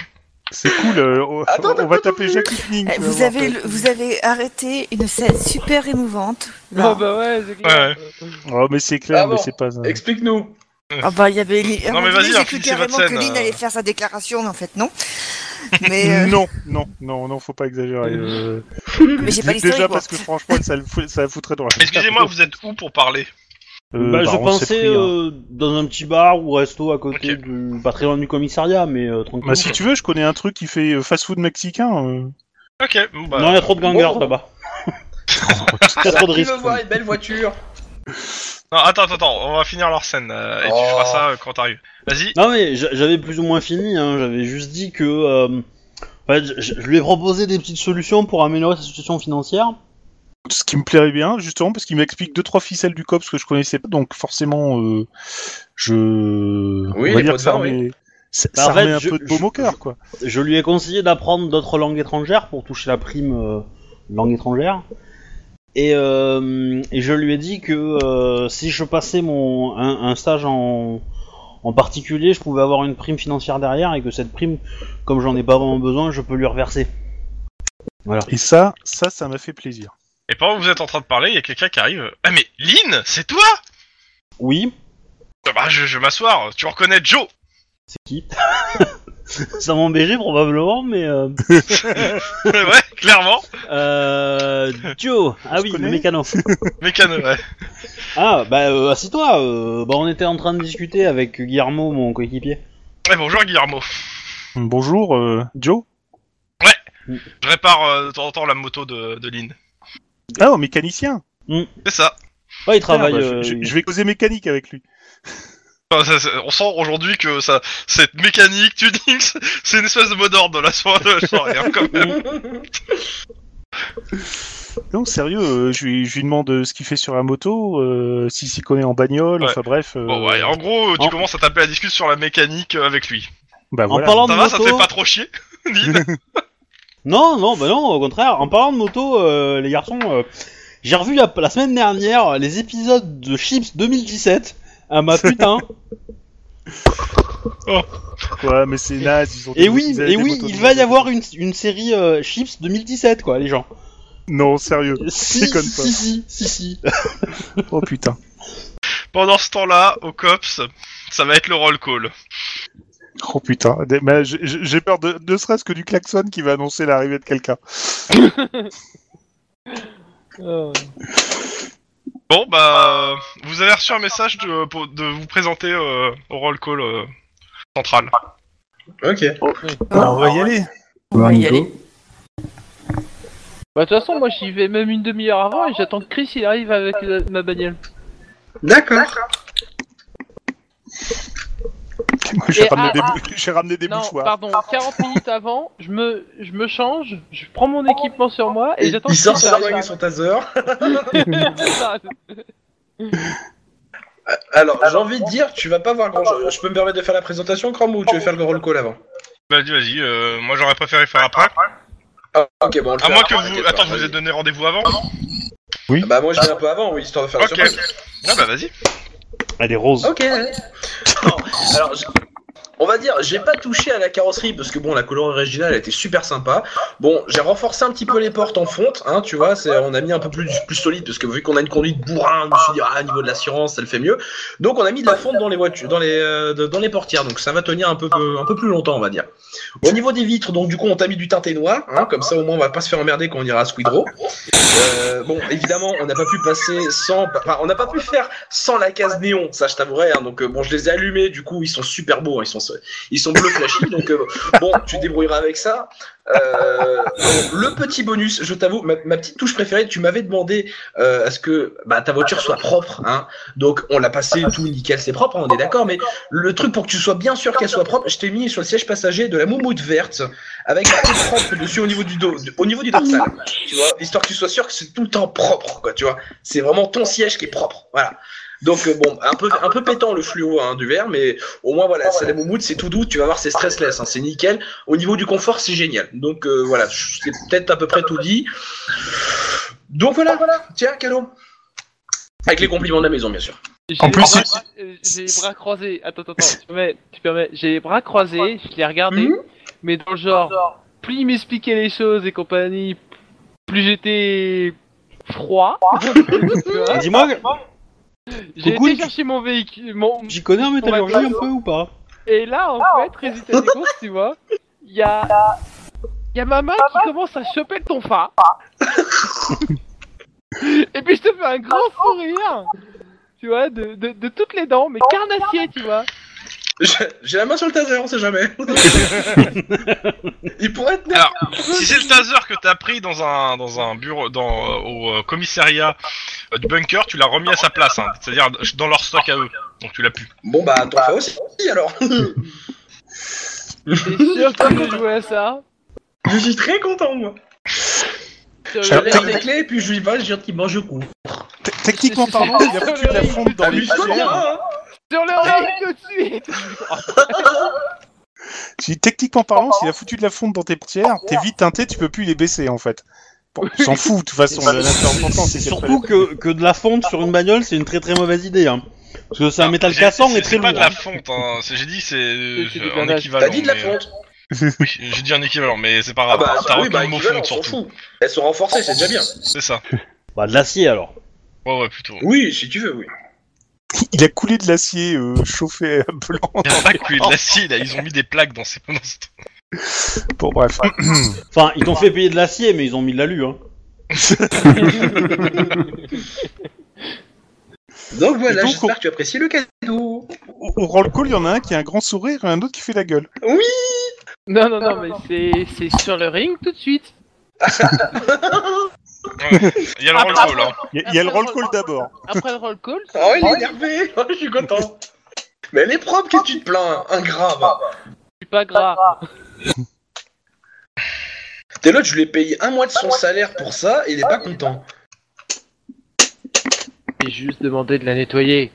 C'est cool. euh, on-
Attends, t'as
on va
pas
taper
tout
Jackie Kling.
Eh,
tu vas
Vous
voir,
avez,
toi.
le- vous avez arrêté une scène super émouvante. Là.
Oh bah ouais, c'est clair.
Oh, mais c'est clair,
Ah bon
mais c'est pas ça.
Explique-nous
Ah bah il y avait. à un
Non, mais vas-y,
moment donné, j'ai cru
finissez
carrément
votre
que
scène,
Lynn
euh.
allait faire sa déclaration, mais en fait non. Mais, euh,
Non, non, non, non, faut pas exagérer. euh,
mais j'ai pas
Dé-
l'historique.
Déjà
quoi.
parce que franchement, ça, le fout- ça la foutrait dans la.
Excusez-moi, vous êtes où pour parler
Euh,
bah,
bah,
je
on s'est
pensais
pris, hein.
euh, dans un petit bar ou resto à côté
Ok.
du Patreon du commissariat, mais euh, tranquille.
Bah, si tu veux, je connais un truc qui fait euh, fast-food mexicain. euh.
Ok, bon bah.
Non, il y a trop de gangers
Bon.
là-bas. T'as trop de
Qui veut
risques.
voir une belle voiture
Non, attends, attends, attends, on va finir leur scène euh, et
Oh.
tu feras ça euh, quand t'arrives. Vas-y.
Non mais j'a- j'avais plus ou moins fini, hein. j'avais juste dit que... euh, en fait, j- je lui ai proposé des petites solutions pour améliorer sa situation financière.
Ce qui me plairait bien, justement, parce qu'il m'explique deux trois ficelles du COPS que je connaissais pas, donc forcément, euh, je.
Oui,
on va
les
dire
pots
que ça
de vin,
remet, ça,
Bah,
ça
en fait,
remet un
je-
peu de baume
je-
au cœur, quoi.
Je lui ai conseillé d'apprendre d'autres langues étrangères pour toucher la prime euh, langue étrangère. Et, euh, et je lui ai dit que euh, si je passais mon un, un stage en, en particulier, je pouvais avoir une prime financière derrière et que cette prime, comme j'en ai pas vraiment besoin, je peux lui reverser.
Et ça, ça, ça m'a fait plaisir.
Et pendant que vous êtes en train de parler, il y a quelqu'un qui arrive. Ah mais Lynn, c'est toi
Oui,
Ah Bah je, je vais m'asseoir, tu reconnais Joe
c'est qui Ça m'embêchait probablement, mais euh,
Ouais, clairement.
euh, Joe, ah
Je
oui, le
connais.
mécano.
Mécano, ouais.
Ah bah euh, assis-toi. euh, bah on était en train de discuter avec Guillermo, mon coéquipier.
Ouais, bonjour Guillermo.
Bonjour, euh, Joe.
Je répare euh, de temps en temps la moto de, de Lynn.
Ah, oh, mécanicien.
C'est ça.
Ouais, il travaille.
Ah, bah, je-
euh,
je,
il-
je vais causer mécanique avec lui.
Enfin, ça- ça- on sent aujourd'hui que ça, cette mécanique, tuning, c'est- c'est une espèce de mot d'ordre de la soirée, de la soirée, hein, quand même.
Non, sérieux, euh, je, lui, je lui demande euh, ce qu'il fait sur la moto, euh, s'il s'y connaît en bagnole,
Ouais.
enfin bref. euh,
Bon, ouais, en gros, tu
En-
commences à taper la discussion sur la mécanique euh, avec lui.
bah,
En
voilà.
parlant de
Ça va, ça te fait
moto,
pas trop chier Lynn
non, non, bah non, au contraire. En parlant de moto, euh, les garçons, euh, j'ai revu la, la semaine dernière euh, les épisodes de Chips 2017. Ah bah putain.
Ouais, mais c'est naze, ils ont
et
des-
Eh oui,
ils avaient
et
des
oui,
motos de
il va y
merde.
avoir une, une série euh, Chips 2017 quoi, les gens.
Non, sérieux.
Si,
Déconne pas.
si, si, si, si.
Oh putain.
Pendant ce temps-là, au COPS, ça va être le roll call.
Oh putain. Des- mais j'ai- J'ai j'ai peur de, ne serait-ce que du klaxon qui va annoncer l'arrivée de quelqu'un.
Ah,
Bon, bah, vous avez reçu un message de, pour- de vous présenter euh, au roll call euh, central.
Ok.
Bah, on va y aller.
On va voir
On va y
Nico.
aller.
Bah, de toute façon, moi j'y vais même une demi-heure avant et j'attends que Chris il arrive avec euh, ma bagnole.
D'accord.
Moi, J'ai
Et
ramené,
ah,
des,
ah.
bou- j'ai ramené des
non,
mouchoirs.
pardon, 40 minutes avant, je me, je me change, je prends mon équipement sur moi Oh. et j'attends
Il sort
Chris
son
arrive.
arme et son taser.
C'est ça.
Alors, j'ai envie de dire, tu vas pas voir grand chose. Je peux me permettre de faire la présentation, Chrome, ou tu veux faire le roll call avant
Vas-y, vas-y, euh, moi j'aurais préféré faire après.
Ah, ok, bon, on le
À
fait
moins que
après,
vous.
t'inquiète
Attends,
pas,
je vous ai
vas-y.
donné rendez-vous avant
Ah Bah, moi, je viens un peu avant, oui, histoire de faire la
Ok.
surprise.
Ah bah vas-y.
Elle est rose.
Ok. Non, alors, j- on va dire, j'ai pas touché à la carrosserie parce que bon, la couleur originale elle était super sympa. Bon, j'ai renforcé un petit peu les portes en fonte, hein, tu vois, c'est, on a mis un peu plus, plus solide parce que vu qu'on a une conduite bourrin, je me suis dit, ah, au niveau de l'assurance, ça le fait mieux. Donc, on a mis de la fonte dans les voitures, dans les, euh, de- dans les portières, donc ça va tenir un peu, peu- un peu plus longtemps, on va dire. Au niveau des vitres, donc du coup, on t'a mis du teinté noir, hein, comme ça au moins on va pas se faire emmerder quand on ira à Squidrow. Euh, bon, évidemment, on n'a pas pu passer sans, enfin, on n'a pas pu faire sans la case néon, ça je t'avouerai. hein. donc euh, bon, je les ai allumés, du coup ils sont super beaux, hein. ils sont ils sont bleus flashy. donc euh, bon, tu te débrouilleras avec ça. Euh, bon, le petit bonus, je t'avoue, ma, ma petite touche préférée, tu m'avais demandé euh, à ce que bah, ta voiture soit propre, hein. donc on l'a passé tout nickel, c'est propre, hein, on est d'accord. Mais le truc pour que tu sois bien sûr qu'elle soit propre, je t'ai mis sur le siège passager de la moumoute verte avec la tête propre dessus au niveau du dos, au niveau du dorsal, tu vois, histoire que tu sois sûr que c'est tout le temps propre, quoi, tu vois. C'est vraiment ton siège qui est propre. Voilà. Donc euh, bon, un peu, un peu pétant le fluo hein, du verre, mais au moins voilà, c'est la moumoute, c'est tout doux, tu vas voir, c'est stressless, hein, c'est nickel. Au niveau du confort, c'est génial. Donc euh, voilà, c'est peut-être à peu près tout dit. Donc voilà, tiens, cadeau. Avec les compliments de la maison, bien sûr.
J'ai
En
les
plus,
bras- euh,
c'est-
j'ai les bras croisés. Attends, attends, attends, tu permets, tu permets. J'ai les bras croisés, je l'ai regardé,
Hmm
mais dans le genre, plus il m'expliquait les choses et compagnie, plus j'étais froid. Tu
Ah.
vois
Dis-moi,
J'ai
Coucou,
été
tu-
chercher mon véhicule, mon...
j'y connais en métallurgie un peu ou pas
et là en fait, résultat des courses, tu vois, Ah, il y a... y a ma main Ah. qui commence à choper le ton phare. et puis je te fais un grand sourire, tu vois, de, de, de toutes les dents, mais carnassier, tu vois.
J'ai j'ai la main sur le taser, on sait jamais. Il pourrait être
Alors, si c'est le taser que t'as pris dans un dans un bureau dans euh, au euh, commissariat euh, du bunker, tu l'as remis à sa place, hein, c'est-à-dire dans leur stock à eux. Donc tu l'as pu.
Bon bah, t'en fais aussi alors.
T'es sûr que tu veux jouer à ça
Je suis très content, moi. Je
Alors,
lui laisse les clés et puis je lui vais gentiment, je cours.
T- Techniquement
C'est-
parlant,
c'est-
il a foutu de la fonte dans les
Amuse-toi
pierres.
bien, hein.
Sur le ring tout de suite
Si, techniquement parlant, s'il a foutu de la fonte dans tes pierres, t'es vite teinté, tu peux plus les baisser en fait. Bon, on s'en fout de toute façon. la- l'important,
C'est
c'est qu'elle
surtout que, que de la fonte sur une bagnole, c'est une très très mauvaise idée. Hein. Parce que c'est un métal
J'ai-
cassant
c'est-
et très
C'est pas
lourd.
de la fonte, hein. C'est- j'ai dit c'est euh,
C'est- c'est du
un
blindage.
équivalent.
T'as dit de la
mais- euh,
fonte
Oui, j'ai dit un équivalent, mais c'est pas
euh, Ah
grave.
bah,
T'as
oui,
retenu
bah,
le mot
équivalent,
fonte
on s'en
surtout.
fout. Elles sont renforcées, c'est déjà bien.
C'est ça.
Bah, de l'acier alors.
Ouais, ouais, plutôt.
Oui, si tu veux, oui.
Il a coulé de l'acier euh, chauffé à blanc.
Il y a pas que de l'acier, là, ils ont mis des plaques dans ces. dans ces-
Bon, bref.
Enfin, ils t'ont fait payer de l'acier, mais ils ont mis de l'alu. Hein.
Donc voilà,
Et donc,
j'espère que tu apprécies le cadeau.
Au, au roll call, il y en a un qui a un grand sourire et un autre qui fait la gueule.
Non, non, non, mais c'est- c'est sur le ring tout de suite.
Il y a le roll call, hein.
Il y a, il y a le roll call d'abord.
Après le roll call,
Oh, il est énervé Oh, Je suis content Mais elle est propre, qu'est-ce que tu te plains Ingrat, va
je suis pas gras.
T'es l'autre, je lui ai payé un mois de son salaire pour ça, et il est pas content.
J'ai juste demandé de la nettoyer.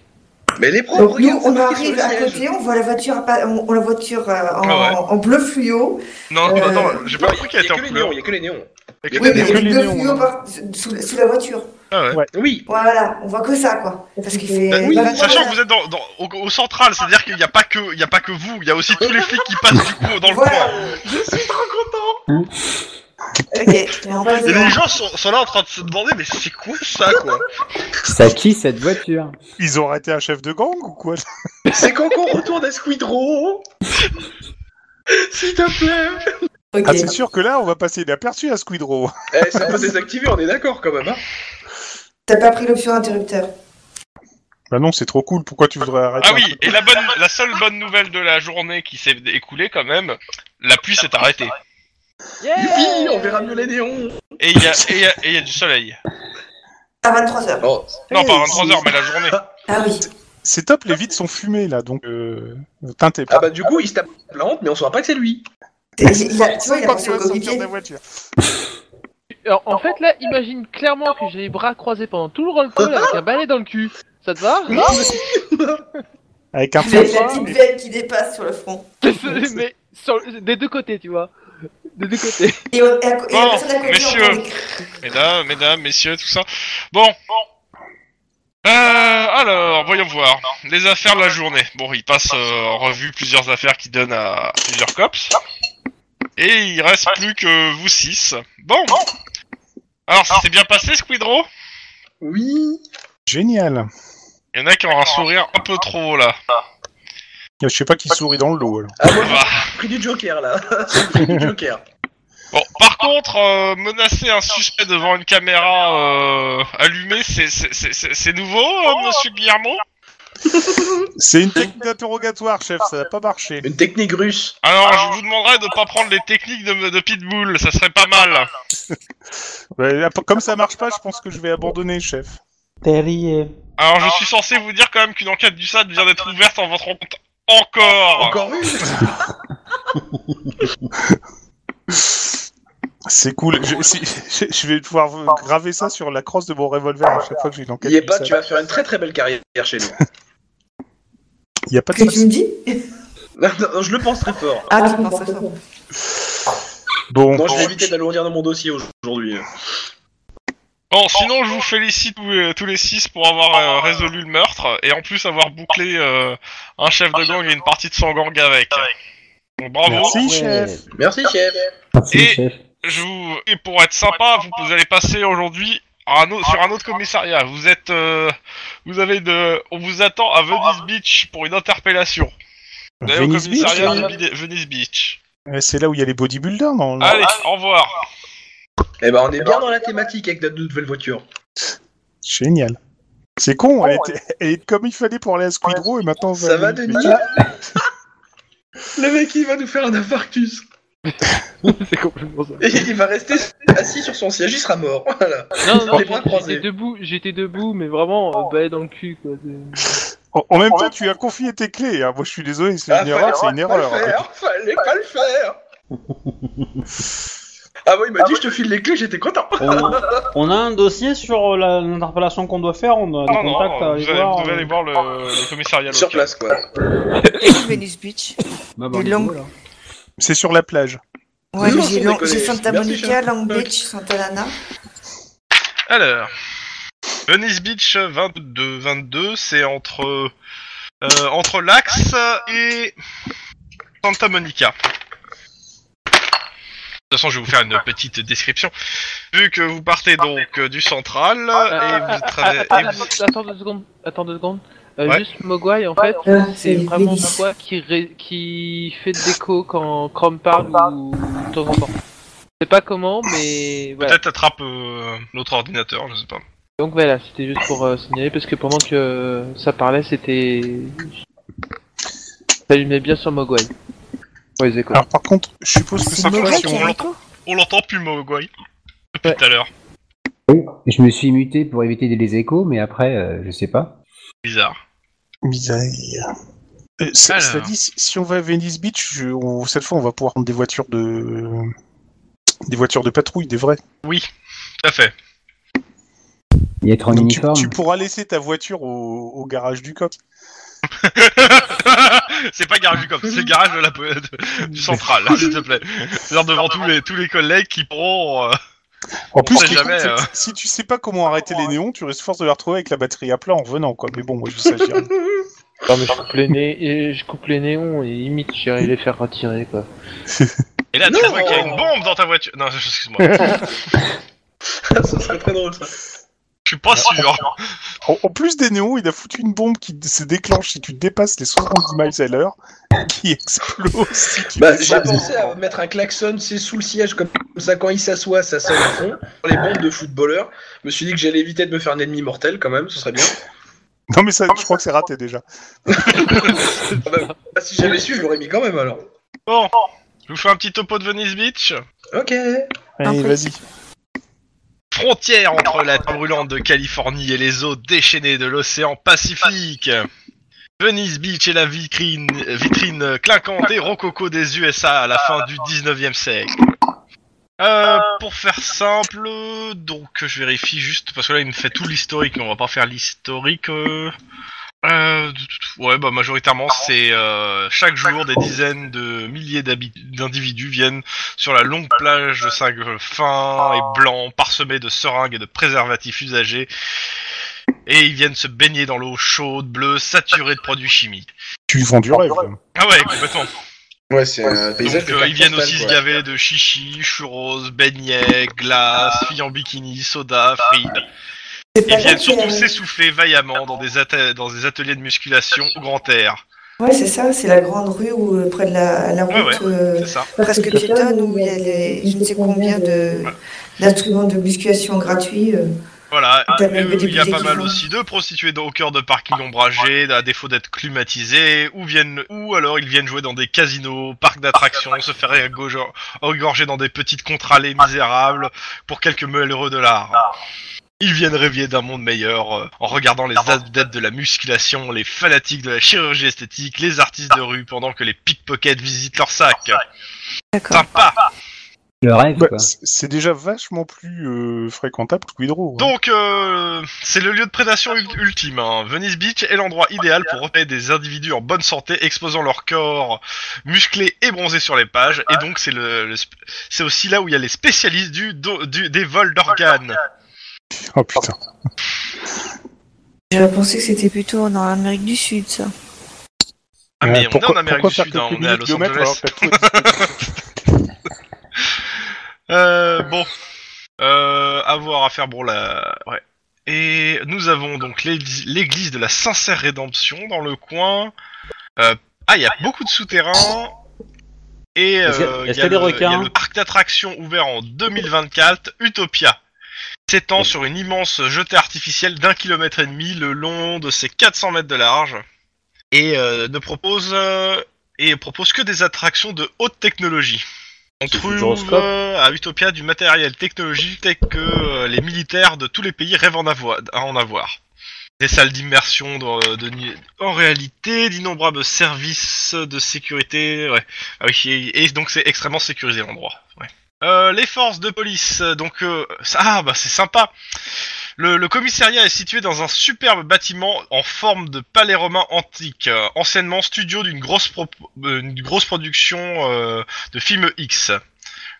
Mais elle est propre,
Donc nous,
regarde,
on
ça hein, marqué sur
arrive
le
à
siège.
côté, on voit la voiture, à pa- on, on la voiture euh, en,
Ah ouais.
en bleu fluo.
Non, non,
Euh,
non, j'ai pas
Non,
compris
il y
qu'elle
a
était en
que les néons,
couleur.
il y a que les néons.
Il y a
Oui,
que
mais
des hein.
il y
néons.
a deux
néons. Les néons,
fluos
ouais.
par- sous, sous la voiture.
Ah,
Oui
Voilà, on voit que ça, quoi. Parce qu'il fait.
Bah oui,
vingt-trois
Sachant
heures.
que Euh, vous êtes dans, dans- au, au central, c'est-à-dire qu'il n'y a pas que, il y a pas que vous, il y a aussi tous les flics qui passent du coup dans le
Voilà.
coin.
Je suis trop content
Mmh.
Ok, mais on passe
Et
devant.
les gens sont, sont là en train de se demander, mais c'est quoi ça, quoi
C'est à qui cette voiture
Ils ont arrêté un chef de gang ou quoi
C'est quand qu'on retourne à Squidro S'il te plaît
Ok.
Ah, c'est sûr que là, on va passer inaperçu à Squidrow.
Eh, ça peut désactiver, on est d'accord quand même, hein
T'as pas pris l'option interrupteur.
Bah non, c'est trop cool. Pourquoi tu voudrais arrêter
Ah
un
oui,
truc
et la bonne, la seule bonne nouvelle de la journée qui s'est écoulée quand même, la pluie s'est arrêtée.
Youpi, on verra mieux les néons
Et il y a, et il y a- et il y a du soleil.
À 23 heures.
Oh,
Non,
Hey,
pas 23
c'est-
heures, mais la journée.
Ah oui.
C'est top, les vides sont fumées là, donc euh, teintez pas.
Ah bah du coup, il se tape la honte, mais on saura pas que c'est lui.
C'est- il a- tu vois, il a
quand
pensé
tu
au
vas sortir
coéquipier.
de la voiture.
Alors, Euh, en fait, là, imagine clairement que j'ai les bras croisés pendant tout le roll call avec un balai dans le cul. Ça te va
Avec un
Il a
feu.
la petite veine qui dépasse sur le front.
Mais sur- des deux côtés, tu vois. Des deux côtés.
Et, on, et, à- et la
Bon,
personne à côté,
messieurs.
on entend des cris.
Mesdames, mesdames, messieurs, tout ça. Bon. Euh, alors, voyons voir. Les affaires de la journée. Bon, il passe euh, en revue plusieurs affaires qui donnent à plusieurs cops. Et il reste plus que vous six. Bon. Alors, ça s'est bien passé, Squidro
Oui
Génial.
Il y en a qui ont un sourire un peu trop, là.
Je sais pas qui sourit dans le lot alors.
Ah, moi,
Bah.
j'ai pris du Joker, là J'ai pris du Joker
Bon, par contre, euh, menacer un suspect devant une caméra euh, allumée, c'est- c'est- c'est c'est- c'est nouveau, euh, monsieur Guillermo
C'est une technique d'interrogatoire, chef, ça n'a pas marché.
Une technique russe
Alors, je vous demanderai de pas prendre les techniques de, de Pitbull, ça serait pas mal.
Ouais, là, Bah, Comme ça marche pas, je pense que je vais abandonner, chef.
Terrier.
Alors, je suis censé vous dire quand même qu'une enquête du SAD vient d'être ouverte en votre rencontre. Encore
Encore une
C'est cool. Je, si- je- je vais pouvoir graver ça sur la crosse de mon revolver à chaque fois que j'ai une enquête.
Y est
du
pas,
SAD.
tu vas faire une très très belle carrière chez nous.
Y a pas de
Que tu
souci.
me dis
Non, non, je le pense très fort.
Ah, tu penses à ça.
Bon,
Non, je vais éviter d'alourdir dans mon dossier aujourd'hui.
Bon, sinon, je vous félicite tous, euh, tous les six pour avoir euh, résolu le meurtre et en plus avoir bouclé euh, un chef de gang et une partie de son gang avec. Donc, bravo.
merci, chef.
Merci, chef
Merci,
Et-
chef.
je vous... Et pour être sympa, vous, vous allez passer aujourd'hui à un au- sur un autre commissariat. Vous êtes... euh, Vous avez de... On vous attend à Venice Beach pour une interpellation. Vous allez au
Venice Beach,
commissariat de
là.
Vide- Venice Beach.
Euh, C'est là où il y a les bodybuilders, non
Allez, au revoir.
Eh ben, on est bien dans la thématique avec notre nouvelle voiture.
Génial. C'est con, elle, était, elle est comme il fallait pour aller à Squidrow et maintenant... on
Oh, Ça va,
aller-
Denis Le mec, il va nous faire un infarctus
C'est complètement ça.
Et il va rester assis sur son siège, il sera mort. Voilà.
Non, non,
Les bras
non,
croisés.
j'étais debout, j'étais debout, mais vraiment, euh, balai dans le cul, quoi. C'est-
En, en même temps, tu as confié tes clés. hein. Moi, je suis désolé, c'est une
fallait
erreur, c'est une
Ah, pas
erreur.
le faire, fallait pas le faire Ah ouais, il m'a dit, je te file les clés, j'étais content
On, on a un dossier
euh,
sur la- l'interpellation qu'on doit faire. On
Ah,
a des
Non, non,
contacts à
euh,
aller
vous, allez,
voir.
vous devez aller voir le, le commissariat
Sur
local.
place, quoi.
Et Venice Beach.
Bah,
Des
bah,
longues-
là.
C'est sur la plage.
Ouais,
Non,
j'ai
sans
Long-
déconner.
j'ai Santa
Merci,
Monica,
Charles.
Long
Ok.
Beach, Santa Ana.
Alors, Venice Beach 22, 22 c'est entre euh, entre l'Axe et Santa Monica. De toute façon, je vais vous faire une petite description. Vu que vous partez donc euh, du central et vous
Ah,
traversez.
Attends, attends, attends deux secondes. Attends deux secondes. Euh,
Ouais.
Juste Mogwai, en fait,
Euh,
c'est vraiment
Venice.
Mogwai qui, ré- qui fait de l'écho quand Chrome parle ou de temps en temps. Je sais pas comment, mais voilà.
Peut-être attrape euh, notre ordinateur, je sais pas.
Donc voilà, c'était juste pour euh, signaler parce que pendant que euh, ça parlait, c'était. Ça allumait bien sur Mogwai. Ouais, les échos.
Ah.
Alors par contre, je suppose que
C'est
ça
mauvais
si
qu'il y
on
ait un
l'a-
écho.
On l'entend plus, Mogwai. Depuis
Ouais.
tout à l'heure.
Je me suis muté pour éviter les échos, mais après, euh, je sais pas.
Bizarre.
Misère. Euh, ça,
Alors.
cela dit, si, si on va à Venice Beach, je- on- cette fois on va pouvoir prendre des voitures de des voitures de patrouille, des vraies.
Tout à fait.
Et être en
Donc tu,
uniforme.
tu pourras laisser ta voiture au, au garage du cop.
c'est pas garage du cop, c'est le garage de la, po- de- du central, hein, s'il te plaît. C'est-à-dire devant tous les, tous les collègues qui pourront. euh,
En plus,
sait
ce qui est
jamais,
cool,
euh.
c'est que si tu sais pas comment arrêter les néons, tu risques force de la retrouver avec la batterie à plat en venant, quoi. Mais bon, moi je sais, je dirais.
Non, mais je coupe, les né- et je coupe les néons et limite j'irai les faire retirer quoi.
Et là, tu
Non.
vois qu'il y a une bombe dans ta voiture. Non, excuse-moi,
ça serait très drôle ça.
je suis pas sûr.
En, en plus des néons, il a foutu une bombe qui se déclenche si tu dépasses les 70 miles à l'heure, qui explose. si tu
Bah,
dépasses
j'ai
les-
pensé à mettre un klaxon, c'est sous le siège, comme ça, quand il s'assoit, ça sonne à fond. Les bombes de footballeurs. Je me suis dit que j'allais éviter de me faire un ennemi mortel quand même, ce serait bien.
Non mais ça, je crois que c'est raté déjà.
Ah bah, bah, si j'avais su, je l'aurais mis quand même alors.
Bon, je vous fais un petit topo de Venice Beach.
Ok.
Allez,
peu.
vas-y.
Frontière entre la terre brûlante de Californie et les eaux déchaînées de l'océan Pacifique. Venice Beach est la vitrine, vitrine clinquante et rococo des USA à la fin du 19e siècle. Euh, pour faire simple, donc je vérifie juste parce que là il me fait tout l'historique, mais on va pas faire l'historique. euh. Euh, ouais, bah majoritairement c'est euh, chaque jour des dizaines de milliers d'habi- d'individus viennent sur la longue plage de singles fins et blancs, parsemés de seringues et de préservatifs usagés. Et ils viennent se baigner dans l'eau chaude, bleue, saturée de produits chimiques.
Tu vends du rêve.
Ah ouais, complètement.
Ouais, c'est un
Donc
paysage. de
euh,
carte
ils viennent
postale,
aussi se
quoi.
gaver de chichi, churros, beignets, glace, filles en bikini, soda, frites.
C'est
Ils
pas hein. là
viennent
qu'il y a-
surtout s'essouffler vaillamment dans des, atta- dans des ateliers de musculation au grand air.
Ouais, c'est ça, c'est la grande rue où, euh, près de la, la
Ouais,
route euh,
C'est ça.
Parce
presque
que
piétonne où il y a les, je ne sais combien de d'instruments de musculation gratuits. euh.
Voilà,
T'as
et
même
eux,
des
il y a pas
budgets
mal
différents.
aussi de prostituées dans- au cœur de parkings ombragés, à défaut d'être climatisés, ou viennent, ou alors ils viennent jouer dans des casinos, parcs d'attractions, se faire égo- engorger dans des petites contre-allées misérables pour quelques malheureux dollars. Ils viennent rêver d'un monde meilleur euh, en regardant les adeptes de la musculation, les fanatiques de la chirurgie esthétique, les artistes de rue pendant que les pickpockets visitent leurs sacs.
D'accord.
Sympa!
Le rêve,
Bah,
quoi.
c'est- c'est déjà vachement plus euh, fréquentable que Quidro. hein.
Donc, euh, c'est le lieu de prédation ul- ultime. hein. Venice Beach est l'endroit idéal pour repérer des individus en bonne santé exposant leur corps musclé et bronzé sur les pages. Et donc, c'est le, le sp- c'est aussi là où il y a les spécialistes du, do- du- des vols d'organes.
Oh putain.
J'avais pensé que c'était plutôt dans l'Amérique du Sud, ça.
Ah, mais
Euh,
on est en Amérique
pourquoi
du
faire
Sud, hein,
quelques
on est à
milliers de
Los
kilomètres alors
Angeles.
que t'as tout à disposition
Euh, bon, euh, avoir à faire bon la. Ouais. Et nous avons donc l'église l'église de la Sincère Rédemption dans le coin. Euh, ah, il y a beaucoup de souterrains. Et
Est-ce qu'il y a-
euh, il
est-ce qu'il y
y, a
a des
le- il y a
requins
le parc d'attractions ouvert en 2024, Utopia. S'étend sur une immense jetée artificielle d'un kilomètre et demi le long de ses 400 mètres de large et euh, ne propose euh, et propose que des attractions de haute technologie. On
C'est du
trouve
gyroscope.
euh, à Utopia du matériel technologique tel que euh, les militaires de tous les pays rêvent en avoir, à en avoir. Des salles d'immersion euh, de- de nu- en réalité, d'innombrables services de sécurité. Ouais. Ah oui, et, et donc c'est extrêmement sécurisé l'endroit. Ouais. Euh, les forces de police, donc euh, ça- ah bah c'est sympa. Le, le commissariat est situé dans un superbe bâtiment en forme de palais romain antique, euh, anciennement studio d'une grosse, pro- euh, une grosse production euh, de films X.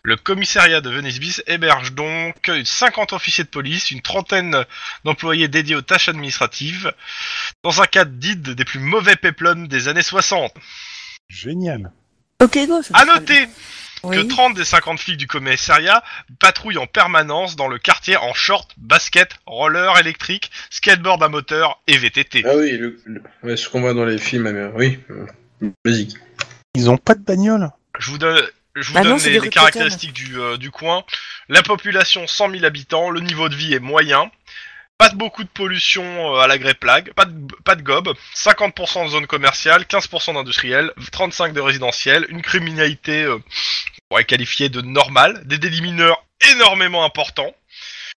Le commissariat de Venice Bis héberge donc 50 officiers de police, une trentaine d'employés dédiés aux tâches administratives, dans un cadre dit des plus mauvais péplums des années 60.
Génial.
Ok, go. ça
À
me semble-
noter que
Oui.
30 des 50 flics du commissariat patrouillent en permanence dans le quartier en short, basket, roller électrique, skateboard à moteur et VTT.
Ah oui, le, le- ouais, ce qu'on voit dans les films, mais, oui, euh, basique.
Ils ont pas de bagnole
Je vous donne, je vous
Bah non,
donne
c'est
les,
des
les
rues
caractéristiques du, euh, du coin. La population, 100 000 habitants, le niveau de vie est moyen. Pas de beaucoup de pollution euh, à la gré plague, pas de, pas de gobe, 50% de zones commerciales, 15% d'industriels, 35% de résidentiels, une criminalité euh, qu'on pourrait qualifier de normale, des délits mineurs énormément importants,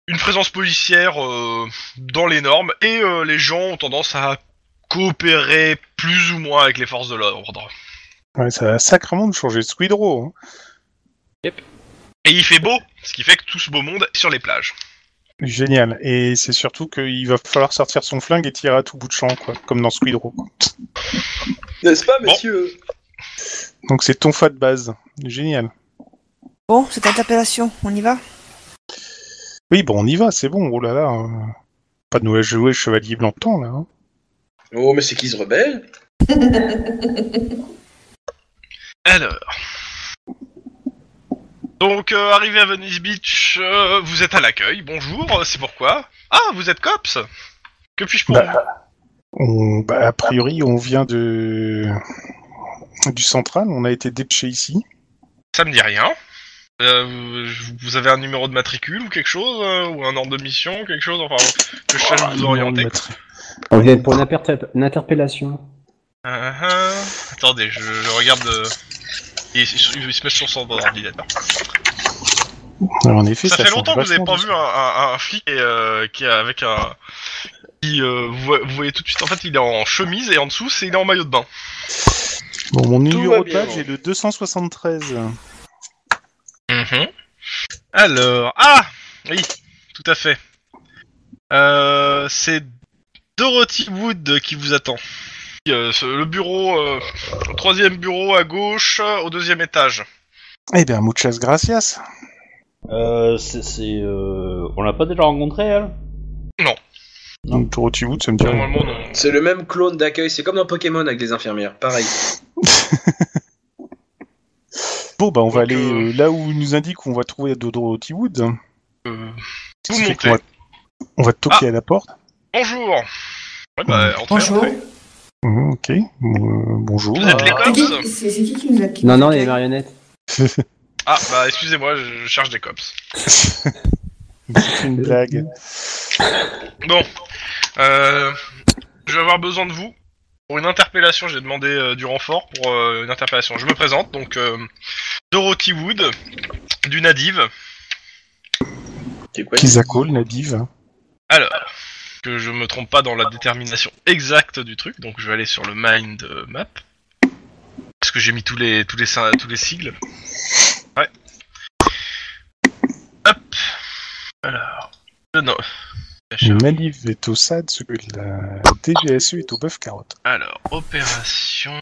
une présence policière euh, dans les normes, et euh, les gens ont tendance à coopérer plus ou moins avec les forces de l'ordre.
Ouais, ça a sacrément de changer de Squidrow. hein.
Et il fait beau, ce qui fait que tout ce beau monde est sur les plages.
Génial. Et c'est surtout qu'il va falloir sortir son flingue et tirer à tout bout de champ, quoi, comme dans Squidrow. quoi.
N'est-ce pas,
Bon.
messieurs
Donc c'est ton fa de base. Génial.
Bon, cette interpellation, on y va
Oui, bon, on y va, c'est bon. Oh là là. euh, Pas de nous la jouer chevalier blanc de temps, là. hein.
Oh, mais c'est qui se rebelle
Alors. Donc, euh, arrivé à Venice Beach, euh, vous êtes à l'accueil. Bonjour, euh, c'est pourquoi Ah, vous êtes cops Que puis-je pour
Bah,
vous
On- bah, a priori, on vient de du central. On a été dépêché ici.
Ça me dit rien. Euh, vous- vous avez un numéro de matricule ou quelque chose euh, Ou un ordre de mission Quelque chose Enfin, que je
Oh,
sache vous orienter.
On vient pour une, interpe- une interpellation.
Ah, ah. Attendez, je, je regarde. euh, Il, il se met sur son ordinateur.
Alors, en effet,
Ça,
ça,
fait
change
longtemps que vous n'avez
vachement
pas
de-
vu hein. un, un- un flic et, euh, qui est avec un. Qui, euh, vous, voyez- vous voyez tout de suite, en fait, il est en chemise et en dessous, c'est il est en maillot de bain.
Bon, mon
va
numéro de
bien,
badge
bon.
est le 273.
Mm-hmm. Alors. Ah Oui, tout à fait. Euh, c'est Dorothy Wood qui vous attend. Euh, ce- le bureau, euh, au troisième bureau à gauche, euh, au deuxième étage.
Eh bien, muchas gracias.
Euh, c'est. c'est, euh, On l'a pas déjà rencontré, elle
Donc, Dorothy Wood, ça me dit rien.
Normalement, non.
C'est le même clone d'accueil, c'est comme dans Pokémon avec des infirmières, pareil.
Bon, bah, on va
Donc,
aller
euh,
euh, là où il nous indique qu'on va trouver Dorothy Wood.
Euh,
Ce
vous
qui
montez. Ah.
fait qu'on va- On va toquer à la porte.
Bonjour Ouais, bah, entrez,
Bonjour. Ah.
entrez.
Mhm, ok. Bon, euh, bonjour.
Vous êtes les
C'est
cops
qui, c'est- c'est qui qui nous a qui
Non,
nous
non,
a-
les marionnettes.
Ah, bah, excusez-moi, je je cherche des cops.
C'est une blague.
Bon, euh, je vais avoir besoin de vous pour une interpellation. J'ai demandé euh, du renfort pour euh, une interpellation. Je me présente, donc euh, Dorothy Wood, du Nadive,
C'est quoi
Kizakol, Nadiv.
que je me trompe pas dans la détermination exacte du truc. Donc je vais aller sur le Mind euh, Map parce que j'ai mis tous les tous les sy- tous les sigles. Ouais. Hop. Alors, le nom.
Maliv est au SAD, ce que la DGSE est au bœuf carotte.
Alors, opération.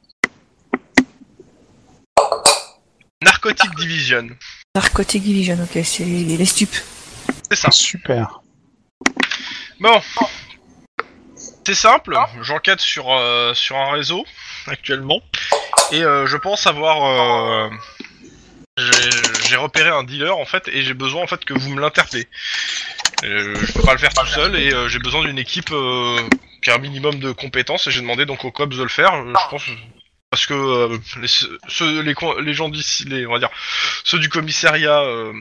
Narcotic Division.
Narcotic Division, ok, c'est les, les stupes.
C'est ça.
Super.
Bon. C'est simple. J'enquête sur, euh, sur un réseau actuellement. Et euh, je pense avoir. euh, j'ai- j'ai repéré un dealer en fait. Et j'ai besoin en fait que vous me l'interpellez. Euh, je peux pas le faire tout seul. Et euh, j'ai besoin d'une équipe euh, qui a un minimum de compétences. Et j'ai demandé donc aux cops de le faire. Euh, je pense. Parce que euh, les, ceux- les, co- les gens d'ici, les, on va dire, ceux du commissariat, euh,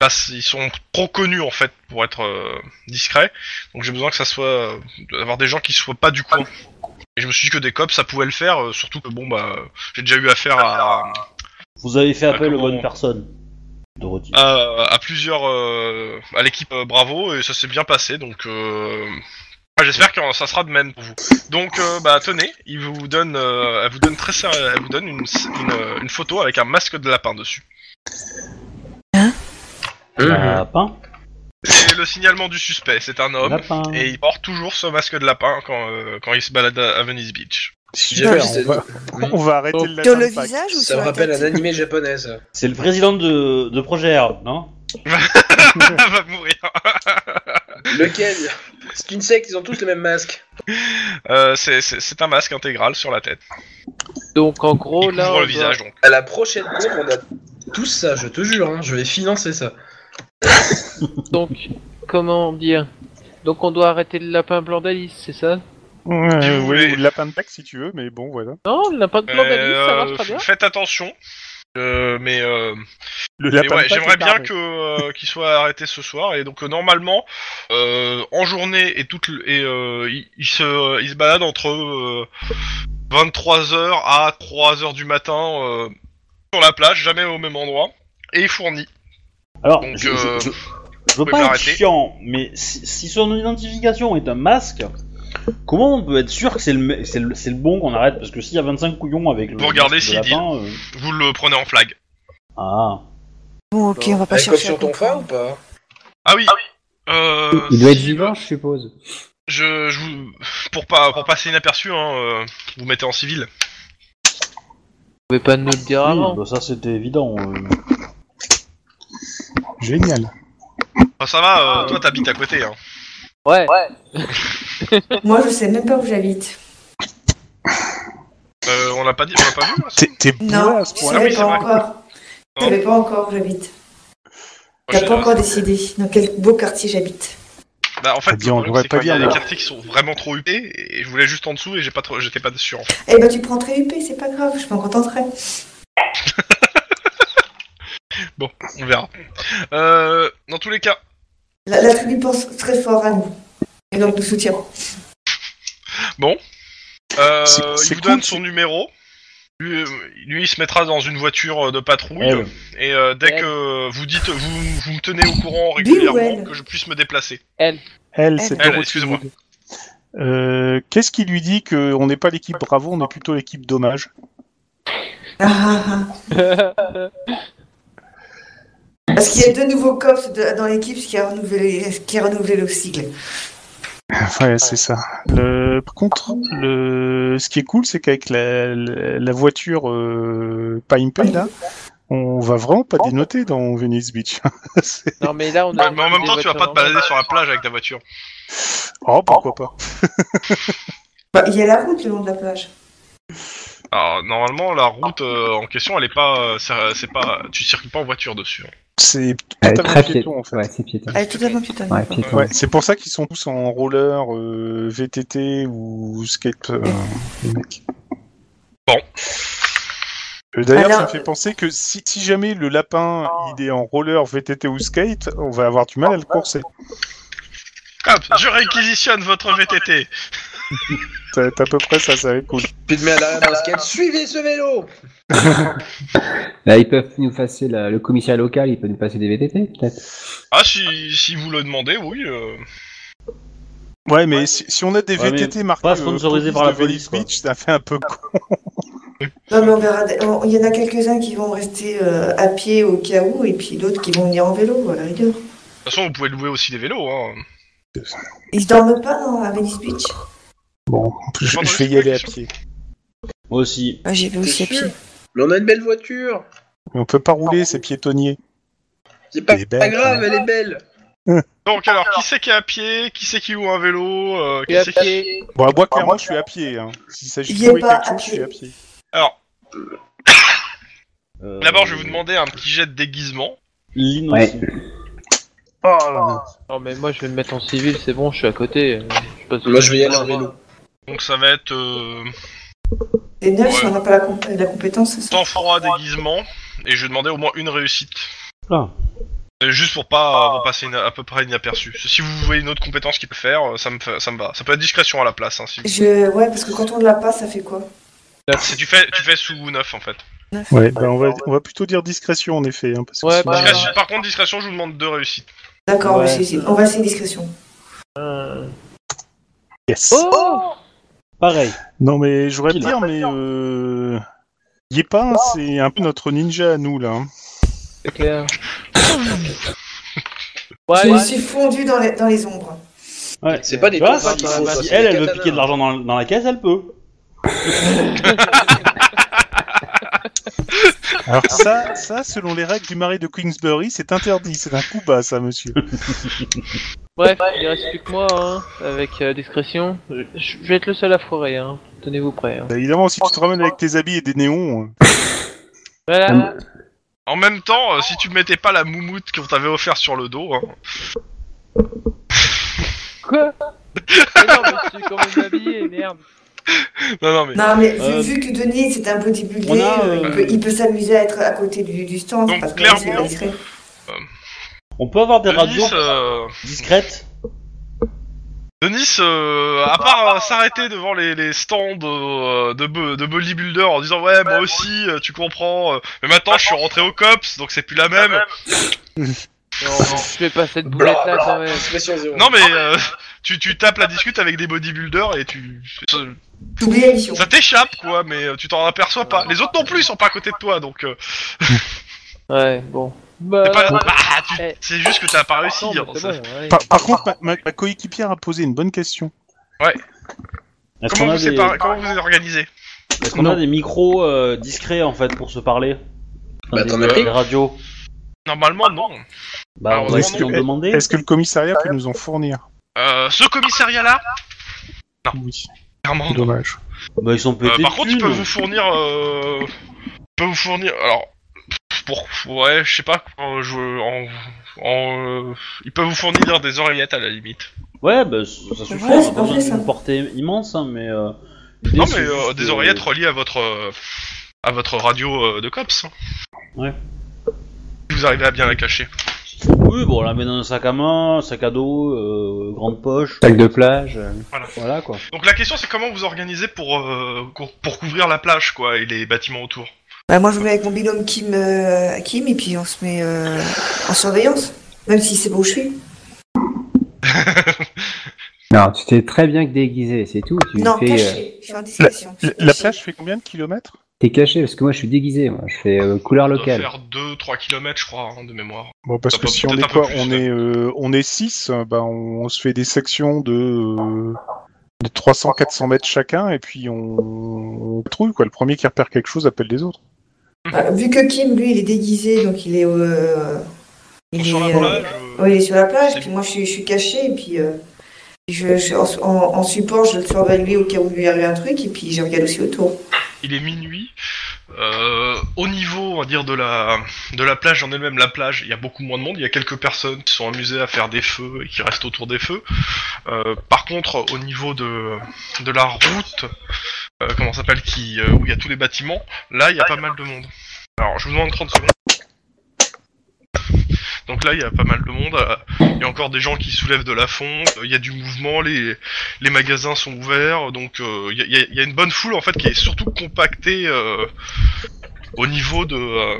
bah, ils sont trop connus en fait pour être euh, discrets. Donc j'ai besoin que ça soit euh, d'avoir des gens qui soient pas du coin. Et je me suis dit que des cops ça pouvait le faire, euh, surtout que bon bah j'ai déjà eu affaire à,
Vous avez fait
Ah,
appel aux
comment-
bonnes personnes,
Ah,
Dorothy.
à, à plusieurs euh, à l'équipe euh, Bravo et ça s'est bien passé donc euh, ah, j'espère que ça sera de même pour vous. Donc euh, bah tenez, il vous donne euh, elle vous donne très sérieux- elle vous donne une, une, euh, une photo avec un masque de lapin dessus.
Lapin
c'est le signalement du suspect. C'est un
Oh,
homme
hein.
Lapin.
et il porte toujours ce masque de lapin quand, euh, quand il se balade à à Venice Beach.
Super,
J'ai
on va,
Oui.
on va arrêter
Bon.
le
Sur
latin
le
de Pâques.
visage ou
Ça
sur
me
la
rappelle
tête
un animé japonais, ça.
C'est le président de, de Projet R, non
va mourir.
Lequel C'est une secte, ils ont tous le même masque.
Euh, c'est- c'est c'est un masque intégral sur la tête.
Donc en
Il
gros,
couvre
Oh là. on
le
doit-
visage donc.
À la prochaine courbe, on a tous ça, je te jure, hein, je vais financer ça.
Donc, comment dire Donc on doit arrêter le lapin blanc d'Alice, c'est ça
Ouais,
Si vous
Euh, oui,
voulez.
ou le lapin de Pâques si tu veux, mais bon, voilà.
Non, le lapin blanc d'Alice, ça
Euh,
marche très bien.
f- faites attention. Euh, mais euh,
Le
mais
lapin de
ouais,
Pâques
j'aimerais
est
bien
armé.
que euh, qu'il soit arrêté ce soir et donc euh, normalement euh, en journée et toute l- et euh, il, il se il se balade entre 23h à 3h du matin euh, sur la plage, jamais au même endroit et il fournit.
Alors,
Donc,
je,
euh,
je- je- je veux
pouvez
pas être
m'arrêter.
chiant, mais si, si son identification est un masque, comment on peut être sûr que c'est le, me- c'est le, c'est le bon qu'on arrête Parce que s'il y a 25 couillons avec le
Vous regardez
masque de
s'il dit.
lapin, euh,
Vous le prenez en flag.
Ah,
Bon, ok, on va pas
Elle colle
chercher. à
sur ton phare ou
comprendre.
pas
Ah oui. Euh,
Il doit être
si-
vivant, je suppose.
Je, je vous, pour pas pour passer inaperçu, hein, euh, vous mettez en civil.
Vous pouvez pas nous le dire
oui,
avant.
bah ça c'était évident. euh.
Génial.
Enfin, ça va,
Ah.
euh, toi t'habites à côté. Hein.
bah.
Ouais.
Moi, je sais même pas où j'habite.
Euh, on l'a pas dit, on l'a pas vu. moi, ça
T'es, t'es bourré
Non,
à ce
je
point-là.
Ah
savais
oui,
pas
c'est vrai.
encore. Je savais pas encore où j'habite.
Moi,
J'ai
je-
pas encore décidé dans quel beau quartier j'habite.
Bah, en fait,
Eh bien, on
le problème,
devrait
c'est
pas
qu'il y a
dire,
des
alors.
quartiers qui sont vraiment trop huppés et je voulais juste en dessous et j'ai pas trop, j'étais pas sûr. en fait.
Eh ben, tu prends très UP, c'est pas grave, je m'en contenterai.
On verra. Euh, dans tous les cas,
La, la tribu pense très fort à nous. Et donc, nous soutient.
euh,
C'est-
il
c'est
vous
cool,
donne
tu-
son numéro. Lui, euh, lui, il se mettra dans une voiture euh, de patrouille
Eh ouais.
et euh, dès
Eh.
que vous dites, vous, vous me tenez au courant régulièrement
Buell.
que je puisse me déplacer.
Elle,
Elle.
c'est
Elle,
Dorothy
excuse-moi.
Wood. Euh, qu'est-ce qui lui dit qu'on n'est pas l'équipe Bravo, on est plutôt l'équipe Dommage
Ah, ah, ah. Parce qu'il y a deux nouveaux cops de- dans l'équipe, ce qui a renouvelé, ce qui a renouvelé le cycle.
Ouais, c'est ça. Le... Par contre, le... ce qui est cool, c'est qu'avec la, la- la voiture euh, pas impay, là, on va vraiment pas dénoter dans Venice Beach. C'est-
Non, mais là on a.
Ouais, mais en même temps, tu vas pas te balader sur la plage avec ta voiture.
oh, pourquoi pas
Bah, il y a la route le long de la plage.
Alors normalement la route euh, en question elle est pas euh, c'est c'est pas tu circules pas en voiture dessus. hein.
C'est
Elle est
totalement
très
Ah, piéton, en fait.
Ouais, c'est piéton.
Elle est totalement putain.
Ouais, piéton.
Ouais, Euh, c'est pour ça qu'ils sont tous en roller, euh, VTT ou skate. euh, les mecs.
Bon.
Euh, D'ailleurs,
Alors-
ça me fait penser que si, si jamais le lapin il est en roller, VTT ou skate, on va avoir du mal à le courser.
Hop, je réquisitionne votre VTT.
C'est à peu près ça, ça va être cool.
Puis te mets à l'arrière d'un skate, suivez ce vélo
Là, ils peuvent nous passer la- le commissariat local, il peut nous passer des VTT, peut-être.
Ah si si vous le demandez oui. euh.
Ouais, mais si, si on a des
Ouais,
VTT
mais
marqués
pas sponsorisés
euh,
par la
de
police,
Venice
quoi.
Beach, ça fait un peu con.
Non, mais on verra. on- Il y en a quelques-uns qui vont rester euh, à pied au cas où, et puis d'autres qui vont venir en vélo, à la rigueur.
De toute façon vous pouvez louer aussi des vélos hein.
Ils dorment pas dans, à Venice Beach
Bon, je,
Pardon,
je vais
c'est
y
pas
aller à
question.
pied.
Moi aussi.
Moi, Bah, j'y vais
T'es
aussi à
sûr
pied.
Mais on a une belle voiture
Mais on peut pas rouler, c'est piétonnier.
C'est pas,
Elle est belle,
pas grave,
quand
elle est belle
Donc alors qui c'est qui est à pied, qui c'est qui loue un vélo, euh, qui
la
c'est qui
pied.
Bon, à moi, clairement, je suis à pied. Hein. S'il s'agit
Bah, Il y
de
est
louer
pas
quelque
à
chose, je suis
pied.
à pied.
Alors
Euh,
d'abord je vais vous demander un petit jet de déguisement.
Lynn
Ouais.
aussi.
Oh
Non, mais moi je vais me mettre en civil, c'est bon, je suis à côté. euh, Je passe
Moi, je vais y aller en vélo.
Donc ça va être euh,
C'est neuf si
Ouais.
on n'a pas la, comp- la compétence. c'est ça
temps froid déguisement et je vais demander au moins une réussite.
Ah.
Euh, Juste pour
Ah.
pas euh, pour passer ina- à peu près inaperçu. Si vous voyez une autre compétence qui peut faire, euh, ça me, fa- ça me va. Ça peut être discrétion à la place. Hein, si vous-
Je... Ouais, parce que quand on ne l'a pas, ça fait quoi
Si tu fais, tu fais sous 9 en fait.
Ouais, ben on, va, on va plutôt dire discrétion en effet. Hein, parce que
Ouais,
sinon-
bah,
Discrétion- par contre, discrétion, je vous demande deux réussites.
D'accord, on va
Ouais.
essayer- on va essayer discrétion.
Yes.
Oh
Pareil.
Non, mais j'aurais
Pile.
dire, mais. Euh... Yépin, c'est un peu notre ninja à nous là. hein.
C'est clair.
Je
Ouais,
me
ouais.
suis fondu dans les, dans les ombres.
Ouais.
Ah, C'est pas des
Tu vois,
taupins
si-
qui
si
sont aussi
elle,
des
elle veut
katanas.
piquer de l'argent dans, dans la caisse, elle peut.
Alors ça, ça, selon les règles du mari de Queensbury, c'est interdit. C'est un coup bas, ça, monsieur.
Bref, il reste plus que moi, hein, avec euh, discrétion. Je, je vais être le seul à foirer, hein. Tenez-vous prêts. hein.
Bah, évidemment, si tu te ramènes avec tes habits et des néons, euh,
Euh.
Voilà.
En même temps, euh, si tu mettais pas la moumoute qu'on t'avait offert sur le dos, hein,
Quoi Mais non, mais je suis quand même habillé, merde.
non, non, mais.
Non, mais vu,
Euh,
vu que Denis c'est un bodybuilder,
on a,
euh, il
euh,
peut, il peut s'amuser à être à côté du, du stand.
Donc,
parce que
clairement,
c'est pas discret.
On peut avoir des
Denis,
radios
euh,
discrètes.
Denis, euh, à part euh, s'arrêter devant les, les stands euh, de, bo- de bodybuilder en disant ouais moi aussi euh, tu comprends euh, mais maintenant je suis rentré au cops donc c'est plus la même
Non, non, je fais pas cette boulette là quand même.
Expression zéro.
non mais euh, tu, tu tapes la discute avec des bodybuilders et tu
T'oublies la mission.
ça t'échappe quoi mais euh, tu t'en aperçois pas les autres non plus sont pas à côté de toi donc euh,
Ouais, bon.
t'es
Bah,
pas- bah, tu-
eh.
c'est juste que t'as pas réussi
non, mais
hein,
c'est
ça-
bon, ouais.
par, par contre, ma, ma- ma coéquipière a posé une bonne question.
Est-ce qu'on
comment
a,
vous,
des...
séparez- comment vous êtes organisé
est-ce qu'on a des micros euh, discrets en fait pour se parler
Bah,
Des-
t'en as pris
des radios.
normalement non
Bah, on
Alors,
va
est-ce
essayer d'en
que-
demander.
Est-ce que le commissariat peut nous en fournir
Euh, ce commissariat là
Oui,
clairement non.
dommage.
Bah, ils sont
Euh,
pétés.
par contre,
de
il peut
thunes.
vous fournir. Euh... il peut vous fournir. Alors. Pour... Ouais, je sais pas. euh, je... En... en, euh, Il peut vous fournir des oreillettes à la limite.
Ouais, bah, ça ça suffit.
Ouais,
on
c'est
a
parfait,
besoin
ça.
d'une portée immense, hein, mais. euh, l'idée,
Non, mais
c'est
euh,
juste,
des
euh,
oreillettes reliées à votre. euh, à votre radio euh, de COPS.
Ouais.
Si vous arrivez à bien la cacher.
Oui, bon, on la met dans un sac à main, sac à dos, euh, grande poche.
Sac de plage. euh,
Voilà quoi.
Donc la question, c'est comment vous organisez pour, euh, cou- pour couvrir la plage, quoi, et les bâtiments autour.
Bah, moi,
Je me mets avec mon binôme Kim, euh, Kim et puis on se met euh, en surveillance. Même si c'est beau, je suis.
Non, tu t'es très bien déguisé, c'est tout. Tu
Non,
fais, euh,
caché. Je suis en discrétion.
La, la plage fait combien de kilomètres
T'es caché parce que moi je suis déguisé, moi. Je fais euh, couleur
Ça doit
locale.
faire 2-3 km, je crois, hein, de mémoire.
Bon, parce
Ça
que
peut
si on
peut-être
est
un peu
quoi
plus,
On
ouais.
est euh, on est 6, bah on, on se fait des sections de, euh, de 300-400 mètres chacun, et puis on, on trouve quoi. Le premier qui repère quelque chose appelle les autres.
Euh, vu que Kim, lui, il est déguisé, donc il est. euh, il,
Sur la
est
plage.
euh, ouais, il est sur la plage,
C'est-
puis moi je suis, je suis caché, et puis euh, je, je- en, en- en support, je le surveille lui au cas où il lui arrive un truc, et puis je regarde aussi autour.
Il est minuit. Euh, au niveau, on va dire, de la, de la plage en elle-même, la plage, il y a beaucoup moins de monde. Il y a quelques personnes qui sont amusées à faire des feux et qui restent autour des feux. Euh, par contre, au niveau de, de la route, euh, comment ça s'appelle, qui, euh, où il y a tous les bâtiments, là, il y a pas mal de monde. Alors, je vous demande 30 secondes. Donc là, il y a pas mal de monde. Euh, Il y a encore des gens qui soulèvent de la fonte. Il y a du mouvement. Les, les magasins sont ouverts, donc il y, a- y a- y a une bonne foule en fait qui est surtout compactée euh, au niveau de, euh,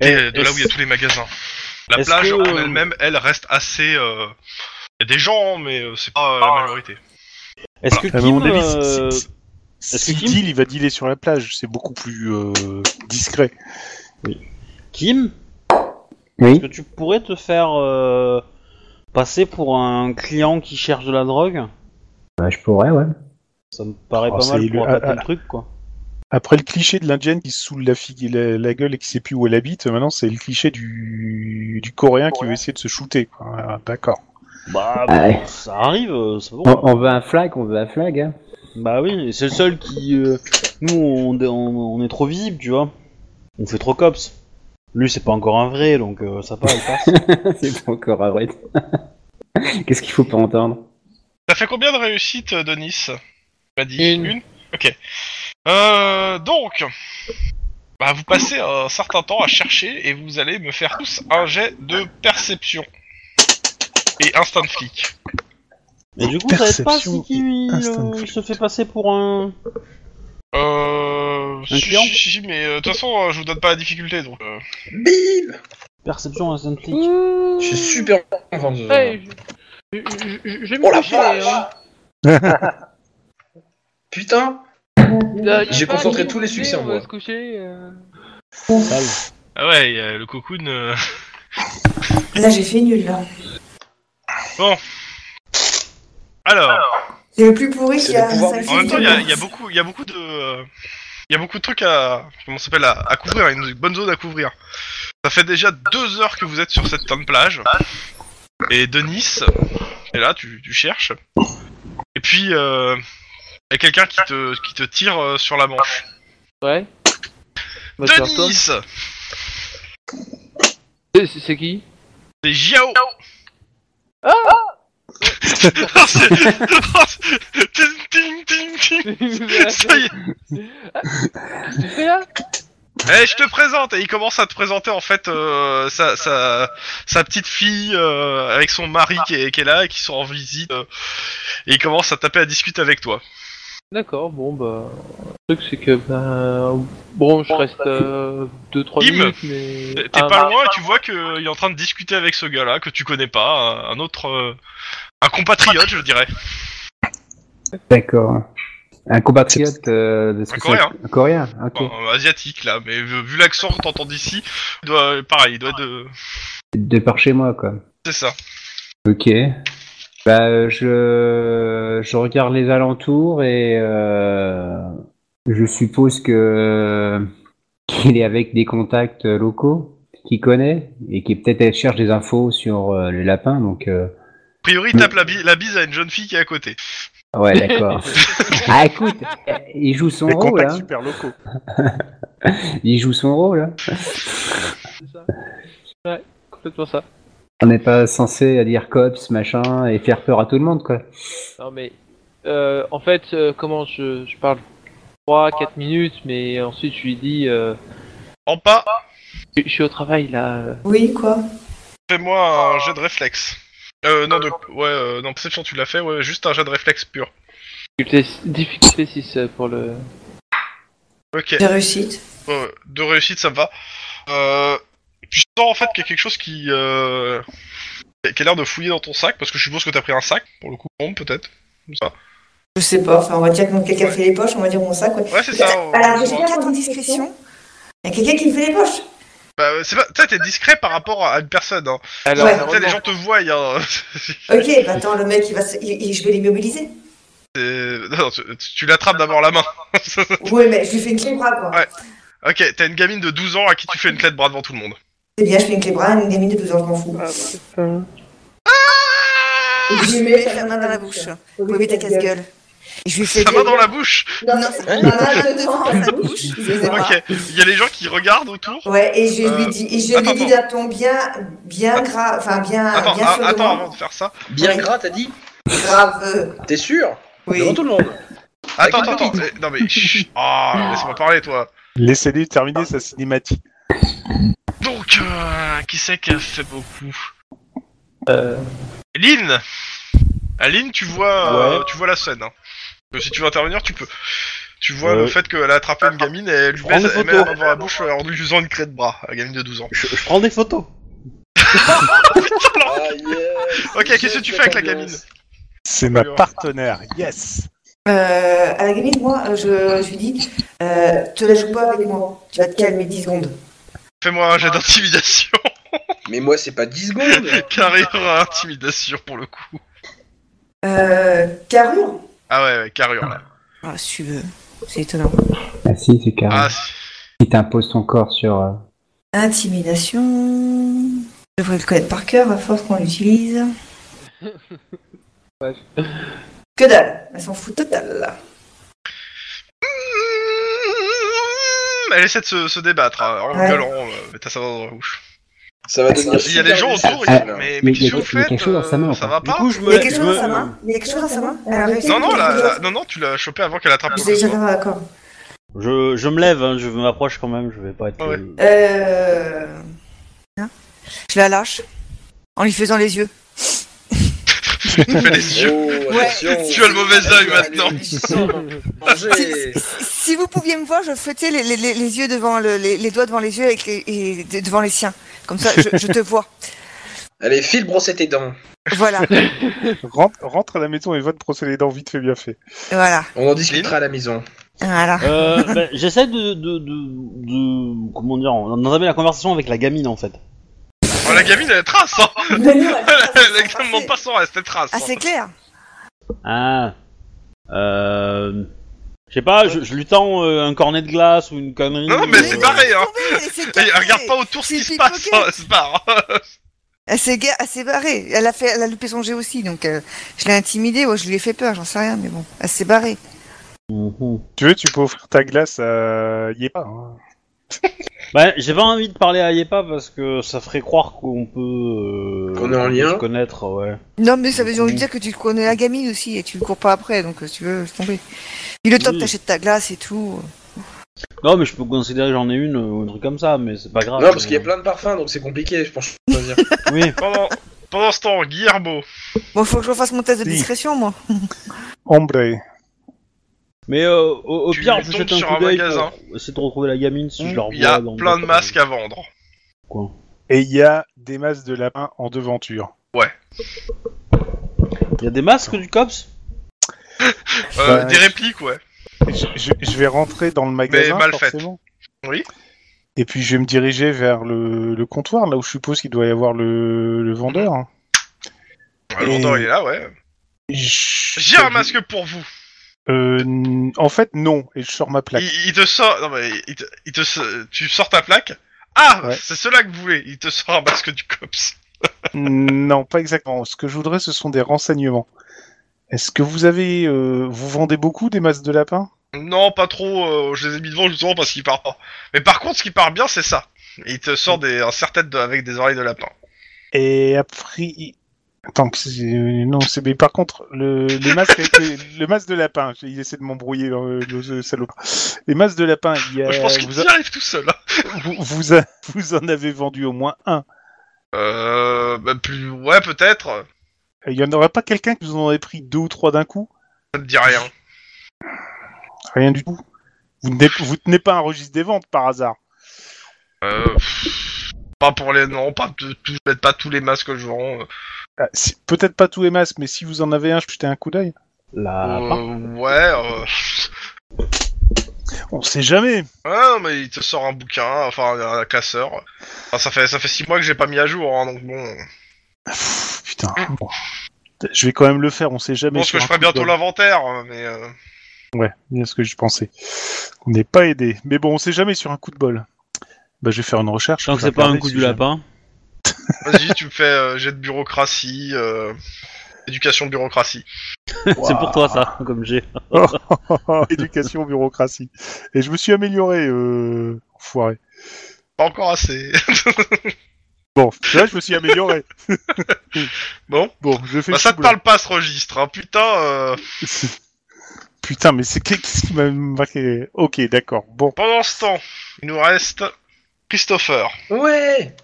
des-
Eh,
de là où il y a tous les magasins. La
est-ce
plage
que,
en
euh,
elle-même, elle reste assez. Il y a des gens, mais euh, c'est pas euh, la majorité.
Est-ce que
À
Kim.
mon avis, si-
euh,
si- si-
est-ce que
si
Kim-
deal, il va dealer sur la plage, c'est beaucoup plus euh, discret.
Kim,
Oui.
est-ce que tu pourrais te faire euh, passer pour un client qui cherche de la drogue
Bah, je pourrais, ouais.
Ça me paraît
Oh,
pas mal
c'est
pour
le-
appâter
ah,
le truc quoi.
Après le cliché de l'indienne qui se saoule la, figue- la, la gueule et qui sait plus où elle habite, maintenant c'est le cliché du, du coréen qui veut essayer de se shooter. quoi. Ah, D'accord.
Bah,
Ah ouais.
bon, ça arrive, euh, c'est bon.
On, on veut un flag, on veut un flag. Hein.
Bah oui, c'est le seul qui. euh, nous, on, on- on est trop visible, tu vois. On fait trop cops. Lui, c'est pas encore un vrai, donc euh, ça va, il passe.
c'est pas encore un vrai. Qu'est-ce qu'il faut pas entendre
Ça fait combien de réussites, euh, Denis Tu m'as dit
Une.
Ok. Euh, donc, bah, vous passez un certain temps à chercher et vous allez me faire tous un jet de perception et instant flic.
Et du coup, ça aide pas si
Perception
Kim il,
et instinct
euh,
de
il se fait passer pour un.
Euh. si,
client
si, si, si, mais euh, de toute façon, euh, je vous donne pas la difficulté donc. euh.
Bim
Perception instant flic.
Mm.
Ouh.
Je suis super content de
Ouais, je, je- je- je vais me
Oh la
coucher,
vache
hein.
Putain
Là,
J'ai
y a pas
concentré
qui
tous les
nous
succès en
dit, On
moi.
va se coucher. euh.
Calme.
Ah ouais, euh, le cocoon. euh,
Là, j'ai fait nul, là.
Alors,
C'est le plus pourri
C'est
qui a.
le pouvoir
ça
du-
fait
en même temps, il y a,
nul.
il y a beaucoup, il y a beaucoup de, euh, il y a beaucoup de trucs à, comment ça s'appelle, à, à couvrir, une bonne zone à couvrir. Ça fait déjà deux heures que vous êtes sur cette putain de plage. Et Denis, et là, tu, tu cherches. Et puis, euh, il y a quelqu'un qui te, qui te tire euh, sur la manche.
Ouais. Bah, tu retournes.
Denis,
C'est- c'est- C'est qui
c'est Jiao.
Ah
Oh, c'est- Ting, ting, ting, ting. Ça y est.
Tu fais là
Eh, je te présente Et il commence à te présenter en fait euh, sa, sa, sa petite fille euh, avec son mari qui est, qui est là et qui sont en visite. euh, et il commence à taper à discuter avec toi.
D'accord, bon bah. Le truc c'est que bah. Bon, je reste 2-3
Bim.
minutes, mais.
T'es
Ah,
pas loin et tu vois qu'il est en train de discuter avec ce gars-là que tu connais pas, un autre... euh, un compatriote je dirais.
D'accord. Un compatriote euh, de ce
Un
que
coréen.
c'est- un coréen, ok.
Enfin, euh, asiatique là, mais vu vu l'accent que t'entends d'ici, il doit- pareil, il doit être de...
De par chez moi, quoi.
C'est ça.
Ok. Bah, euh, je, je regarde les alentours et euh, je suppose que qu'il est avec des contacts locaux qu'il connaît et qui peut-être cherche des infos sur euh, les lapins. Donc, euh,
A priori, il tape la, bi- la bise à une jeune fille qui est à côté.
ouais, d'accord. ah, écoute, il joue son
Les
rôle.
contacts
Hein.
super locaux.
Il joue son rôle. hein.
C'est ça. Ouais, complètement ça.
On n'est pas censé dire cops, machin, et faire peur à tout le monde, quoi.
Non mais. euh, en fait, euh, comment je, je parle 3-4 minutes, mais ensuite je lui dis. euh,
En pas,
je, je suis au travail là. euh.
Oui, quoi.
fais-moi un jet de réflexe. Euh, non, de... ouais, euh, non, Perception, tu l'as fait, ouais, juste un jet de réflexe pur.
Difficulté, difficulté 6 euh, pour le.
Ok,
J'ai réussi.
euh, de réussite, ça me va. Euh, tu sens en fait qu'il y a quelque chose qui, euh, qui a l'air de fouiller dans ton sac, parce que je suppose que t'as pris un sac, pour le coup, bombe peut-être. Comme ça.
Je sais pas. Enfin, on va dire quand quelqu'un
Ouais.
fait les poches, on va dire mon sac. Ouais.
Ouais, c'est ça. euh, on-
Euh, Alors, je
on-
sais pas en discrétion. Il y a quelqu'un qui me fait les poches.
Bah, euh, c'est pas... T'sais, t'es discret par rapport à une personne. Hein.
Alors,
Ouais.
heureusement-
T'sais, les gens te voient. Hein.
Ok, bah attends, le mec, il va se- il- il- je vais l'immobiliser.
C'est- non, tu tu l'attrapes d'abord la main.
Ouais, mais je lui fais une clé bras, quoi.
Ouais. Ok, t'as une gamine de 12 ans à qui tu fais une clé de bras devant tout le monde.
C'est bien, je fais une clé bras, une gamine de 12 ans, je m'en fous.
Je lui mets la main dans la bouche. Oui, mais ta casse-gueule. Et Je lui fais
Ça
des-
va dans la bouche
Non, non, c'est- la main de devant dans sa bouche. excusez-moi.
Ok, il y a les gens qui regardent autour.
Ouais, et je
Euh,
lui dis, et je
attends,
lui dis d'un ton bien, bien grave, enfin bien,
Attends,
bien
ah,
sûr
attends avant de faire ça.
Bien gras, t'as dit
grave. euh,
T'es sûr
Oui.
Devant tout le monde.
Attends,
Avec
attends,
une
attends. eh, Non mais. chut. Ah, laisse-moi parler toi.
Laissez-lui terminer sa cinématique.
Donc, euh, qui c'est qui a fait beaucoup
Euh,
Lynn Ah, Lynn, tu vois, euh, tu vois la scène. hein. Euh, Si tu veux intervenir, tu peux. Tu vois
Ouais.
le fait qu'elle a attrapé une gamine et elle lui
Prends
baisse
des
elle met la
photos.
main devant la bouche euh, en lui usant une craie de bras, la gamine de 12 ans.
Je, je prends des photos.
Ah, yeah.
Ok, qu'est-ce que tu fais avec la
Ambiance.
gamine
C'est ma partenaire, yes
Euh, à la gamine, moi, euh, je, je lui dis, euh, te la joue pas avec moi, tu vas te calmer 10 secondes.
Fais-moi un jet d'intimidation.
Mais moi, c'est pas 10 secondes.
Carrure à intimidation pour le coup.
Euh, carrure
Ah ouais, ouais carrure là.
Ah, si tu veux. C'est étonnant.
Ah si, c'est carré.
Ah, si.
Il t'impose ton corps sur... euh,
Intimidation.
Je devrais le connaître par cœur, à force qu'on l'utilise.
Ouais.
Que dalle, elle s'en fout total, là.
Elle essaie de se, se débattre hein, en
Ouais.
gueulant, euh, mais t'as ça dans la bouche.
Ça va
Ah,
devenir
Il y a
super
les gens autour, ils
difficile, Ah.
disent,
là.
mais, mais
Mais il y
qu'est-ce
a
que vous
quelque- il y a
faites
quelque chose dans sa main,
euh,
en
Ça
fait.
va
Du
pas
coup, je
Il
me.
y a quelque
je
chose
me-
dans sa main Il y a quelque chose dans sa main Elle a réussi
euh, Non, non,
quelque
la-
chose.
la- non, non, tu l'as chopé avant qu'elle attrape
Vous
le
avez jamais
doigt.
d'accord.
Je, je me lève, hein, je m'approche quand même, je vais pas être.
Ouais.
euh,
Eh,
Euh...
hein Je la lâche en lui faisant les yeux.
Tu fais les yeux.
Oh, attention.
Tu as le mauvais œil maintenant.
Manger.
Si vous pouviez me voir, je fouettais les, les- les- les yeux devant le- les, les doigts devant les yeux avec les- et de- devant les siens. Comme ça, je, je te vois.
Allez, file brosser tes dents.
Voilà,
rentre, rentre à la maison et va te brosser les dents vite fait bien fait.
voilà,
On en discutera à la maison.
voilà.
Euh,
ben,
bah, J'essaie de, de, de, de- Comment dire en- D'entamer la conversation avec la gamine en fait.
Oh, la gamine, elle trace, hein Elle est extrêmement passant, elle se trace. hein.
Ah, c'est clair.
Ah. Euh... Je sais pas, je, je lui tends euh, un cornet de glace ou une connerie.
Non, non, mais
euh,
c'est barré, hein
Oui, c'est
Et
carré.
regarde pas autour ce
C'est
qui se passe,
pickpocket.
hein, elle se barre.
Elle s'est, ga- elle s'est barrée. Elle a, fait, elle a loupé son jet aussi, donc euh, je l'ai intimidée ou je lui ai fait peur, j'en sais rien, mais bon, elle s'est barrée.
Mhm.
Tu veux, tu peux offrir ta glace à
Ah.
Yepa. hein.
Bah, j'ai pas envie de parler à Yepa parce que ça ferait croire qu'on peut. euh,
Qu'on est en lien.
se connaître, ouais.
Non, mais ça
Ah
veut
Mhm.
dire dire que tu connais la gamine aussi et tu cours pas après, donc euh, si tu veux, laisse tomber. Puis le top,
Oui.
t'achètes ta glace et tout.
Non, mais je peux considérer que j'en ai une euh, ou un truc comme ça, Ah, mais c'est pas grave.
Non, parce qu'il y a plein de parfums, donc c'est compliqué, je pense. je peux dire.
Oui.
Pendant, pendant ce temps, Guillermo.
Bon, faut que je fasse mon test de
Si.
discrétion, moi.
Hombre.
Mais euh, au, au
Tu
pire,
tombes
je jette un
sur
coup
un
d'œil
magasin. Mmh.
pour essayer de retrouver la gamine si je la revois.
Il y a
dans-
plein de masques à vendre.
Et il y a des masses de lapins en devanture.
Il y a des masques du cops
Euh,
Bah,
des répliques, ouais.
Je, je- je vais rentrer dans le magasin,
mal faites.
forcément.
Oui.
Et puis je vais me diriger vers le, le comptoir, là où je suppose qu'il doit y avoir le, le vendeur. hein.
Le vendeur, il est là, ouais.
Je-
J'ai un masque pour vous.
Euh, n- en fait, non. Et je sors ma plaque.
Il, il te sort. Non, mais il te, il te s- tu sors ta plaque. Ah,
Ouais.
c'est cela que vous voulez. Il te sort un masque du COPS.
non, pas exactement. Ce que je voudrais, ce sont des renseignements. Est-ce que vous avez, euh, vous vendez beaucoup des masses de lapins
Non, pas trop. euh, je les ai mis devant justement parce qu'il part pas. Mais par contre, ce qui part bien, c'est ça. Il te sort des, un serre-tête de- avec des oreilles de lapin.
Et après, attends, que c'est- euh, non, c'est mais par contre le les masques avec les- le masque de lapin. j'ai- Il essaie de m'embrouiller euh, le, le salopard. Les masses de lapin. Il y a,
Je pense qu'il
Euh, vous, a-
y arrive tout seul. hein.
vous- vous a- vous en avez vendu au moins un.
Euh, bah, plus, ouais, peut-être.
Il y en aurait pas quelqu'un qui vous en aurait pris deux ou trois d'un coup
Ça te dit rien.
Rien du tout. Vous tenez, vous tenez pas un registre des ventes par hasard
Euh, pff, pas pour les non, pas de- tout, peut-être pas tous les masques que je vends. euh.
Ah, si- Peut-être pas tous les masques, mais si vous en avez un, je peux jeter un coup d'œil. hein. Ah,
Là.
Euh, ouais. euh,
On sait jamais.
Ouais, mais il te sort un bouquin, enfin un, un classeur. Enfin, ça fait ça fait six mois que j'ai pas mis à jour, hein, donc bon.
Pff, Putain. Bon. Je vais quand même le faire, on sait
Je
jamais.
pense Ah. que
sur
je
un
ferai
coup de
bientôt
doigt.
l'inventaire, euh, mais euh,
Ouais, bien ce que je pensais. On n'est pas aidé. Mais bon, on sait jamais sur un coup de bol. Bah, je vais faire une recherche.
Tant que
je vais
c'est pas un
regarder
coup
si
du
j'ai-
lapin.
vas-y, tu me fais euh, jet de bureaucratie, euh, éducation bureaucratie.
c'est pour toi ça, comme j'ai.
Éducation, bureaucratie. Et je me suis amélioré, euh... enfoiré.
Pas encore assez.
Bon, là, je me suis amélioré.
Bon.
Bon, je fais
Bah,
le
ça te
chou
parle pas ce registre, hein. putain. euh,
blanc. Putain, mais c'est qu'est-ce qui m'a marqué Ok, d'accord. Bon.
Pendant ce temps, il nous reste Christopher
ouais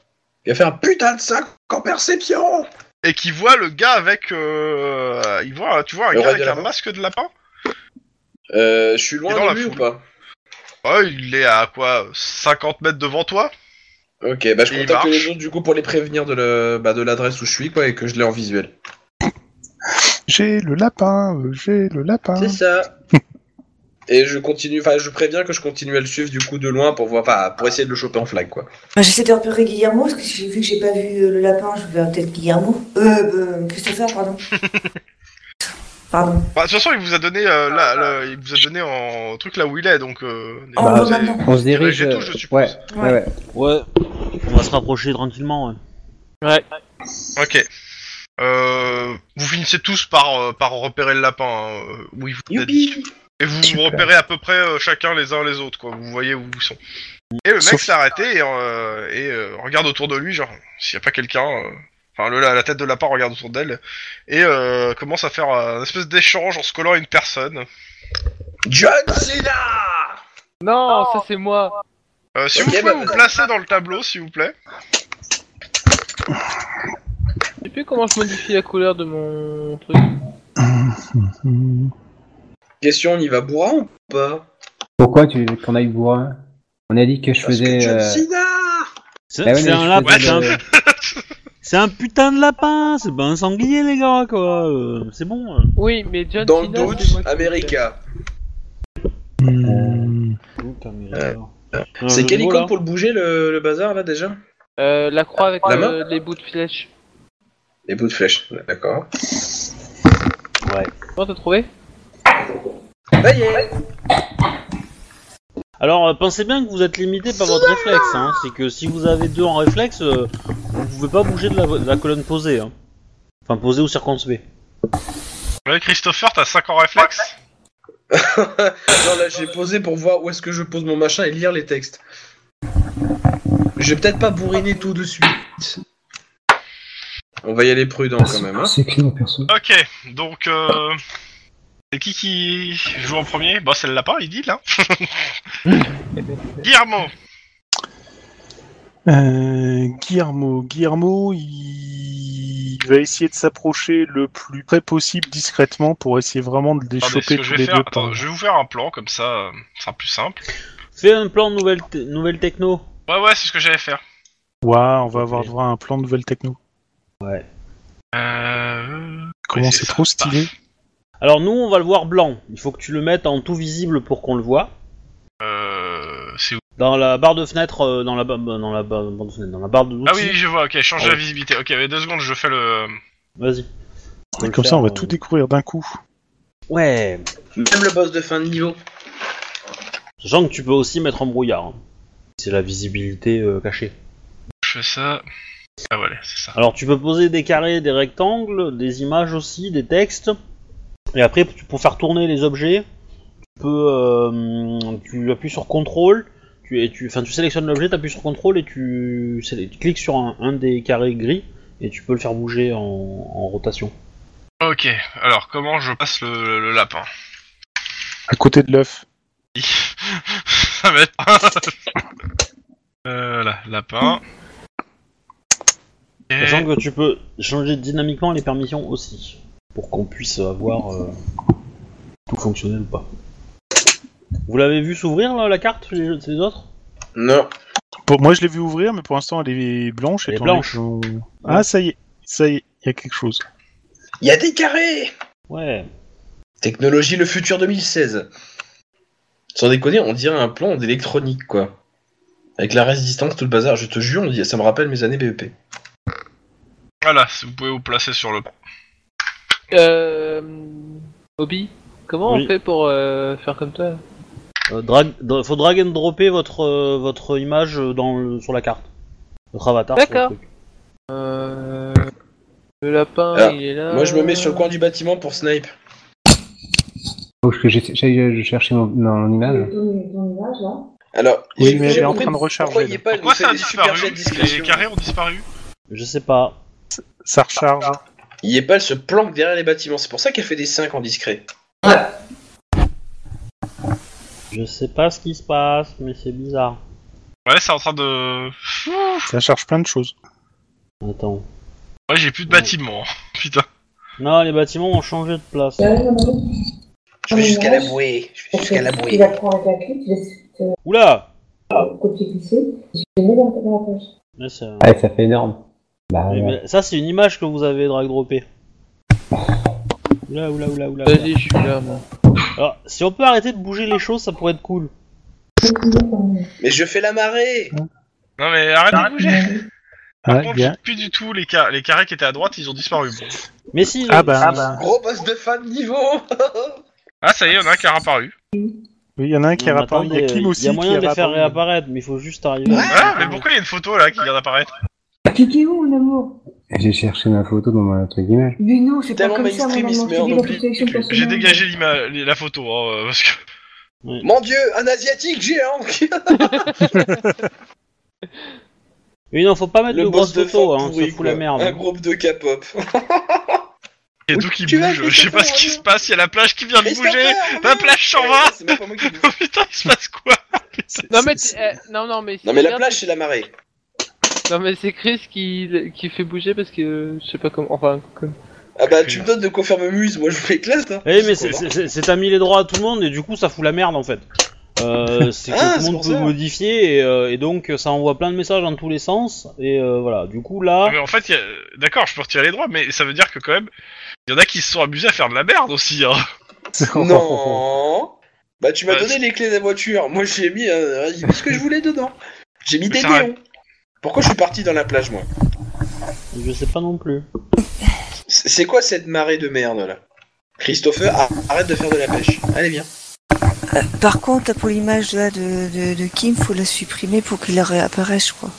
Il a fait un putain de 5 en perception
et qui voit le gars avec, euh, il voit, tu vois un
Le
gars
roi
avec
de
un
lapin.
masque de lapin.
Euh, je suis
Et
loin
dans la
de lui ou
foule.
pas
Ouais, il est à quoi 50 mètres devant toi
Ok, bah je
Et il
contacte
marche.
les autres du coup pour les prévenir de le- bah, de l'adresse où je suis quoi et que je l'ai en visuel.
J'ai le lapin, euh, j'ai le lapin.
C'est ça. Et je continue, enfin je préviens que je continue à le suivre du coup de loin pour voir, enfin, pour essayer de le choper en flag quoi.
Bah, J'essaie de repérer Guillermo, parce que j'ai vu que j'ai pas vu euh, le lapin, je vais peut-être Guillermo. Euh, euh, Christopher, pardon. pardon.
Bah, de toute façon, il vous a donné euh,
Ah,
là,
bah.
là, il vous a donné en truc là où il est, donc. Euh,
Eh
Oh,
ben,
vous
bah,
avez-
maintenant.
On se dirige.
J'ai tout,
euh,
je suppose.
ouais, ouais, ouais.
Ouais. On va se rapprocher tranquillement. Ouais.
Ouais.
Ok. Euh, vous finissez tous par euh, par repérer le lapin. hein, euh, où il vous a dit.
Youpi
Et vous vous
Super.
repérez à peu près euh, chacun les uns les autres, quoi. Vous voyez où ils sont. Et le mec
Sauf-
s'est arrêté et, euh, et, euh, regarde autour de lui, genre s'il n'y a pas quelqu'un. euh, Enfin, le- la, la tête de lapin regarde autour d'elle et euh, commence à faire euh, un espèce d'échange en se collant à une personne.
John Cena
Non, ça c'est moi.
Euh, si
Ok,
vous pouvez
bah,
vous
bah.
placer dans le tableau, s'il vous plaît.
Je sais plus comment je modifie la couleur de mon truc.
Hmm.
Question, on y va bourrin ou pas
Pourquoi tu qu'on aille bourrin On a dit que je
Parce que
faisais.
John
euh,
Cena
C'est
bah ouais,
c'est
mais
un
je
lapin.
faisais
c'est un-
le-
C'est un putain de lapin. C'est pas un sanglier, les gars, quoi. euh, c'est bon. euh.
Oui, mais John
Dans le
Cena, c'est moi
doute,
qui
America.
Hmm.
Euh,
C'est quel icône pour le bouger le, le bazar là déjà
Euh, la croix avec
La
le-
main
les bouts de flèche.
Les bouts de flèche, d'accord.
Comment t'as trouvé
Ça y est
Alors, euh, pensez bien que vous êtes limité par votre réflexe. Hein. C'est que si vous avez deux en réflexe, euh, vous pouvez pas bouger de la, de la colonne posée. Hein. Enfin, posée ou circonspect.
Ouais, Christopher, t'as 5 ans réflexe
Non, là, j'ai posé pour voir où est-ce que je pose mon machin et lire les textes. Je vais peut-être pas bourriner tout de suite. On va y aller prudent quand même. Hein.
C'est clair, perso.
Ok, donc. Euh... C'est qui qui joue en premier Bah, c'est le lapin, il dit là. Guillermo
Euh, Guillermo, Guillermo, il... il va essayer de s'approcher le plus près possible discrètement pour essayer vraiment de les
Attendez, ce que
choper tous
je vais
les
faire,
deux.
attends,
par-
je vais vous faire un plan comme ça, euh, ce sera plus simple.
Fais un plan nouvelle, te- nouvelle techno.
Ouais, ouais, c'est ce que j'allais faire.
Ouah, on va avoir droit à un plan de nouvelle techno.
Euh...
Comment
Ouais, c'est
c'est
ça.
trop stylé.
Alors, nous, on va le voir blanc. Il faut que tu le mettes en tout visible pour qu'on le voit.
euh, c'est où
Dans la barre de fenêtre, euh, dans la, ba- dans la, barre de fenêtre, dans la barre de
Ah oui, je vois, ok, change la
Ouais.
visibilité. Ok, mais deux secondes, je fais le.
Vas-y.
Et
le
comme ça,
faire,
on va
euh,
tout découvrir d'un coup.
Ouais.
Même le boss de fin de niveau.
Sachant que tu peux aussi mettre en brouillard. hein. C'est la visibilité euh, cachée.
Je fais ça. Ah, voilà, c'est ça.
Alors tu peux poser des carrés, des rectangles, des images aussi, des textes. Et après, tu- pour faire tourner les objets, tu peux, euh, tu appuies sur contrôle. Tu, et tu, enfin, tu sélectionnes l'objet, tu appuies sur contrôle et tu, séle- tu cliques sur un, un des carrés gris et tu peux le faire bouger en, en rotation.
Ok, alors comment je passe le, le lapin
À côté de l'œuf.
Ça va être. euh, voilà, lapin. Et...
Sachant que tu peux changer dynamiquement les permissions aussi pour qu'on puisse avoir euh, tout fonctionnel ou pas. Vous l'avez vu s'ouvrir là, la carte, les, les autres
Non.
Pour moi, je l'ai vu ouvrir, mais pour l'instant, elle est blanche.
Elle est
étant donné
blanche.
que j'en- Ah, ça y est, ça y est, il y a quelque chose.
Il y a des carrés
Ouais.
Technologie le futur 2016. Sans déconner, on dirait un plan d'électronique, quoi. Avec la résistance, tout le bazar, je te jure, on dit- ça me rappelle mes années E BEP.
Voilà, vous pouvez vous placer sur le.
Euh. Obi, comment
Oui.
on fait pour euh, faire comme toi
Euh, drag- dra- faut drag and dropper votre, euh, votre image euh, dans le- sur la carte. Votre avatar. sur le
D'accord.
truc.
Euh, Le lapin,
Ah,
il est là.
Moi, je me mets sur le coin du bâtiment pour snipe.
Faut que j'ai- j'ai- je cherchais mon, mon
Ah,
image.
Alors,
Oui,
j'ai-
mais
j'ai
elle est en
compris
train de
Pourquoi
recharger,
il est
là.
pas
Pourquoi
il nous fait
ça a
des super
disparu
jets de
Les
discrétion
carrés ont disparu
Je sais pas.
Ça recharge.
Il est pas se planque derrière les bâtiments, c'est pour ça qu'elle fait des 5 en discret.
Je sais pas ce qui se passe, mais c'est bizarre.
Ouais, c'est en train de.
Ça charge plein de choses.
Attends.
Ouais, j'ai plus de
Ouais.
bâtiment. hein. Putain.
Non, les bâtiments ont changé de place.
Je vais jusqu'à la bouée. Je vais jusqu'à la bouée.
Tu la prends avec la clé, tu laisses
Oula
le copier-glisser, tu le mets dans dans la poche.
Mais c'est-
Ah, ça fait énorme. Bah,
mais-
ouais.
mais Ça, c'est une image que vous avez drag droppée. Oula, oula, oula, oula. oula.
Vas-y, je suis là, moi.
Alors, si on peut arrêter de bouger les choses, ça pourrait être cool.
Mais je fais la marée
Non, mais arrête de bouger Par
Ouais,
contre,
bien.
plus du tout, les, car- les carrés qui étaient à droite, ils ont disparu. Bon.
Mais si. euh,
Ah
si-
bah. Ah
Gros boss de fin de niveau
Ah, ça y est, y'en a un qui a réapparu.
Oui, il y en a un qui
Non, mais
réapparaît. Il y a
attendez,
Kim aussi
euh, Il y a moyen de
qui
les faire
réapparaît.
réapparaître, mais il faut juste arriver. à-
Ah, mais pourquoi il y a une photo là qui vient d'apparaître
Cliquez où, mon amour
J'ai cherché ma photo dans mon truc d'image.
Mais non, c'est pas
Tellement
comme ça, mon
mainstream, il se
amour. Je te
met en
dis, la
oubli.
petite sélection personnelle.
J'ai dégagé l'ima- la photo, hein, euh, parce que.
Mon dieu, un asiatique géant
Oui, non, faut pas mettre de grosses photos,
fin
hein, ça
pourri,
fout la
quoi.
merde.
Un groupe de K-pop.
Et donc il
Tu vas
bouge,
appeler
je sais pas
ça,
ce qui
ouais.
se passe, il y a la plage qui vient de bouger.
Christopher,
la
oui.
plage s'en
Ouais,
va.
C'est même pas moi qui dis.
Oh putain, il se passe quoi
Non, mais, t- eh, non, non, mais.
Non mais la
regarde,
plage, c'est la marée.
Non, mais c'est Chris qui, qui fait bouger parce que. euh, Je sais pas comment. Enfin, comme.
Ah bah, tu me donnes de quoi faire me muse, moi je vous éclate. Hein.
Eh mais c'est- c'est c'est- c'est t'as mis les droits à tout le monde et du coup ça fout la merde en fait. Euh, c'est que
Ah,
tout
c'est
le
pour
monde peut
ça.
modifier et, euh, et donc ça envoie plein de messages dans tous les sens et euh, voilà. Du coup là,
Mais en fait, il y a- d'accord, je peux retirer les droits, mais ça veut dire que quand même, il y en a qui se sont amusés à faire de la merde aussi. Hein.
Non Bah, tu m'as
Bah,
donné les clés de la voiture. Moi, j'ai mis, euh, j'ai mis ce que je voulais dedans. J'ai mis des
Ça
néons. Pourquoi je suis parti dans la plage, moi
Je sais pas non plus.
C'est c'est quoi cette marée de merde, là Christopher, ar- arrête de faire de la pêche. Allez, viens.
Euh, par contre, pour l'image là, de, de, de Kim, faut la supprimer pour qu'il réapparaisse, je crois.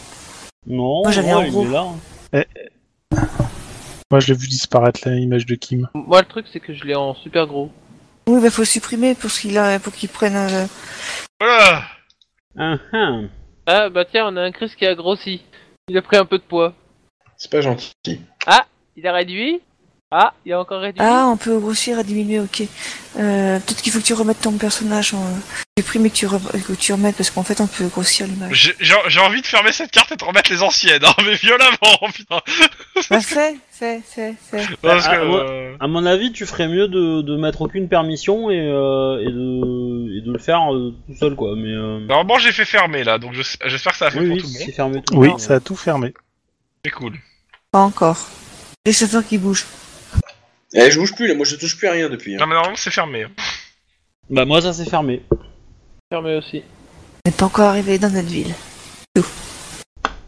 Non,
Moi, j'avais
non,
un
il
gros.
est là. hein.
Moi, je l'ai vu disparaître, là, l'image de Kim.
Moi, le truc, c'est que je l'ai en super gros.
Oui, il faut le supprimer pour qu'il a, pour qu'il prenne. euh,
Voilà
Ah, ah.
Ah, bah tiens, on a un Chris qui a grossi. Il a pris un peu de poids.
C'est pas gentil.
Il a réduit. Ah, il a encore réduit.
Ah, on peut grossir et diminuer, ok. Euh, Peut-être qu'il faut que tu remettes ton personnage en. Supprimer que tu, re- que tu remettes parce qu'en fait on peut grossir l'image.
J'ai j'ai- j'ai envie de fermer cette carte et de remettre les anciennes, hein, mais violemment, putain
Bah, fais, fais, fais, fais.
Parce que,
Ah, ouais.
euh,
À mon avis, tu ferais mieux de, de mettre aucune permission et, euh, et, de, et de le faire euh, tout seul, quoi. Mais euh,
Normalement, j'ai fait fermer, là, donc je- j'espère que ça a fait
oui,
Bah, pour
oui,
tout le
c'est
monde.
fermé. Tout le
Oui,
monde.
ça a tout fermé.
C'est cool.
Pas encore. Les serveurs qui bougent.
Eh, je bouge plus, là. Moi, je touche plus à rien depuis.
Non,
hein.
mais normalement, c'est fermé.
Bah moi, ça s'est fermé.
fermé aussi.
On n'est pas encore arrivé dans notre ville.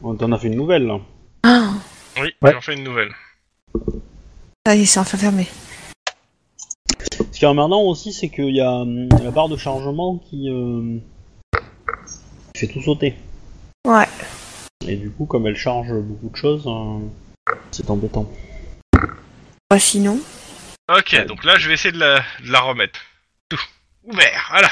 On t'en a fait une nouvelle. Là.
Ah,
Oui,
Ouais.
j'en fais une nouvelle.
ça y est, c'est enfin fermé.
Ce qui est emmerdant aussi, c'est qu'il y a hum, la barre de chargement qui euh, fait tout sauter.
Ouais.
Et du coup, comme elle charge beaucoup de choses, euh, c'est embêtant.
Bah sinon,
Ok, donc là, je vais essayer de la, de la remettre. Tout. Ouvert, voilà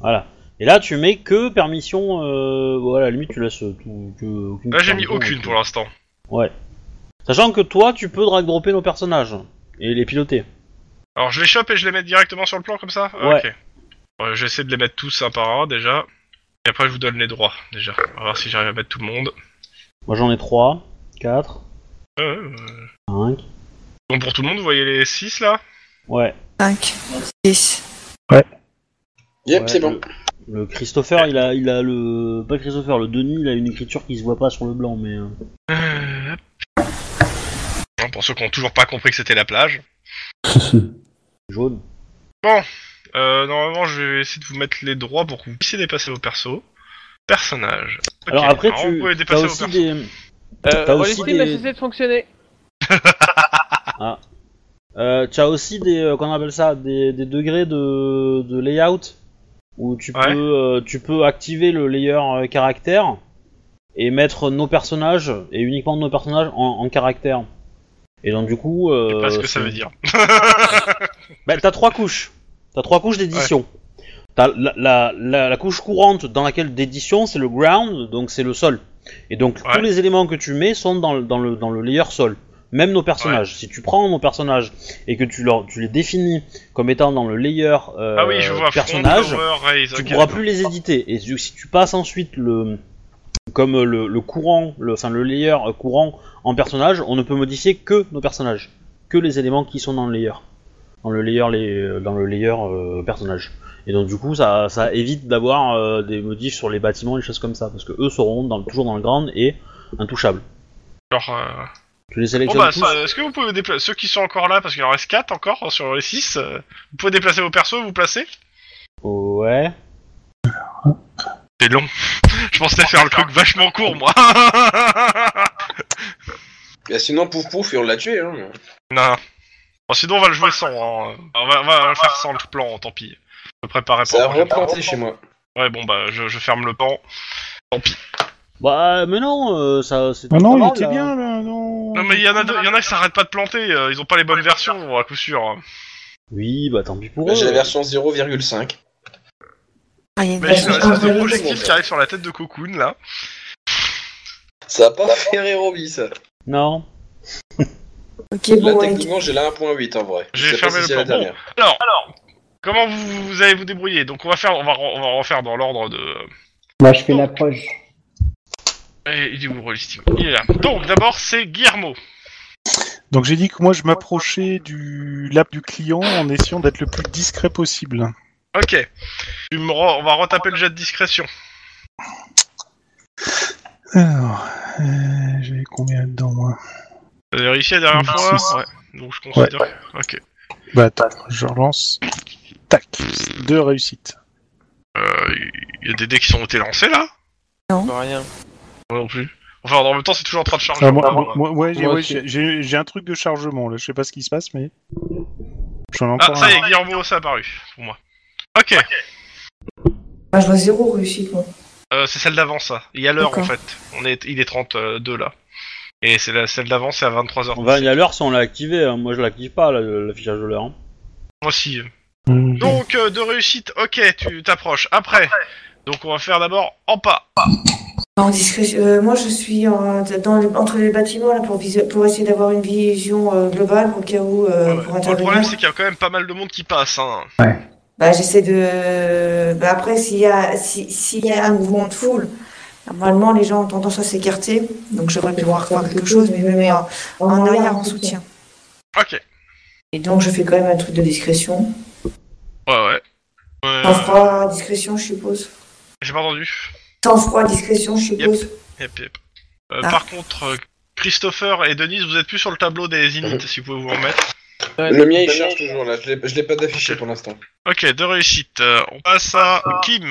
Voilà. Et là, tu mets que permission. Euh, voilà, à la limite, tu laisses tout. que- aucune
Là, j'ai mis
permission,
aucune
euh,
pour l'instant.
Sachant que toi, tu peux drag-dropper nos personnages et les piloter.
Alors, je les chope et je les mets directement sur le plan, comme ça
Ouais.
Ok. Ouais, J'essaie de les mettre tous un par un, déjà. Et après, je vous donne les droits, déjà. On va voir si j'arrive à mettre tout le monde.
Moi, j'en ai 3, 4,
Euh, euh,
5.
Bon, pour tout le monde, vous voyez les 6, là
Ouais.
5, 6.
Yep,
Ouais,
c'est bon.
Le, le Christopher, il a, il a le. Pas le Christopher, le Denis, il a une écriture qui se voit pas sur le blanc, mais. euh,
Euh, hop. Hein, Pour ceux qui ont toujours pas compris que c'était la plage.
jaune.
Euh, normalement, je vais essayer de vous mettre les droits pour que vous puissiez dépasser vos persos. Personnages. Ok,
Alors après,
vous
tu.
pouvez
T'as
dépasser vos
aussi
persos.
des.
Euh,
T'as
on
aussi
laisse la
des-
cessé de fonctionner.
Euh, tu as aussi des. euh, Qu'on appelle ça Des, des degrés de, de layout. Où tu peux,
Ouais.
euh, tu peux activer le layer euh, caractère. Et mettre nos personnages, et uniquement nos personnages, en, en caractère. Et donc, du coup.
Je sais
Euh,
pas ce que ça
c'est-
veut dire.
Bah, t'as trois couches. T'as trois couches d'édition. T'as la, la, la, la couche courante dans laquelle d'édition, c'est le ground, donc c'est le sol. Et donc
Ouais.
tous les éléments que tu mets sont dans, le- dans, le, dans le layer sol. Même nos personnages. Si tu prends nos personnages et que tu, leur, tu les définis comme étant dans le layer euh,
ah oui, je vois. front,
personnage,
power, raise,
tu
ok.
pourras plus les éditer. Et si si tu passes ensuite le comme le, le courant, le, enfin le layer euh, courant en personnage, on ne peut modifier que nos personnages, que les éléments qui sont dans le layer, dans le layer les, dans le layer euh, personnage. Et donc du coup, ça, ça évite d'avoir euh, des modifs sur les bâtiments et des choses comme ça, parce que eux seront dans, toujours dans le ground et intouchables.
Alors, euh,
Tu les
Bon
sélectionnes
bah,
tous.
ça- est-ce que vous pouvez déplacer ceux qui sont encore là, parce qu'il en reste 4 encore hein, sur les 6, vous pouvez déplacer vos persos, vous placer
Ouais.
C'est long. je pensais faire le truc vachement court, moi.
Bah, sinon, pouf pouf, et on l'a tué. Hein.
non. Bon, sinon, on va le jouer sans. hein. On va, on va le faire sans le plan, tant pis. Je me préparais
Ça a
pas.
replanté chez moi.
Ouais, bon bah, je, je ferme le plan.
Bah mais non, euh, ça c'est.
Ah non,
pas
il
mal,
était
là.
bien, là, non.
Non, mais il y, en a deux- il y en a qui s'arrêtent pas de planter, euh, ils ont pas les bonnes versions, à coup sûr. hein.
Oui, bah tant pis pour
Bah,
eux.
J'ai la version 0,5.
Ah, il y a une
Mais j'ai
personne.
une espèce de
Ah,
projectif
oui.
qui arrive sur la tête de Cocoon, là.
Ça a pas fait rire Roby, ça.
Non.
Ok,
Là,
bon, ouais.
techniquement, j'ai la 1.8 en vrai.
J'ai
Je sais pas
fermé
si
le
c'est la
plan. Bon.
dernière.
Alors, comment vous, vous allez vous débrouiller Donc, on va faire, on va, re- on va refaire dans l'ordre de.
Moi, je fais une approche.
Et il est où Rolly Steam Il est là. Donc d'abord c'est Guillermo.
Donc j'ai dit que moi je m'approchais du lab du client en essayant d'être le plus discret possible.
Ok. Tu me re- On va retaper le jet de discrétion.
Alors, euh, j'avais combien dedans moi
Vous avez réussi la dernière fois
Six.
Ouais. Donc je considère. Ok.
Bah attends, je relance. Tac, deux réussites.
Euh, Il y a des dés qui sont été lancés là
Bah, Rien.
Moi non plus. Enfin, en même temps, c'est toujours en train de charger.
Ah, moi- moi- ouais, j'ai-
Moi
ouais,
aussi.
j'ai- j'ai j'ai un truc de chargement là, je sais pas ce qui se passe, mais. J'en ai
Ah,
encore
ça y
un.
est, Guillermo, ça a apparu, pour moi. Ok,
Moi, Bah, je vois zéro réussite, moi.
euh, c'est celle d'avant, ça. Il y a l'heure, en
D'accord.
fait. On est, il est 32, là. Et c'est la, celle d'avant, c'est à 23h.
On va y à l'heure si on l'a activé. hein. Moi, je l'active pas, là, le- l'affichage de l'heure. hein.
Moi aussi.
Mm.
Donc, euh, de réussite, ok, tu t'approches. Après, donc on va faire d'abord en pas.
En discrétion- euh, moi, je suis en- dans les- entre les bâtiments là, pour, visu- pour essayer d'avoir une vision euh, globale au cas où. euh,
Ah Ouais, ouais.
pour
Bon, le
intervenir.
problème, c'est qu'il y a quand même pas mal de monde qui passe. Hein.
Bah, j'essaie de. Bah, après, s'il y, a... si- s'il y a un mouvement de foule, normalement, les gens ont tendance à s'écarter. Donc, j'aurais pu voir voir quelque chose, mais je me mets en, en arrière en soutien.
Ok,
Et donc, je fais quand même un truc de discrétion.
ouais, ouais. Ouais,
Sans froid, discrétion, je suppose.
J'ai pas entendu.
Sans froid, discrétion, je suppose.
Yep, yep. Euh,
Ah.
Par contre, euh, Christopher et Denise, vous êtes plus sur le tableau des init, si vous pouvez vous remettre.
Le mien il charge toujours là, je l'ai- je l'ai pas d'affiché
Ok.
pour l'instant.
Ok, de réussite. Euh, on passe à Kim.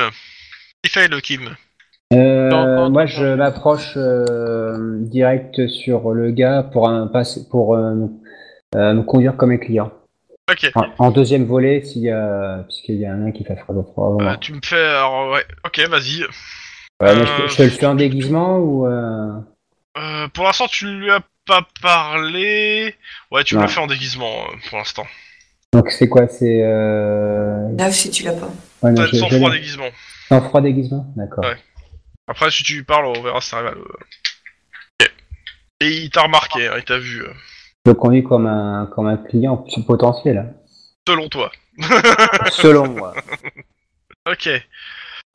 Il fait le Kim.
Euh,
T'as encore-
moi, je m'approche euh, direct sur le gars pour, un pass- pour euh, euh, me conduire comme un client.
Ok,
En, en deuxième volet, s'il y a, puisqu'il y en a un qui fait froid froid avant.
euh, tu me fais. alors, ouais, ok, vas-y.
Ouais, mais je,
euh,
je te le fais en déguisement ou euh,
Euh, pour l'instant, tu lui as pas parlé. Ouais, tu me
Non.
le fais en déguisement euh, pour l'instant.
donc c'est quoi C'est euh...
Neuf, si tu l'as pas.
ouais, non,
T'as
je-
sans
je
froid
l'ai.
déguisement.
Sans froid déguisement, d'accord.
Ouais. Après, si tu lui parles, on verra si ça arrive à le- Ok. Et il t'a remarqué, hein, il t'a vu, euh,
Je le conduis comme un comme un client potentiel, hein.
selon toi.
selon moi.
Ok.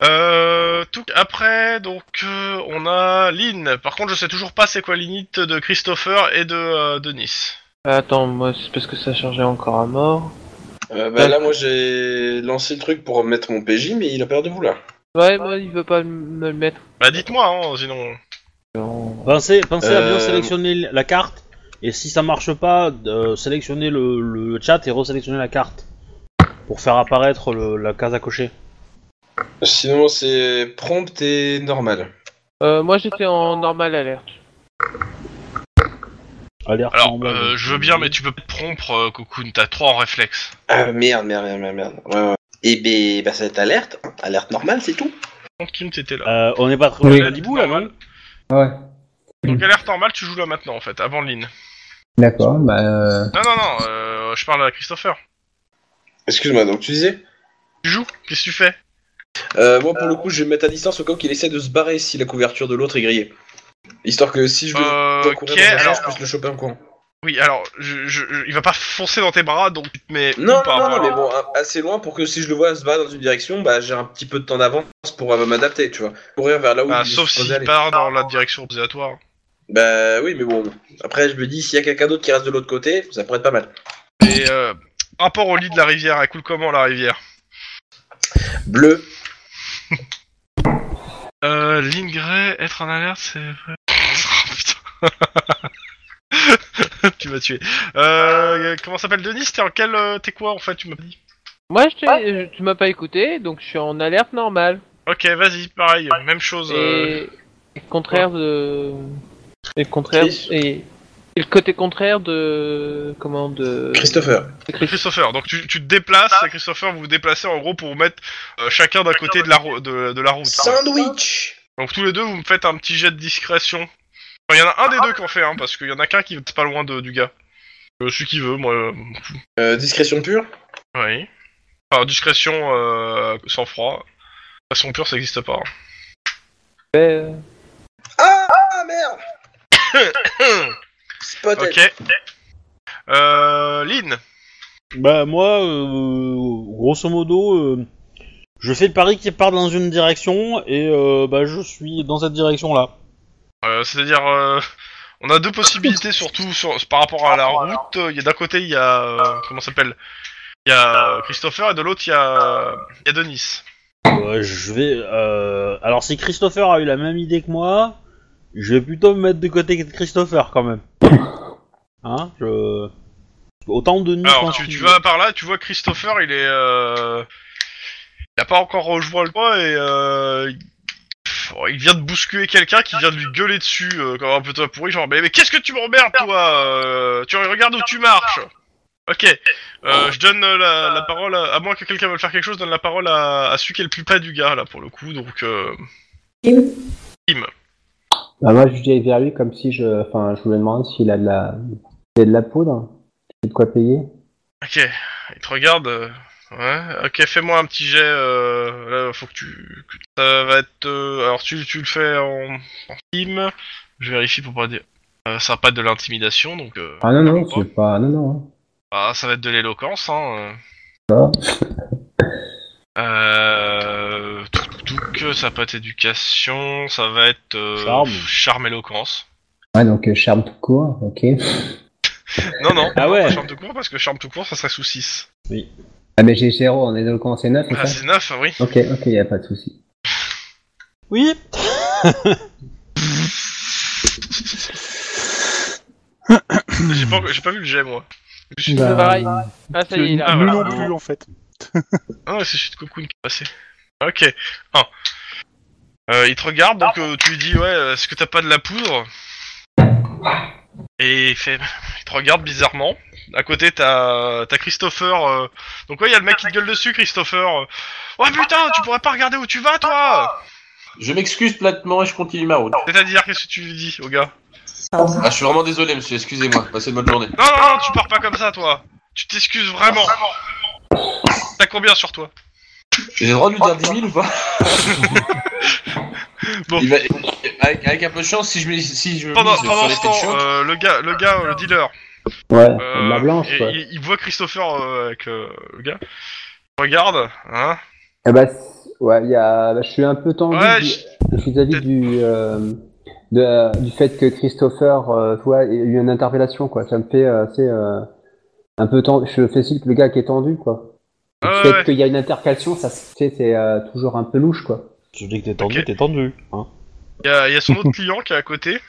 Euh, tout... Après, donc, euh, on a Lynn. Par contre, je sais toujours pas c'est quoi l'init de Christopher et de, euh, de Nice.
Ah, Attends, moi, c'est parce que ça chargeait encore à mort.
Euh, bah, là moi j'ai lancé le truc pour mettre mon PJ mais il a peur de vous là.
Ouais, moi, il veut pas me le mettre.
Bah, dites-moi, hein, sinon.
Non.
Pensez, pensez à bien
Euh,
sélectionner la carte. Et si ça marche pas, euh, sélectionnez le, le chat et resélectionnez la carte. Pour faire apparaître le- la case à cocher.
Sinon c'est prompt et normal.
Euh, moi, j'étais en normal alerte.
Alerte
Alors,
normale.
euh, je veux bien,
bah,
mais tu peux te rompre, euh, Cocoon. T'as 3 en réflexe.
Ah merde merde merde merde merde. Ouais, ouais. Et ben bah, cette alerte, alerte normale c'est tout.
Contre Kim, t'étais là.
Euh, on n'est pas très
Oui.
loin de Malibu, là, non
Ouais.
Donc, alerte normale, tu joues là maintenant, en fait, avant Lynn.
D'accord. Bah, euh,
Non, non, non, euh, je parle à Christopher.
Excuse-moi donc tu disais
Tu joues Qu'est-ce que tu fais
Euh, moi, pour le coup, je vais me mettre à distance au cas où il essaie de se barrer si la couverture de l'autre est grillée. Histoire que si je veux
Euh,
pas courir
ok,
dans un sens,
alors-
je puisse le choper en courant.
Oui, alors, je, je, je- il va pas foncer dans tes bras, donc tu te mets. ou
Non,
pas,
non, non,
voilà.
mais bon, un- assez loin pour que si je le vois se barrer dans une direction, bah j'ai un petit peu de temps d'avance pour euh, m'adapter, tu vois. Courir vers là où
Bah,
il est
sauf
supposé
s'il
aller.
part dans la direction obligatoire.
Bah oui, mais bon. Après, je me dis, s'il y a quelqu'un d'autre qui reste de l'autre côté, ça pourrait être pas mal.
Et euh, rapport au lit de la rivière, elle coule comment la rivière
Bleu.
Euh, Lynn Grey, être en alerte, c'est vrai. Oh, Putain. tu m'as tué. Euh, comment s'appelle Denis T'es en quel. euh, T'es quoi en fait Tu m'as pas dit.
Moi, je t'ai- je- tu m'as pas écouté, donc je suis en alerte normale.
Ok, vas-y, pareil, même chose. euh,
Et, et le contraire de. Et le contraire.
Chris.
Et... et le côté contraire de. Comment de.
Christopher.
de Chris.
Christopher, donc tu, tu te déplaces, et Christopher, vous vous déplacez en gros pour mettre euh, chacun d'un côté de la, ro- de, de la route.
Sandwich
Donc tous les deux, vous me faites un petit jet de discrétion. Enfin, il y en a un des deux qui en fait, hein, parce qu'il y en a qu'un qui est pas loin de, du gars. Euh, celui qui veut, moi. euh,
euh, Discrétion pure
Oui. Enfin, discrétion euh, sans froid. Façon pure, ça n'existe pas. hein.
Ouais, euh,
Ah, ah, merde Spot
ok. Euh, Lynn,
Bah, moi, euh, grosso modo, euh, je fais le pari qu'il part dans une direction et euh, bah, je suis dans cette direction-là.
euh, c'est-à-dire, euh, on a deux possibilités surtout sur, par rapport à la route. Il y a d'un côté, il y a euh, comment ça s'appelle Il y a euh, Christopher et de l'autre, il y a il y a Denis.
Ouais, je vais. euh, Alors, si Christopher a eu la même idée que moi, je vais plutôt me mettre du côté de Christopher quand même. Hein je... Autant de Nice,
Alors,
moi,
tu,
je-
tu vas par là, tu vois Christopher, il est, euh, il a pas encore rejoint le toit et euh, fort. Il vient de bousculer quelqu'un qui vient de lui gueuler dessus euh, comme un putain pourri, genre mais, mais qu'est-ce que tu m'emmerdes toi euh, Tu regardes où tu marches Ok, euh, je donne euh, la, la parole, à, à moins que quelqu'un veuille faire quelque chose, je donne la parole à, à celui qui est le plus près du gars là pour le coup, donc euh,
Kim
Bah, moi, je vais vers lui comme si je. Enfin, je voulais demander s'il a de la, s'il a de la poudre. C'est de quoi payer.
Ok, il te regarde. euh, Ouais, ok, fais-moi un petit jet. Euh, là, faut que tu. que- ça va être. euh, alors, tu, tu le fais en, en team. Je vérifie pour pas dire. Euh, ça va pas être de l'intimidation, donc. euh,
Ah non, non,
clairement
c'est pas. Non, non. hein.
pas. Ah, ça va être de l'éloquence, hein.
Ah.
euh. Euh. touc, touc, ça peut être éducation, ça va être. euh,
Charme.
Charme, éloquence.
Ouais, donc euh, charme tout court, ok.
Non, non,
Ah ouais.
pas charme tout court, parce que charme tout court, ça serait sous 6.
Ah, mais j'ai 0, on est dans le camp, c'est 9, c'est
Ah,
ça
c'est 9, oui.
Ok, ok, y a pas de souci.
Oui
J'ai pas, j'ai pas vu le jet, moi. Je-
C'est
Bah, euh,
pareil. Ah, ça y est, il
Ah,
a...
Nous
voilà.
non plus, en fait.
Ah ouais, c'est Shit Cocoon qui est passé. Ok. Ah. Euh, il te regarde, donc euh, tu lui dis ouais, euh, est-ce que t'as pas de la poudre Et il fait, il te regarde bizarrement. À côté t'as, t'as Christopher. euh, Donc ouais, il y a le mec qui te gueule dessus, Christopher. euh, Oh putain, tu pourrais pas regarder où tu vas, toi
Je m'excuse platement et je continue ma route.
C'est-à-dire qu'est-ce que tu lui dis au gars
Ah, je suis vraiment désolé, monsieur, excusez-moi. Passez une bonne journée.
Non, non, non, tu pars pas comme ça, toi. Tu t'excuses vraiment. T'as combien sur toi
J'ai le droit de lui dire 10 000 ou pas
Bon.
Il va- avec, avec un peu de chance, si je mets, si je
Pendant,
mise
pendant
sur les
ce
têtes
temps,
chaudes,
euh, le gars, le gars, le dealer.
Ouais,
Euh,
de la blanche,
et-
quoi.
Il, il voit Christopher euh, avec euh, le gars. Il Regarde, hein.
Eh bah, c- ouais, y a... bah, je suis un peu tendu
Ouais,
du-
je-
vis-à-vis du, euh, de, euh, du fait que Christopher, euh, tu vois, il y a eu une interpellation, quoi. Ça me fait, euh, tu sais, euh, un peu tendu. Je fais signe que le gars qui est tendu, quoi. Le
Ah,
fait
ouais.
qu'il y a une intercalation, ça, se- tu sais, c'est euh, toujours un peu louche, quoi.
Je dis que t'es tendu,
Ok.
t'es tendu. Hein.
Il y, a- il y a son autre client qui est à côté.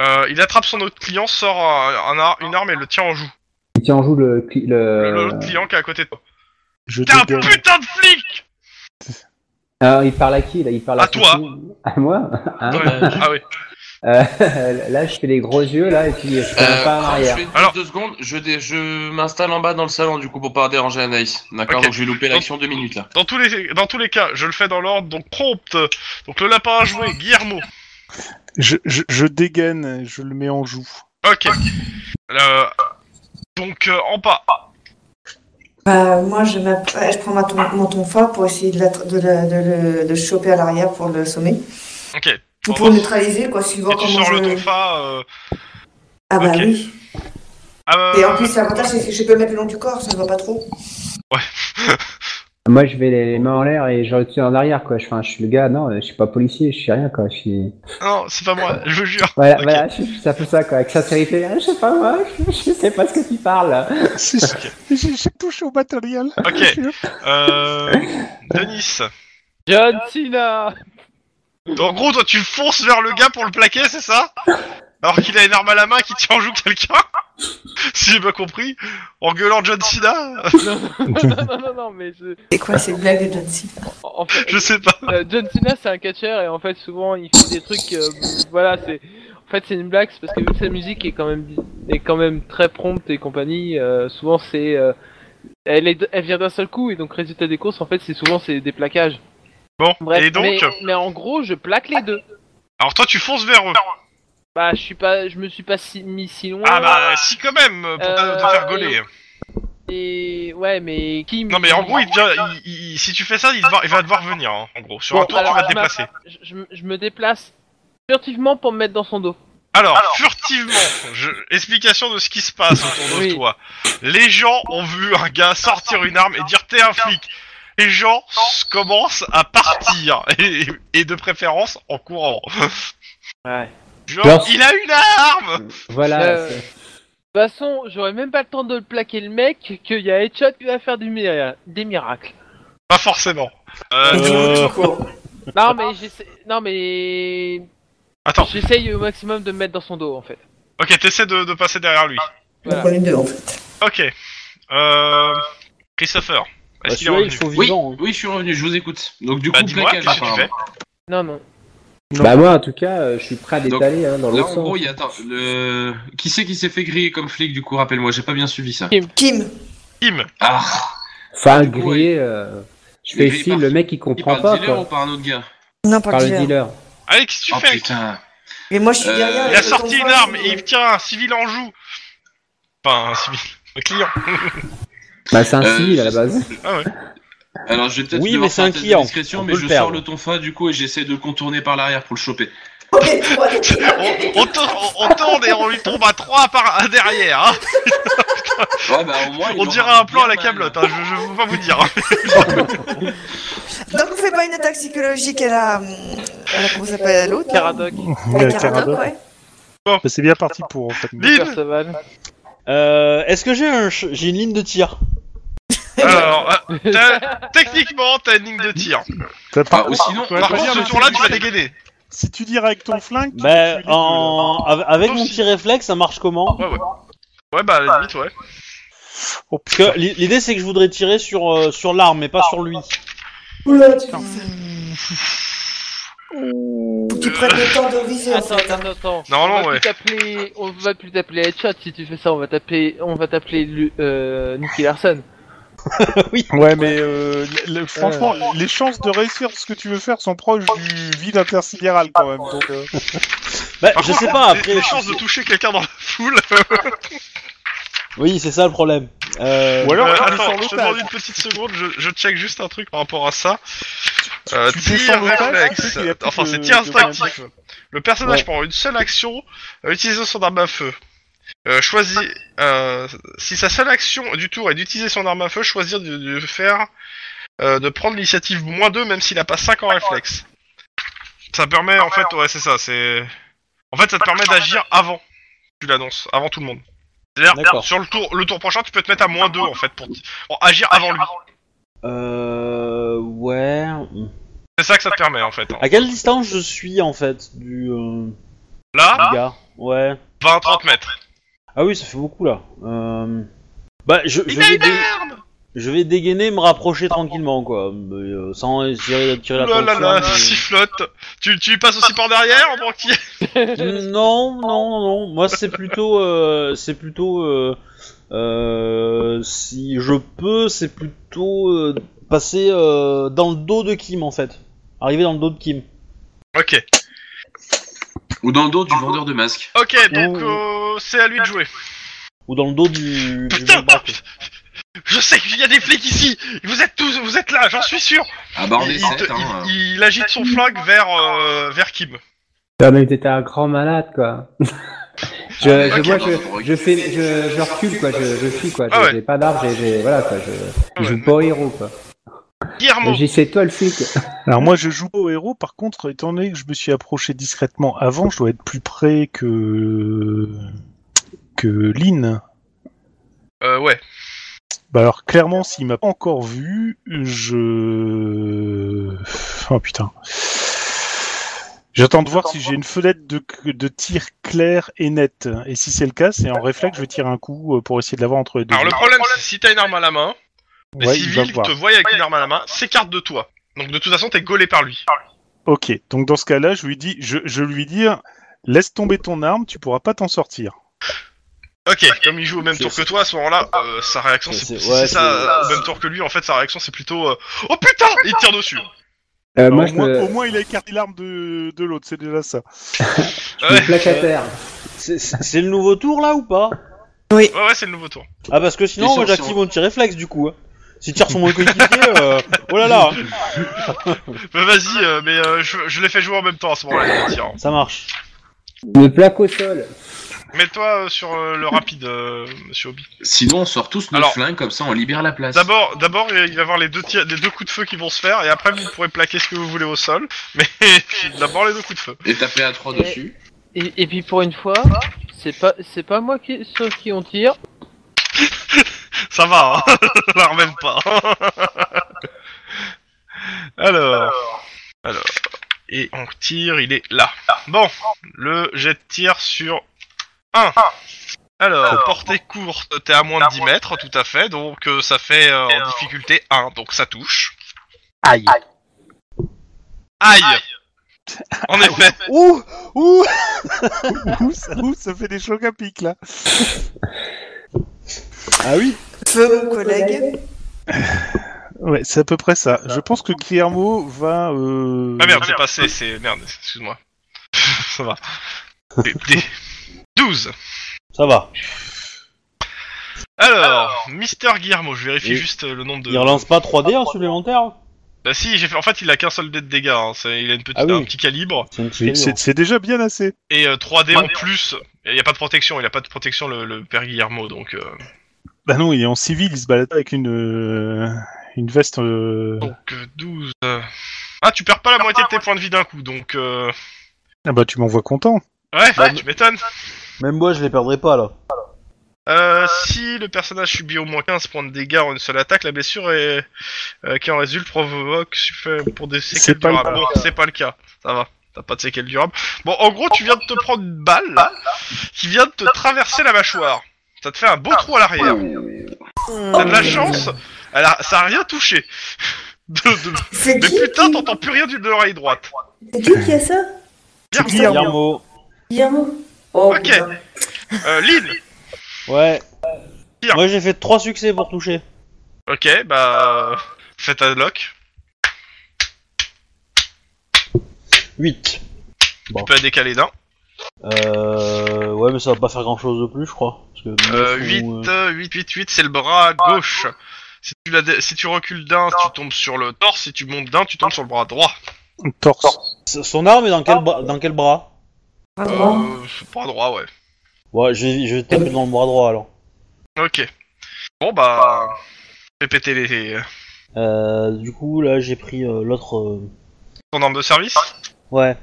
Euh, il attrape son autre client, sort un- un ar- une arme et le tient en joue.
Il tient en joue le... cli-
Le-
le...
L'autre client qui est à côté de toi.
Je
T'es un
dégueule.
putain de flic
Alors, il parle à qui, là Il parle à,
À toi.
son- À moi Hein
Ouais. Ah oui.
Euh, là, je fais les gros yeux, là, et puis je fais un
euh,
pas en
je
arrière.
fais
Alors-
deux secondes, je, dé- je m'installe en bas dans le salon du coup pour pas déranger Anaïs. D'accord,
Ok.
donc je vais louper l'action deux minutes là.
Dans tous, les, dans tous les cas, je le fais dans l'ordre, donc prompt. Donc le lapin à jouer, Guillermo.
Je, je, je dégaine, je le mets en joue.
Ok. Euh, donc euh, en bas.
Bah, moi, je, m'apprête- je prends ma ton- mon ton fort pour essayer de, la- de, la- de le- de le choper à l'arrière pour le sommer.
Ok. Et
Ou pour le neutraliser, quoi, suivant
tu
comment
sors le
je...
tonfa. Euh,
ah bah
ok.
oui.
ah,
Et en plus, l'avantage, c'est que je peux le mettre le long du corps, ça ne voit pas trop.
Moi, je vais les mains en l'air et je retire en arrière, quoi. Je, enfin, je suis le gars, non, je suis pas policier, je suis rien, quoi. Je suis...
Non, c'est pas moi, je vous jure.
Voilà,
Ok.
voilà, je, je- ça fait ça, quoi, avec sincérité. Ah, Je sais pas, moi, je, je sais pas ce que tu parles, là.
Si, J'ai j'ai touché au matériel.
Ok. Euh, Denis.
John Cena
En gros, toi, tu fonces vers le gars pour le plaquer, c'est ça Alors qu'il a une arme à la main qui tient en joue quelqu'un Si j'ai pas compris, en gueulant John Cena
Non, non, non, non, mais je...
C'est quoi ces blagues de John Cena
En fait,
Je sais pas.
Euh, John Cena c'est un catcheur et en fait souvent il fait des trucs euh, voilà c'est en fait c'est une blague c'est parce que vu que sa musique est quand même est quand même très prompte et compagnie euh, souvent c'est euh, elle est elle vient d'un seul coup et donc résultat des courses en fait c'est souvent c'est des plaquages
Bon,
bref
et donc
mais, mais en gros je plaque les deux
Alors toi, tu fonces vers eux.
bah je suis pas je me suis pas si, mis si loin
Ah bah, si quand même, pour te- te
Euh,
faire gauler.
et ouais mais qui me-
Non mais en gros, il devient- il- il- si tu fais ça, il, va- il va devoir venir, hein, en gros. Sur
Bon,
un tour, tu
alors,
vas te
je m'a-
déplacer.
je, je me- je me déplace furtivement pour me mettre dans son dos
Alors, furtivement, je... explication de ce qui se passe autour de
Oui.
toi. Les gens ont vu un gars sortir une arme et dire t'es un flic. Les gens s- commencent à partir, et, et de préférence en courant.
ouais
Genre, il a une arme
Voilà.
Euh,
c'est-
De toute façon, j'aurais même pas le temps de le plaquer le mec, qu'il y a Headshot qui va faire des, mira- des miracles.
Pas forcément.
Et du
Euh,
coup, tu cours.
Non mais j'essaie, non mais
Ah. Attends,
j'essaye au maximum de me mettre dans son dos en fait.
ok, t'essaies de, de passer derrière lui.
Voilà.
On est deux, en fait.
Ok. Euh... Christopher, est-ce
Bah,
qu'il est
celui-là, il est
revenu
chaud
Oui,
vivant. hein.
oui, je suis revenu, je vous écoute. Donc du coup,
Bah dis-moi,
plaquage,
qu'est-ce que tu
apparemment.
fais
Non non.
Non.
Bah moi en tout cas, euh, je suis prêt à
Donc,
l'étaler hein, dans
Là,
l'autre
en gros,
sens.
il y a. Attends, le... qui c'est qui s'est fait griller comme flic du coup Rappelle-moi, j'ai pas bien suivi ça.
Kim,
Im.
Ah
Enfin
Du coup,
griller, euh, je fais
Mais griller
si
par
le
qui
mec il
Il
comprend
parle
pas
dealer
quoi.
ou par un autre gars
non pas
Par le
Claire.
dealer.
Allez, qu'est-ce que tu
Oh
fais
putain
Mais moi je suis
Euh,
derrière.
il
Il
avec
a
ton
sorti une
poing,
arme
euh,
et il tient un civil en joue. Enfin, un civil. Un client.
Bah c'est un
Euh,
civil à la
je-
base.
Alors, je vais peut-être
Oui,
devoir
mais c'est
faire
un
un test de
client.
discrétion,
On
mais
peut
je
le
sors
perdre.
le tonfa du coup et j'essaie de le contourner par l'arrière pour le choper.
ok, toi,
On, on tourne, on- on tourne et on lui tombe à trois par à derrière. hein.
Ouais, bah au moins. il
On
aura
dirait un plan à la
bien mal.
camelote, hein, je, je veux pas vous dire.
Donc on fait pas une attaque psychologique à la, à la comment ça s'appelle à l'autre là
Caradoc,
À la
La Caradoc.
Caradoc, ouais.
Bah, c'est bien parti pour en fait.
Lynn
Perceval.
Euh, Est-ce que j'ai un ch- j'ai une ligne de tir
Alors, euh, t'as- techniquement, t'as une ligne de tir.
T'as
Ah,
pas-
ou sinon,
Ouais,
Par
ouais,
contre,
ouais,
ce tour-là,
ouais.
tu vas dégainer.
Si tu dirais avec ton flingue, tu-
Bah,
tu les
en... av- avec mon
Aussi.
petit réflexe, ça marche comment
Ouais, ouais. Ouais, bah, à la limite, ouais.
peux- Oh,
Parce
putain.
que l'i- l'idée c'est que je voudrais tirer sur, euh, sur l'arme mais pas sur lui.
Oula, tu
Faut que tu prennes le temps de viser en
Attends,
fait. hein.
attends, attends.
Normalement,
on va
ouais.
plus t'appeler- on va plus t'appeler Headshot si tu fais ça. On va t'appeler, on va t'appeler Lu- euh, Nicky Larson.
Ouais, mais euh, le- le- franchement, les chances de réussir ce que tu veux faire sont proches du vide intersidéral quand même. Donc, euh,
Bah,
Par
je
contre,
sais pas
les-
après.
Les chances de toucher quelqu'un dans la foule.
Oui, c'est ça le problème. Euh,
Ou alors,
Euh,
on
attends,
descend
je te
l'otage.
demande une petite seconde, je, je check juste un truc par rapport à ça. Euh,
tu
tir
descends l'otage, tu sais
réflexe.
qu'il y a plus
Enfin,
de-
c'est tir
de moyens de
instinctif. Le personnage
Ouais.
prend une seule action, euh, utiliser son arme à feu. Euh, choisis. euh, si sa seule action du tour est d'utiliser son arme à feu, choisir de, de faire. euh, de prendre l'initiative moins 2 même s'il a pas 5 en réflexe. Ça permet en fait, ouais, c'est ça, c'est. En fait, ça te permet d'agir avant. Tu l'annonces, avant tout le monde. C'est-à-dire,
D'accord.
sur le tour, le tour prochain, tu peux te mettre à moins 2 en fait pour, pour agir avant lui.
euh, ouais.
C'est ça que ça te permet en fait. hein.
À quelle distance je suis en fait du, euh, du
Là,
gars Ouais.
20-30 mètres.
Ah oui, ça fait beaucoup là. Euh... Bah, je, je, vais dé-
arme
je vais dégainer, me rapprocher tranquillement quoi, mais, euh, sans essayer d'attirer
Oh là là
l'attention.
là,
mais-
sifflote Tu, tu y passes aussi par derrière en banquier
Non, non, non. Moi, c'est plutôt, euh, c'est plutôt, euh, euh, si je peux, c'est plutôt euh, passer euh, dans le dos de Kim en fait. Arriver dans le dos de Kim.
Ok,
Ou dans le dos du vendeur de masques.
ok, donc euh, c'est à lui de jouer.
Ou dans le dos du. du
Putain
mec barqué.
Je sais qu'il y a des flics ici Vous êtes tous, vous êtes là, j'en suis sûr
Ah bah, on
il,
est
il te-
7, hein.
il- il agite son flingue vers, euh, vers Kim.
Non mais t'étais un grand malade quoi. je,
Ah,
je,
ok,
moi,
non, non,
je, je fais, je, je recule quoi, je, je fuis quoi.
Ah
J'ai-
ouais.
J'ai pas d'arbre, j'ai- j'ai, voilà quoi. Je,
Ah
je
ouais,
joue
mais-
pas au héros quoi.
Guillermo,
J'ai c'est toi le flic.
Alors moi je joue pas au héros, par contre, étant donné que je me suis approché discrètement avant, je dois être plus près que que Lynn.
euh, ouais.
Bah alors clairement, s'il m'a pas encore vu, je... Oh putain. J'attends de voir si j'ai une fenêtre de, de tir clair et net. Et si c'est le cas, c'est en réflexe, je vais tirer un coup euh, pour essayer de l'avoir entre les deux.
Alors le problème, c'est si t'as une arme à la main, les
Ouais, il
civils
va me
qui
voir.
te voient avec une arme à la main s'écartent de toi. Donc de toute façon, t'es gaulé par lui.
Ok, donc dans ce cas-là, je lui dis, je, je lui dire, laisse tomber ton arme, tu pourras pas t'en sortir.
Ok, comme il joue au même
C'est-
tour que toi, à ce moment-là, euh, sa réaction,
c'est-
c'est
c'est-
si
ouais,
c'est ça,
c'est-
euh, au même tour que lui, en fait, sa réaction, c'est plutôt euh, Oh putain Il tire dessus
Euh,
Alors,
moi
au,
je
moins,
me,
au moins, il a écarté l'arme de, de l'autre, c'est déjà ça.
je me plaque à terre.
C'est- C'est c'est le nouveau tour là ou pas
Ouais, ouais, c'est le nouveau tour.
Ah parce que sinon,
Question
moi, j'active
sur-
mon petit réflexe du coup. hein. S'il tire sur mon coéquipier, euh, oh là là,
Bah vas-y, euh, mais euh, je, je les fais jouer en même temps à ce moment-là, les tirs.
ça marche.
Je me plaque au sol.
Mets-toi euh, sur euh, le rapide, euh, monsieur Obi.
Sinon, on sort tous nos
Alors-
flingues, comme ça on libère la place.
D'abord, d'abord, il va y avoir les deux, tirs, les deux coups de feu qui vont se faire, et après, vous pourrez plaquer ce que vous voulez au sol. Mais d'abord, les deux coups de feu.
Et taper à 3
Et-
dessus.
Et, et puis pour une fois, c'est pas, c'est pas moi qui, sauf qui on tire.
Ça va, hein je la remets pas. alors, alors, et on tire, il est là. Bon, le jet de tir sur 1. Alors, portée courte, t'es à moins de 10 mètres, tout à fait, donc euh, ça fait euh, en difficulté 1, donc ça touche. Aïe. Aïe En effet.
Ouh Ouh Ouh, ça, ouh, ça fait des chocs à pic, là.
Ah oui
Feu, mon collègue.
Ouais, c'est à peu près ça. Je pense que Guillermo va... euh,
Ah merde, j'ai passé, c'est. Merde, excuse-moi. Ça va. Des- des- 12
Ça va.
Alors, Mister Guillermo, je vérifie
Et-
juste euh, le nombre de.
Il relance pas 3D en supplémentaire
Bah si, j'ai fait. En fait, il a qu'un seul dé de dégâts. hein. C'est- Il a une petite,
Ah oui.
un petit calibre
C'est une petite
c'est- C'est
calibre.
c'est déjà bien assez.
et euh, 3D en plus. Il n'y a pas de protection. Il a pas de protection le, le père Guillermo, donc. euh,
Bah non, il est en civil, il se balade avec une, euh, une veste... euh,
Donc euh, 12. euh. Ah, tu perds pas la moitié de tes points de vie d'un coup, donc. euh,
Ah bah tu m'envoies content.
Ouais, tu m'étonnes.
Même moi, je les perdrai pas là.
Euh, si le personnage subit au moins 15 points de dégâts en une seule attaque, la blessure est... euh, qui en résulte provoque suffit pour des
C'est
séquelles
pas le
durables. Bon, c'est pas le cas. Ça va. T'as pas de séquelles durables. Bon, en gros, tu viens de te prendre une balle là, qui vient de te traverser la mâchoire. Ça te fait un beau trou à l'arrière. T'as de la chance. Elle a- Ça a rien touché. De, de-
C'est
Mais
qui
putain,
qui-
t'entends plus rien de l'oreille droite.
C'est qui qui a ça
Guillermo.
Guillermo.
Guillermo Oh,
Ok.
putain.
Euh, Lynn.
Ouais.
Pierre.
Moi j'ai fait 3 succès pour toucher.
Ok, bah. euh, Fais ta lock.
8.
Tu peux la décaler d'un.
Euh. Ouais, mais ça va pas faire grand chose de plus, je crois. Parce que
Euh,
neuf ou,
8,
euh,
euh, 8, 8, 8, c'est le bras gauche. Si tu, la dé- si tu recules d'un, tu tombes sur le torse. Si tu montes d'un, tu tombes sur le bras droit.
Torse.
Son arme est dans quel, bras- dans quel bras
Ah, bon.
Euh, c'est bras droit, ouais.
Ouais, je vais, je vais taper dans le bras droit alors.
Ok. Bon, bah. Fais péter les, les-
Euh, du coup, là j'ai pris euh, l'autre. euh,
ton arme de service.
Ouais.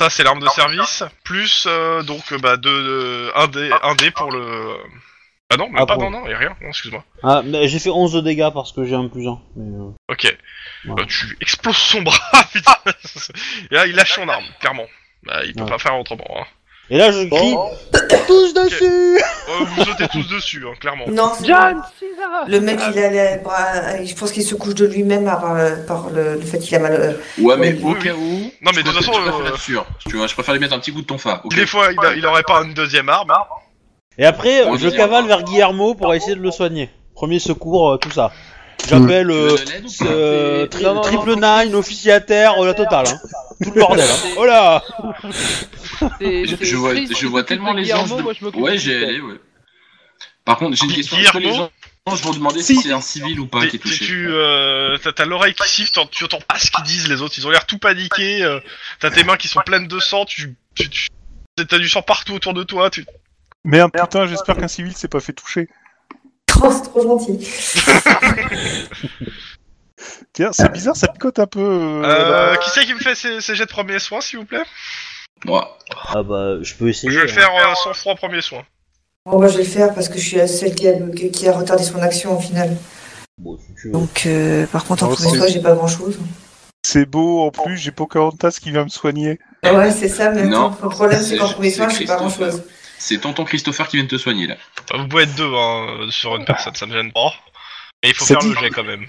Ça, c'est l'arme de service. Plus, euh, donc, euh, bah, deux, 1 dé, un dé pour le. Ah non, même
Ah,
pas,
pour-
non, non, y'a rien. Non, excuse-moi.
Ah, mais j'ai fait 11 de dégâts parce que j'ai un euh. plus 1.
Ok.
Ouais.
Bah, tu exploses son bras, putain. Et là, il lâche son arme, clairement. Bah, il peut
Ouais.
pas faire autrement. Hein.
Et là je crie Touche dessus
Euh, vous sautez tous dessus, hein, clairement.
Non, c'est
John Cena
Le mec, il a les bras. euh, Je pense qu'il se couche de lui-même par, euh, par le, le fait qu'il a mal. euh,
Ouais, mais
Oui,
au
oui.
cas où.
Non, mais de
je
toute façon,
préfère- je préfère
euh,
être sûr. Tu vois, je préfère lui mettre un petit coup de ton phare.
Des fois, il, a- il aurait pas une deuxième arme. hein.
Et après,
On
je
dit-
cavale vers Guillermo pour essayer de le soigner. Premier secours, euh, tout ça. J'appelle euh, euh, tri-
Non, non, non,
triple
non.
nine, officier à terre, euh, la totale. hein. Tout le bordel. Hein. Oh là
C'est-
Je,
c'est
je vois,
Chris qui
je vois
s'occupe
tellement
de
les
Guillermo,
anges. de-
moi, je m'occupe
ouais,
du
j'ai
fait.
allé, ouais. Par contre, j'ai une question. Est-ce que les
Ah, Guillermo
anges vont demander si,
Si.
c'est un civil ou pas qui
T'es-
est
t'es-
touché
Tu euh, t'as t'as l'oreille qui siffle, t'en- tu entends pas ce qu'ils disent les autres. Ils ont l'air tout paniqués. euh, t'as tes mains qui sont pleines de sang. Tu, tu, tu- t'as du sang partout autour de toi. Tu...
Merde, putain, j'espère qu'un civil s'est pas fait toucher.
Oh, c'est trop gentil.
Tiens, c'est bizarre, ça picote un peu. euh,
Euh,
là.
qui c'est qui me fait ces, ces jets de premiers soins, s'il vous plaît
Moi.
Ah bah, je peux essayer.
Je vais le
hein.
faire euh, sans froid premier soin.
Bon, moi, je vais le faire parce que je suis la seule qui a, qui a retardé son action au final.
Bon, si tu veux.
Donc, euh, par contre, en
Oh,
premier
c'est-
Pour
soin,
ça, j'ai pas grand chose.
C'est beau, en plus, j'ai Pocahontas qui vient me soigner.
Ouais, c'est ça, mais
Non.
attends, le problème, c'est qu'en
C'est-
premier soin,
c'est
je sais pas grand chose.
C'est tonton Christopher qui vient de te soigner là.
Bah, vous pouvez être deux hein, euh, sur une personne, ça me gêne pas. Mais il faut
C'est
faire le
dit.
jet quand même.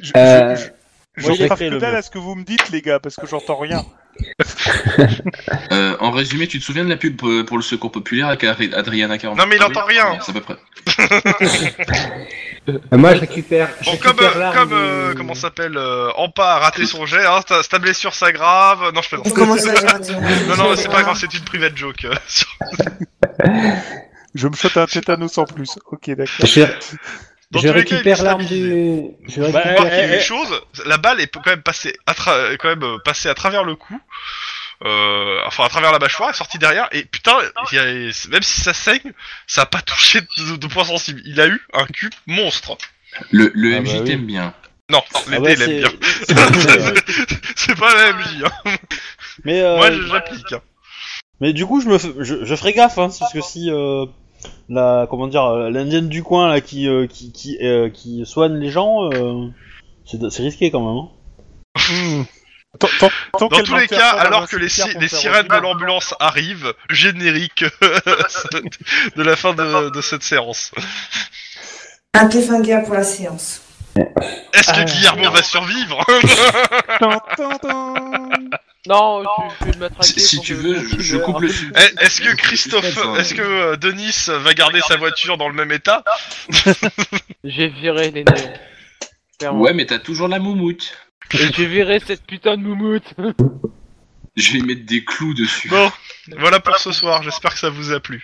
Je,
Euh,
je, je,
moi,
je
j'ai
rafle
créé
que
le
dalle
mien.
à ce que vous me dites, les gars, parce que j'entends rien.
Euh, en résumé, tu te souviens de la pub euh, pour le secours populaire avec Adri- Adriana Caron Ah
Non, mais il entend rien.
C'est à peu près.
Euh, Moi, je récupère. je
Bon,
récupère
comme, euh,
l'arme
comme
de-
euh, comment ça s'appelle euh, Ampa a raté son jet, hein, ta, ta blessure s'aggrave. Non, je fais
Comment ça, j'ai raté
Non, non, c'est pas grave, c'est une private joke. euh, sur-
Je me chote un tétanos en plus. Ok, d'accord.
Je,
Dans
je
tous les cas, il est
récupère l'arme
stabilisé.
du. Je
Bah,
récupère.
Remarquez
eh,
une
eh.
chose, la balle est quand même passée à, tra- est quand même euh, passée à travers le cou, euh, enfin à travers la mâchoire, est sortie derrière, et putain, il y a- même si ça saigne, ça a pas touché de, de point sensible. Il a eu un cul monstre.
Le, le
Ah,
MJ
bah oui.
t'aime bien.
Non, les
Ah
dés
bah,
l'aiment
c'est-
bien.
c'est compliqué, ouais.
C'est pas la MJ, hein.
Mais, euh,
moi je- j'applique. hein.
mais du coup, je me, f- je, je ferai gaffe, hein, parce que si euh, la, comment dire, euh, l'indienne du coin là qui, euh, qui, qui, euh, qui soigne les gens, euh, c'est c'est risqué quand même. hein.
Tant- tant- tant
Dans
qu'elle
tous les
m'enterre
cas,
pas dans
alors
un
que les, si-
cimetière pour
les
faire
sirènes de
revenir-
l'ambulance arrivent, générique de la fin de, de cette séance.
Un cliffhanger pour la séance.
Est-ce que
Ah.
Guillermo va survivre
Tan, tan, tan.
Non, je, je vais m'attraquer.
Si
pour euh,
tu
que-
veux,
pour
je,
qu'il
je
meure.
coupe le sucre.
Eh, Est-ce que Christophe, est-ce que euh, Denis va garder sa voiture dans le même état
J'ai viré les néons. Clairement.
Ouais, mais t'as toujours la moumoute.
Et j'ai viré cette putain de moumoute.
Je vais mettre des clous dessus.
Bon, voilà pour ce soir. J'espère que ça vous a plu.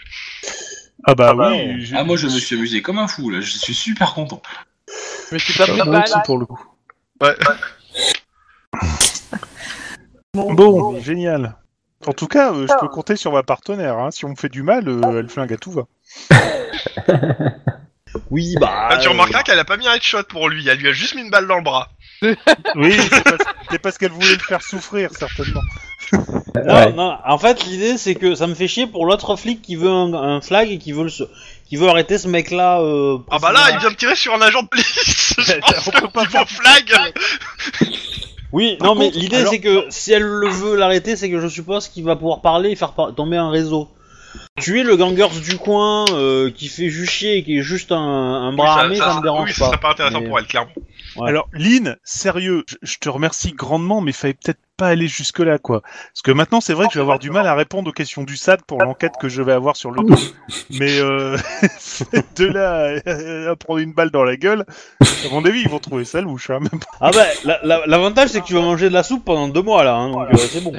Ah bah oui.
Ah, moi je me suis amusé comme un fou là, je suis super content.
Je me suis pas pris de
Moi
balle.
aussi, pour le coup.
Ouais.
Bon, génial. En tout cas, euh, je peux compter sur ma partenaire. hein. Si on me fait du mal, euh, elle flingue à tout va.
Oui, bah.
Ah, tu
euh,
remarqueras qu'elle a pas mis un headshot pour lui. Elle lui a juste mis une balle dans le bras.
Oui, c'est parce, c'est parce qu'elle voulait le faire souffrir, certainement.
Non,
Ouais.
non, en fait, l'idée c'est que ça me fait chier pour l'autre flic qui veut un, un flag et qui veut, le, se- qui veut arrêter ce euh, mec là.
Ah bah là, il vient de tirer sur un agent de police. Je pense que niveau flag.
Oui,
Par
non, mais
contre,
l'idée
alors-
c'est que si elle le veut l'arrêter, c'est que je suppose qu'il va pouvoir parler et faire par- tomber un réseau. Tuer le gangers du coin euh, qui fait juste chier et qui est juste un, un bras armé, ça, me dérange
oui, ça
pas.
serait pas intéressant
Mais-
pour elle, clairement.
Ouais.
Alors, Lynn, sérieux, je, je te remercie grandement, mais fallait peut-être pas aller jusque-là, quoi. Parce que maintenant, c'est vrai que je vais avoir du mal à répondre aux questions du SAD pour l'enquête que je vais avoir sur le dos. Mais euh, de là euh, à, à prendre une balle dans la gueule, à mon avis, ils vont trouver ça louche. Hein. même pas.
Ah bah, la- la- l'avantage c'est que tu vas manger de la soupe pendant deux mois là, hein, donc euh, c'est bon.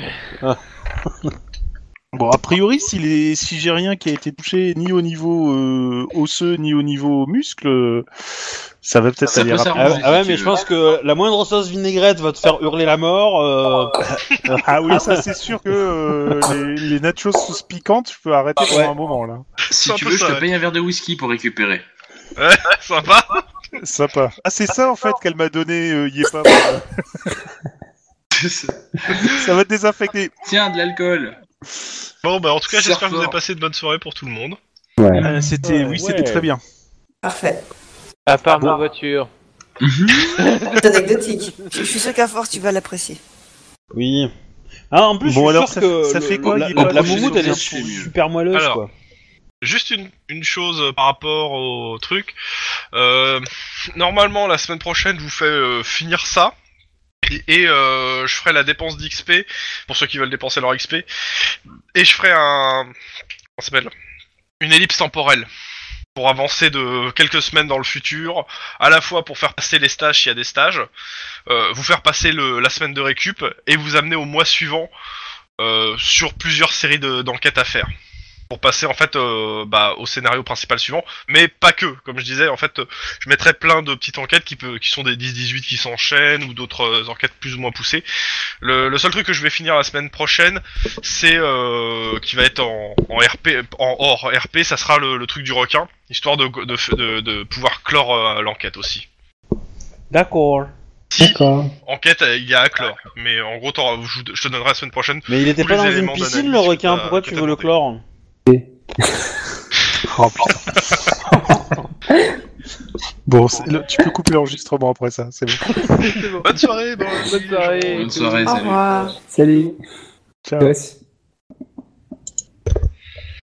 Bon, a priori, si, les, si j'ai rien qui a été touché ni au niveau euh, osseux, ni au niveau muscle, euh, ça va peut-être
Ça
aller
peut
rapide.
s'arranger.
Ah,
si
ah ouais,
tu
mais
veux.
je pense que la moindre sauce vinaigrette va te faire hurler la mort. euh,
Ah oui, ça c'est sûr que euh, les, les nachos sauce piquante, je peux arrêter pendant
Ouais.
un moment là.
Si
C'est un
tu
peu
veux, je
ça,
te
ouais.
paye un verre de whisky pour récupérer.
Sympa.
Sympa. Ah, c'est ça en fait qu'elle m'a donné, euh, y est pas. ça va te désinfecter.
Tiens, de l'alcool.
Bon, bah en tout cas,
C'est
j'espère que vous avez
fort.
passé de bonnes soirées pour tout le monde.
Ouais.
Euh, c'était, oui, c'était
ouais.
très bien.
Parfait.
À part ma voiture.
Mhm.
C'est anecdotique.
Je suis sûr qu'à force, tu vas l'apprécier.
Oui. Ah, en plus,
Bon,
je suis
alors,
sûr
ça-
que
ça
le-
fait quoi,
La,
il est
la-
pas
la
obligé de
moumoute, elle est
sortir dessus, mieux.
super moelleuse,
Alors.
quoi.
Juste une, une chose euh, par rapport au truc. Euh, normalement, la semaine prochaine, je vous fais euh, finir ça. Et, et, euh, je ferai la dépense d'XP pour ceux qui veulent dépenser leur XP. Et je ferai un. Comment ça s'appelle Une ellipse temporelle. Pour avancer de quelques semaines dans le futur. À la fois pour faire passer les stages s'il y a des stages. euh, vous faire passer le, la semaine de récup. Et vous amener au mois suivant euh, sur plusieurs séries de- d'enquêtes à faire pour passer en fait euh, bah, au scénario principal suivant, mais pas que. Comme je disais, en fait, euh, je mettrais plein de petites enquêtes qui, peut, qui sont des 10-18 qui s'enchaînent ou d'autres euh, enquêtes plus ou moins poussées. Le, le seul truc que je vais finir la semaine prochaine, c'est euh, qui va être en, en RP, en hors RP, ça sera le, le truc du requin, histoire de, de, de, de pouvoir clore euh, l'enquête aussi.
D'accord.
Si
D'accord.
enquête, euh, il y a à clore, mais en gros, t'auras- je, vous- je te donnerai la semaine prochaine.
Mais il était
Tous
pas
les
dans une
éléments
piscine, le
d'analyse,
requin.
euh,
Pourquoi
que
tu
t'as
veux le
demandé.
chlore
Oh putain. bon, c'est- le- tu peux couper l'enregistrement après ça, c'est bon.
C'est bon.
Bonne soirée, bon,
Bonne soirée.
Bonne soirée,
Au
salut.
revoir.
Salut.
Ciao.
Gosse.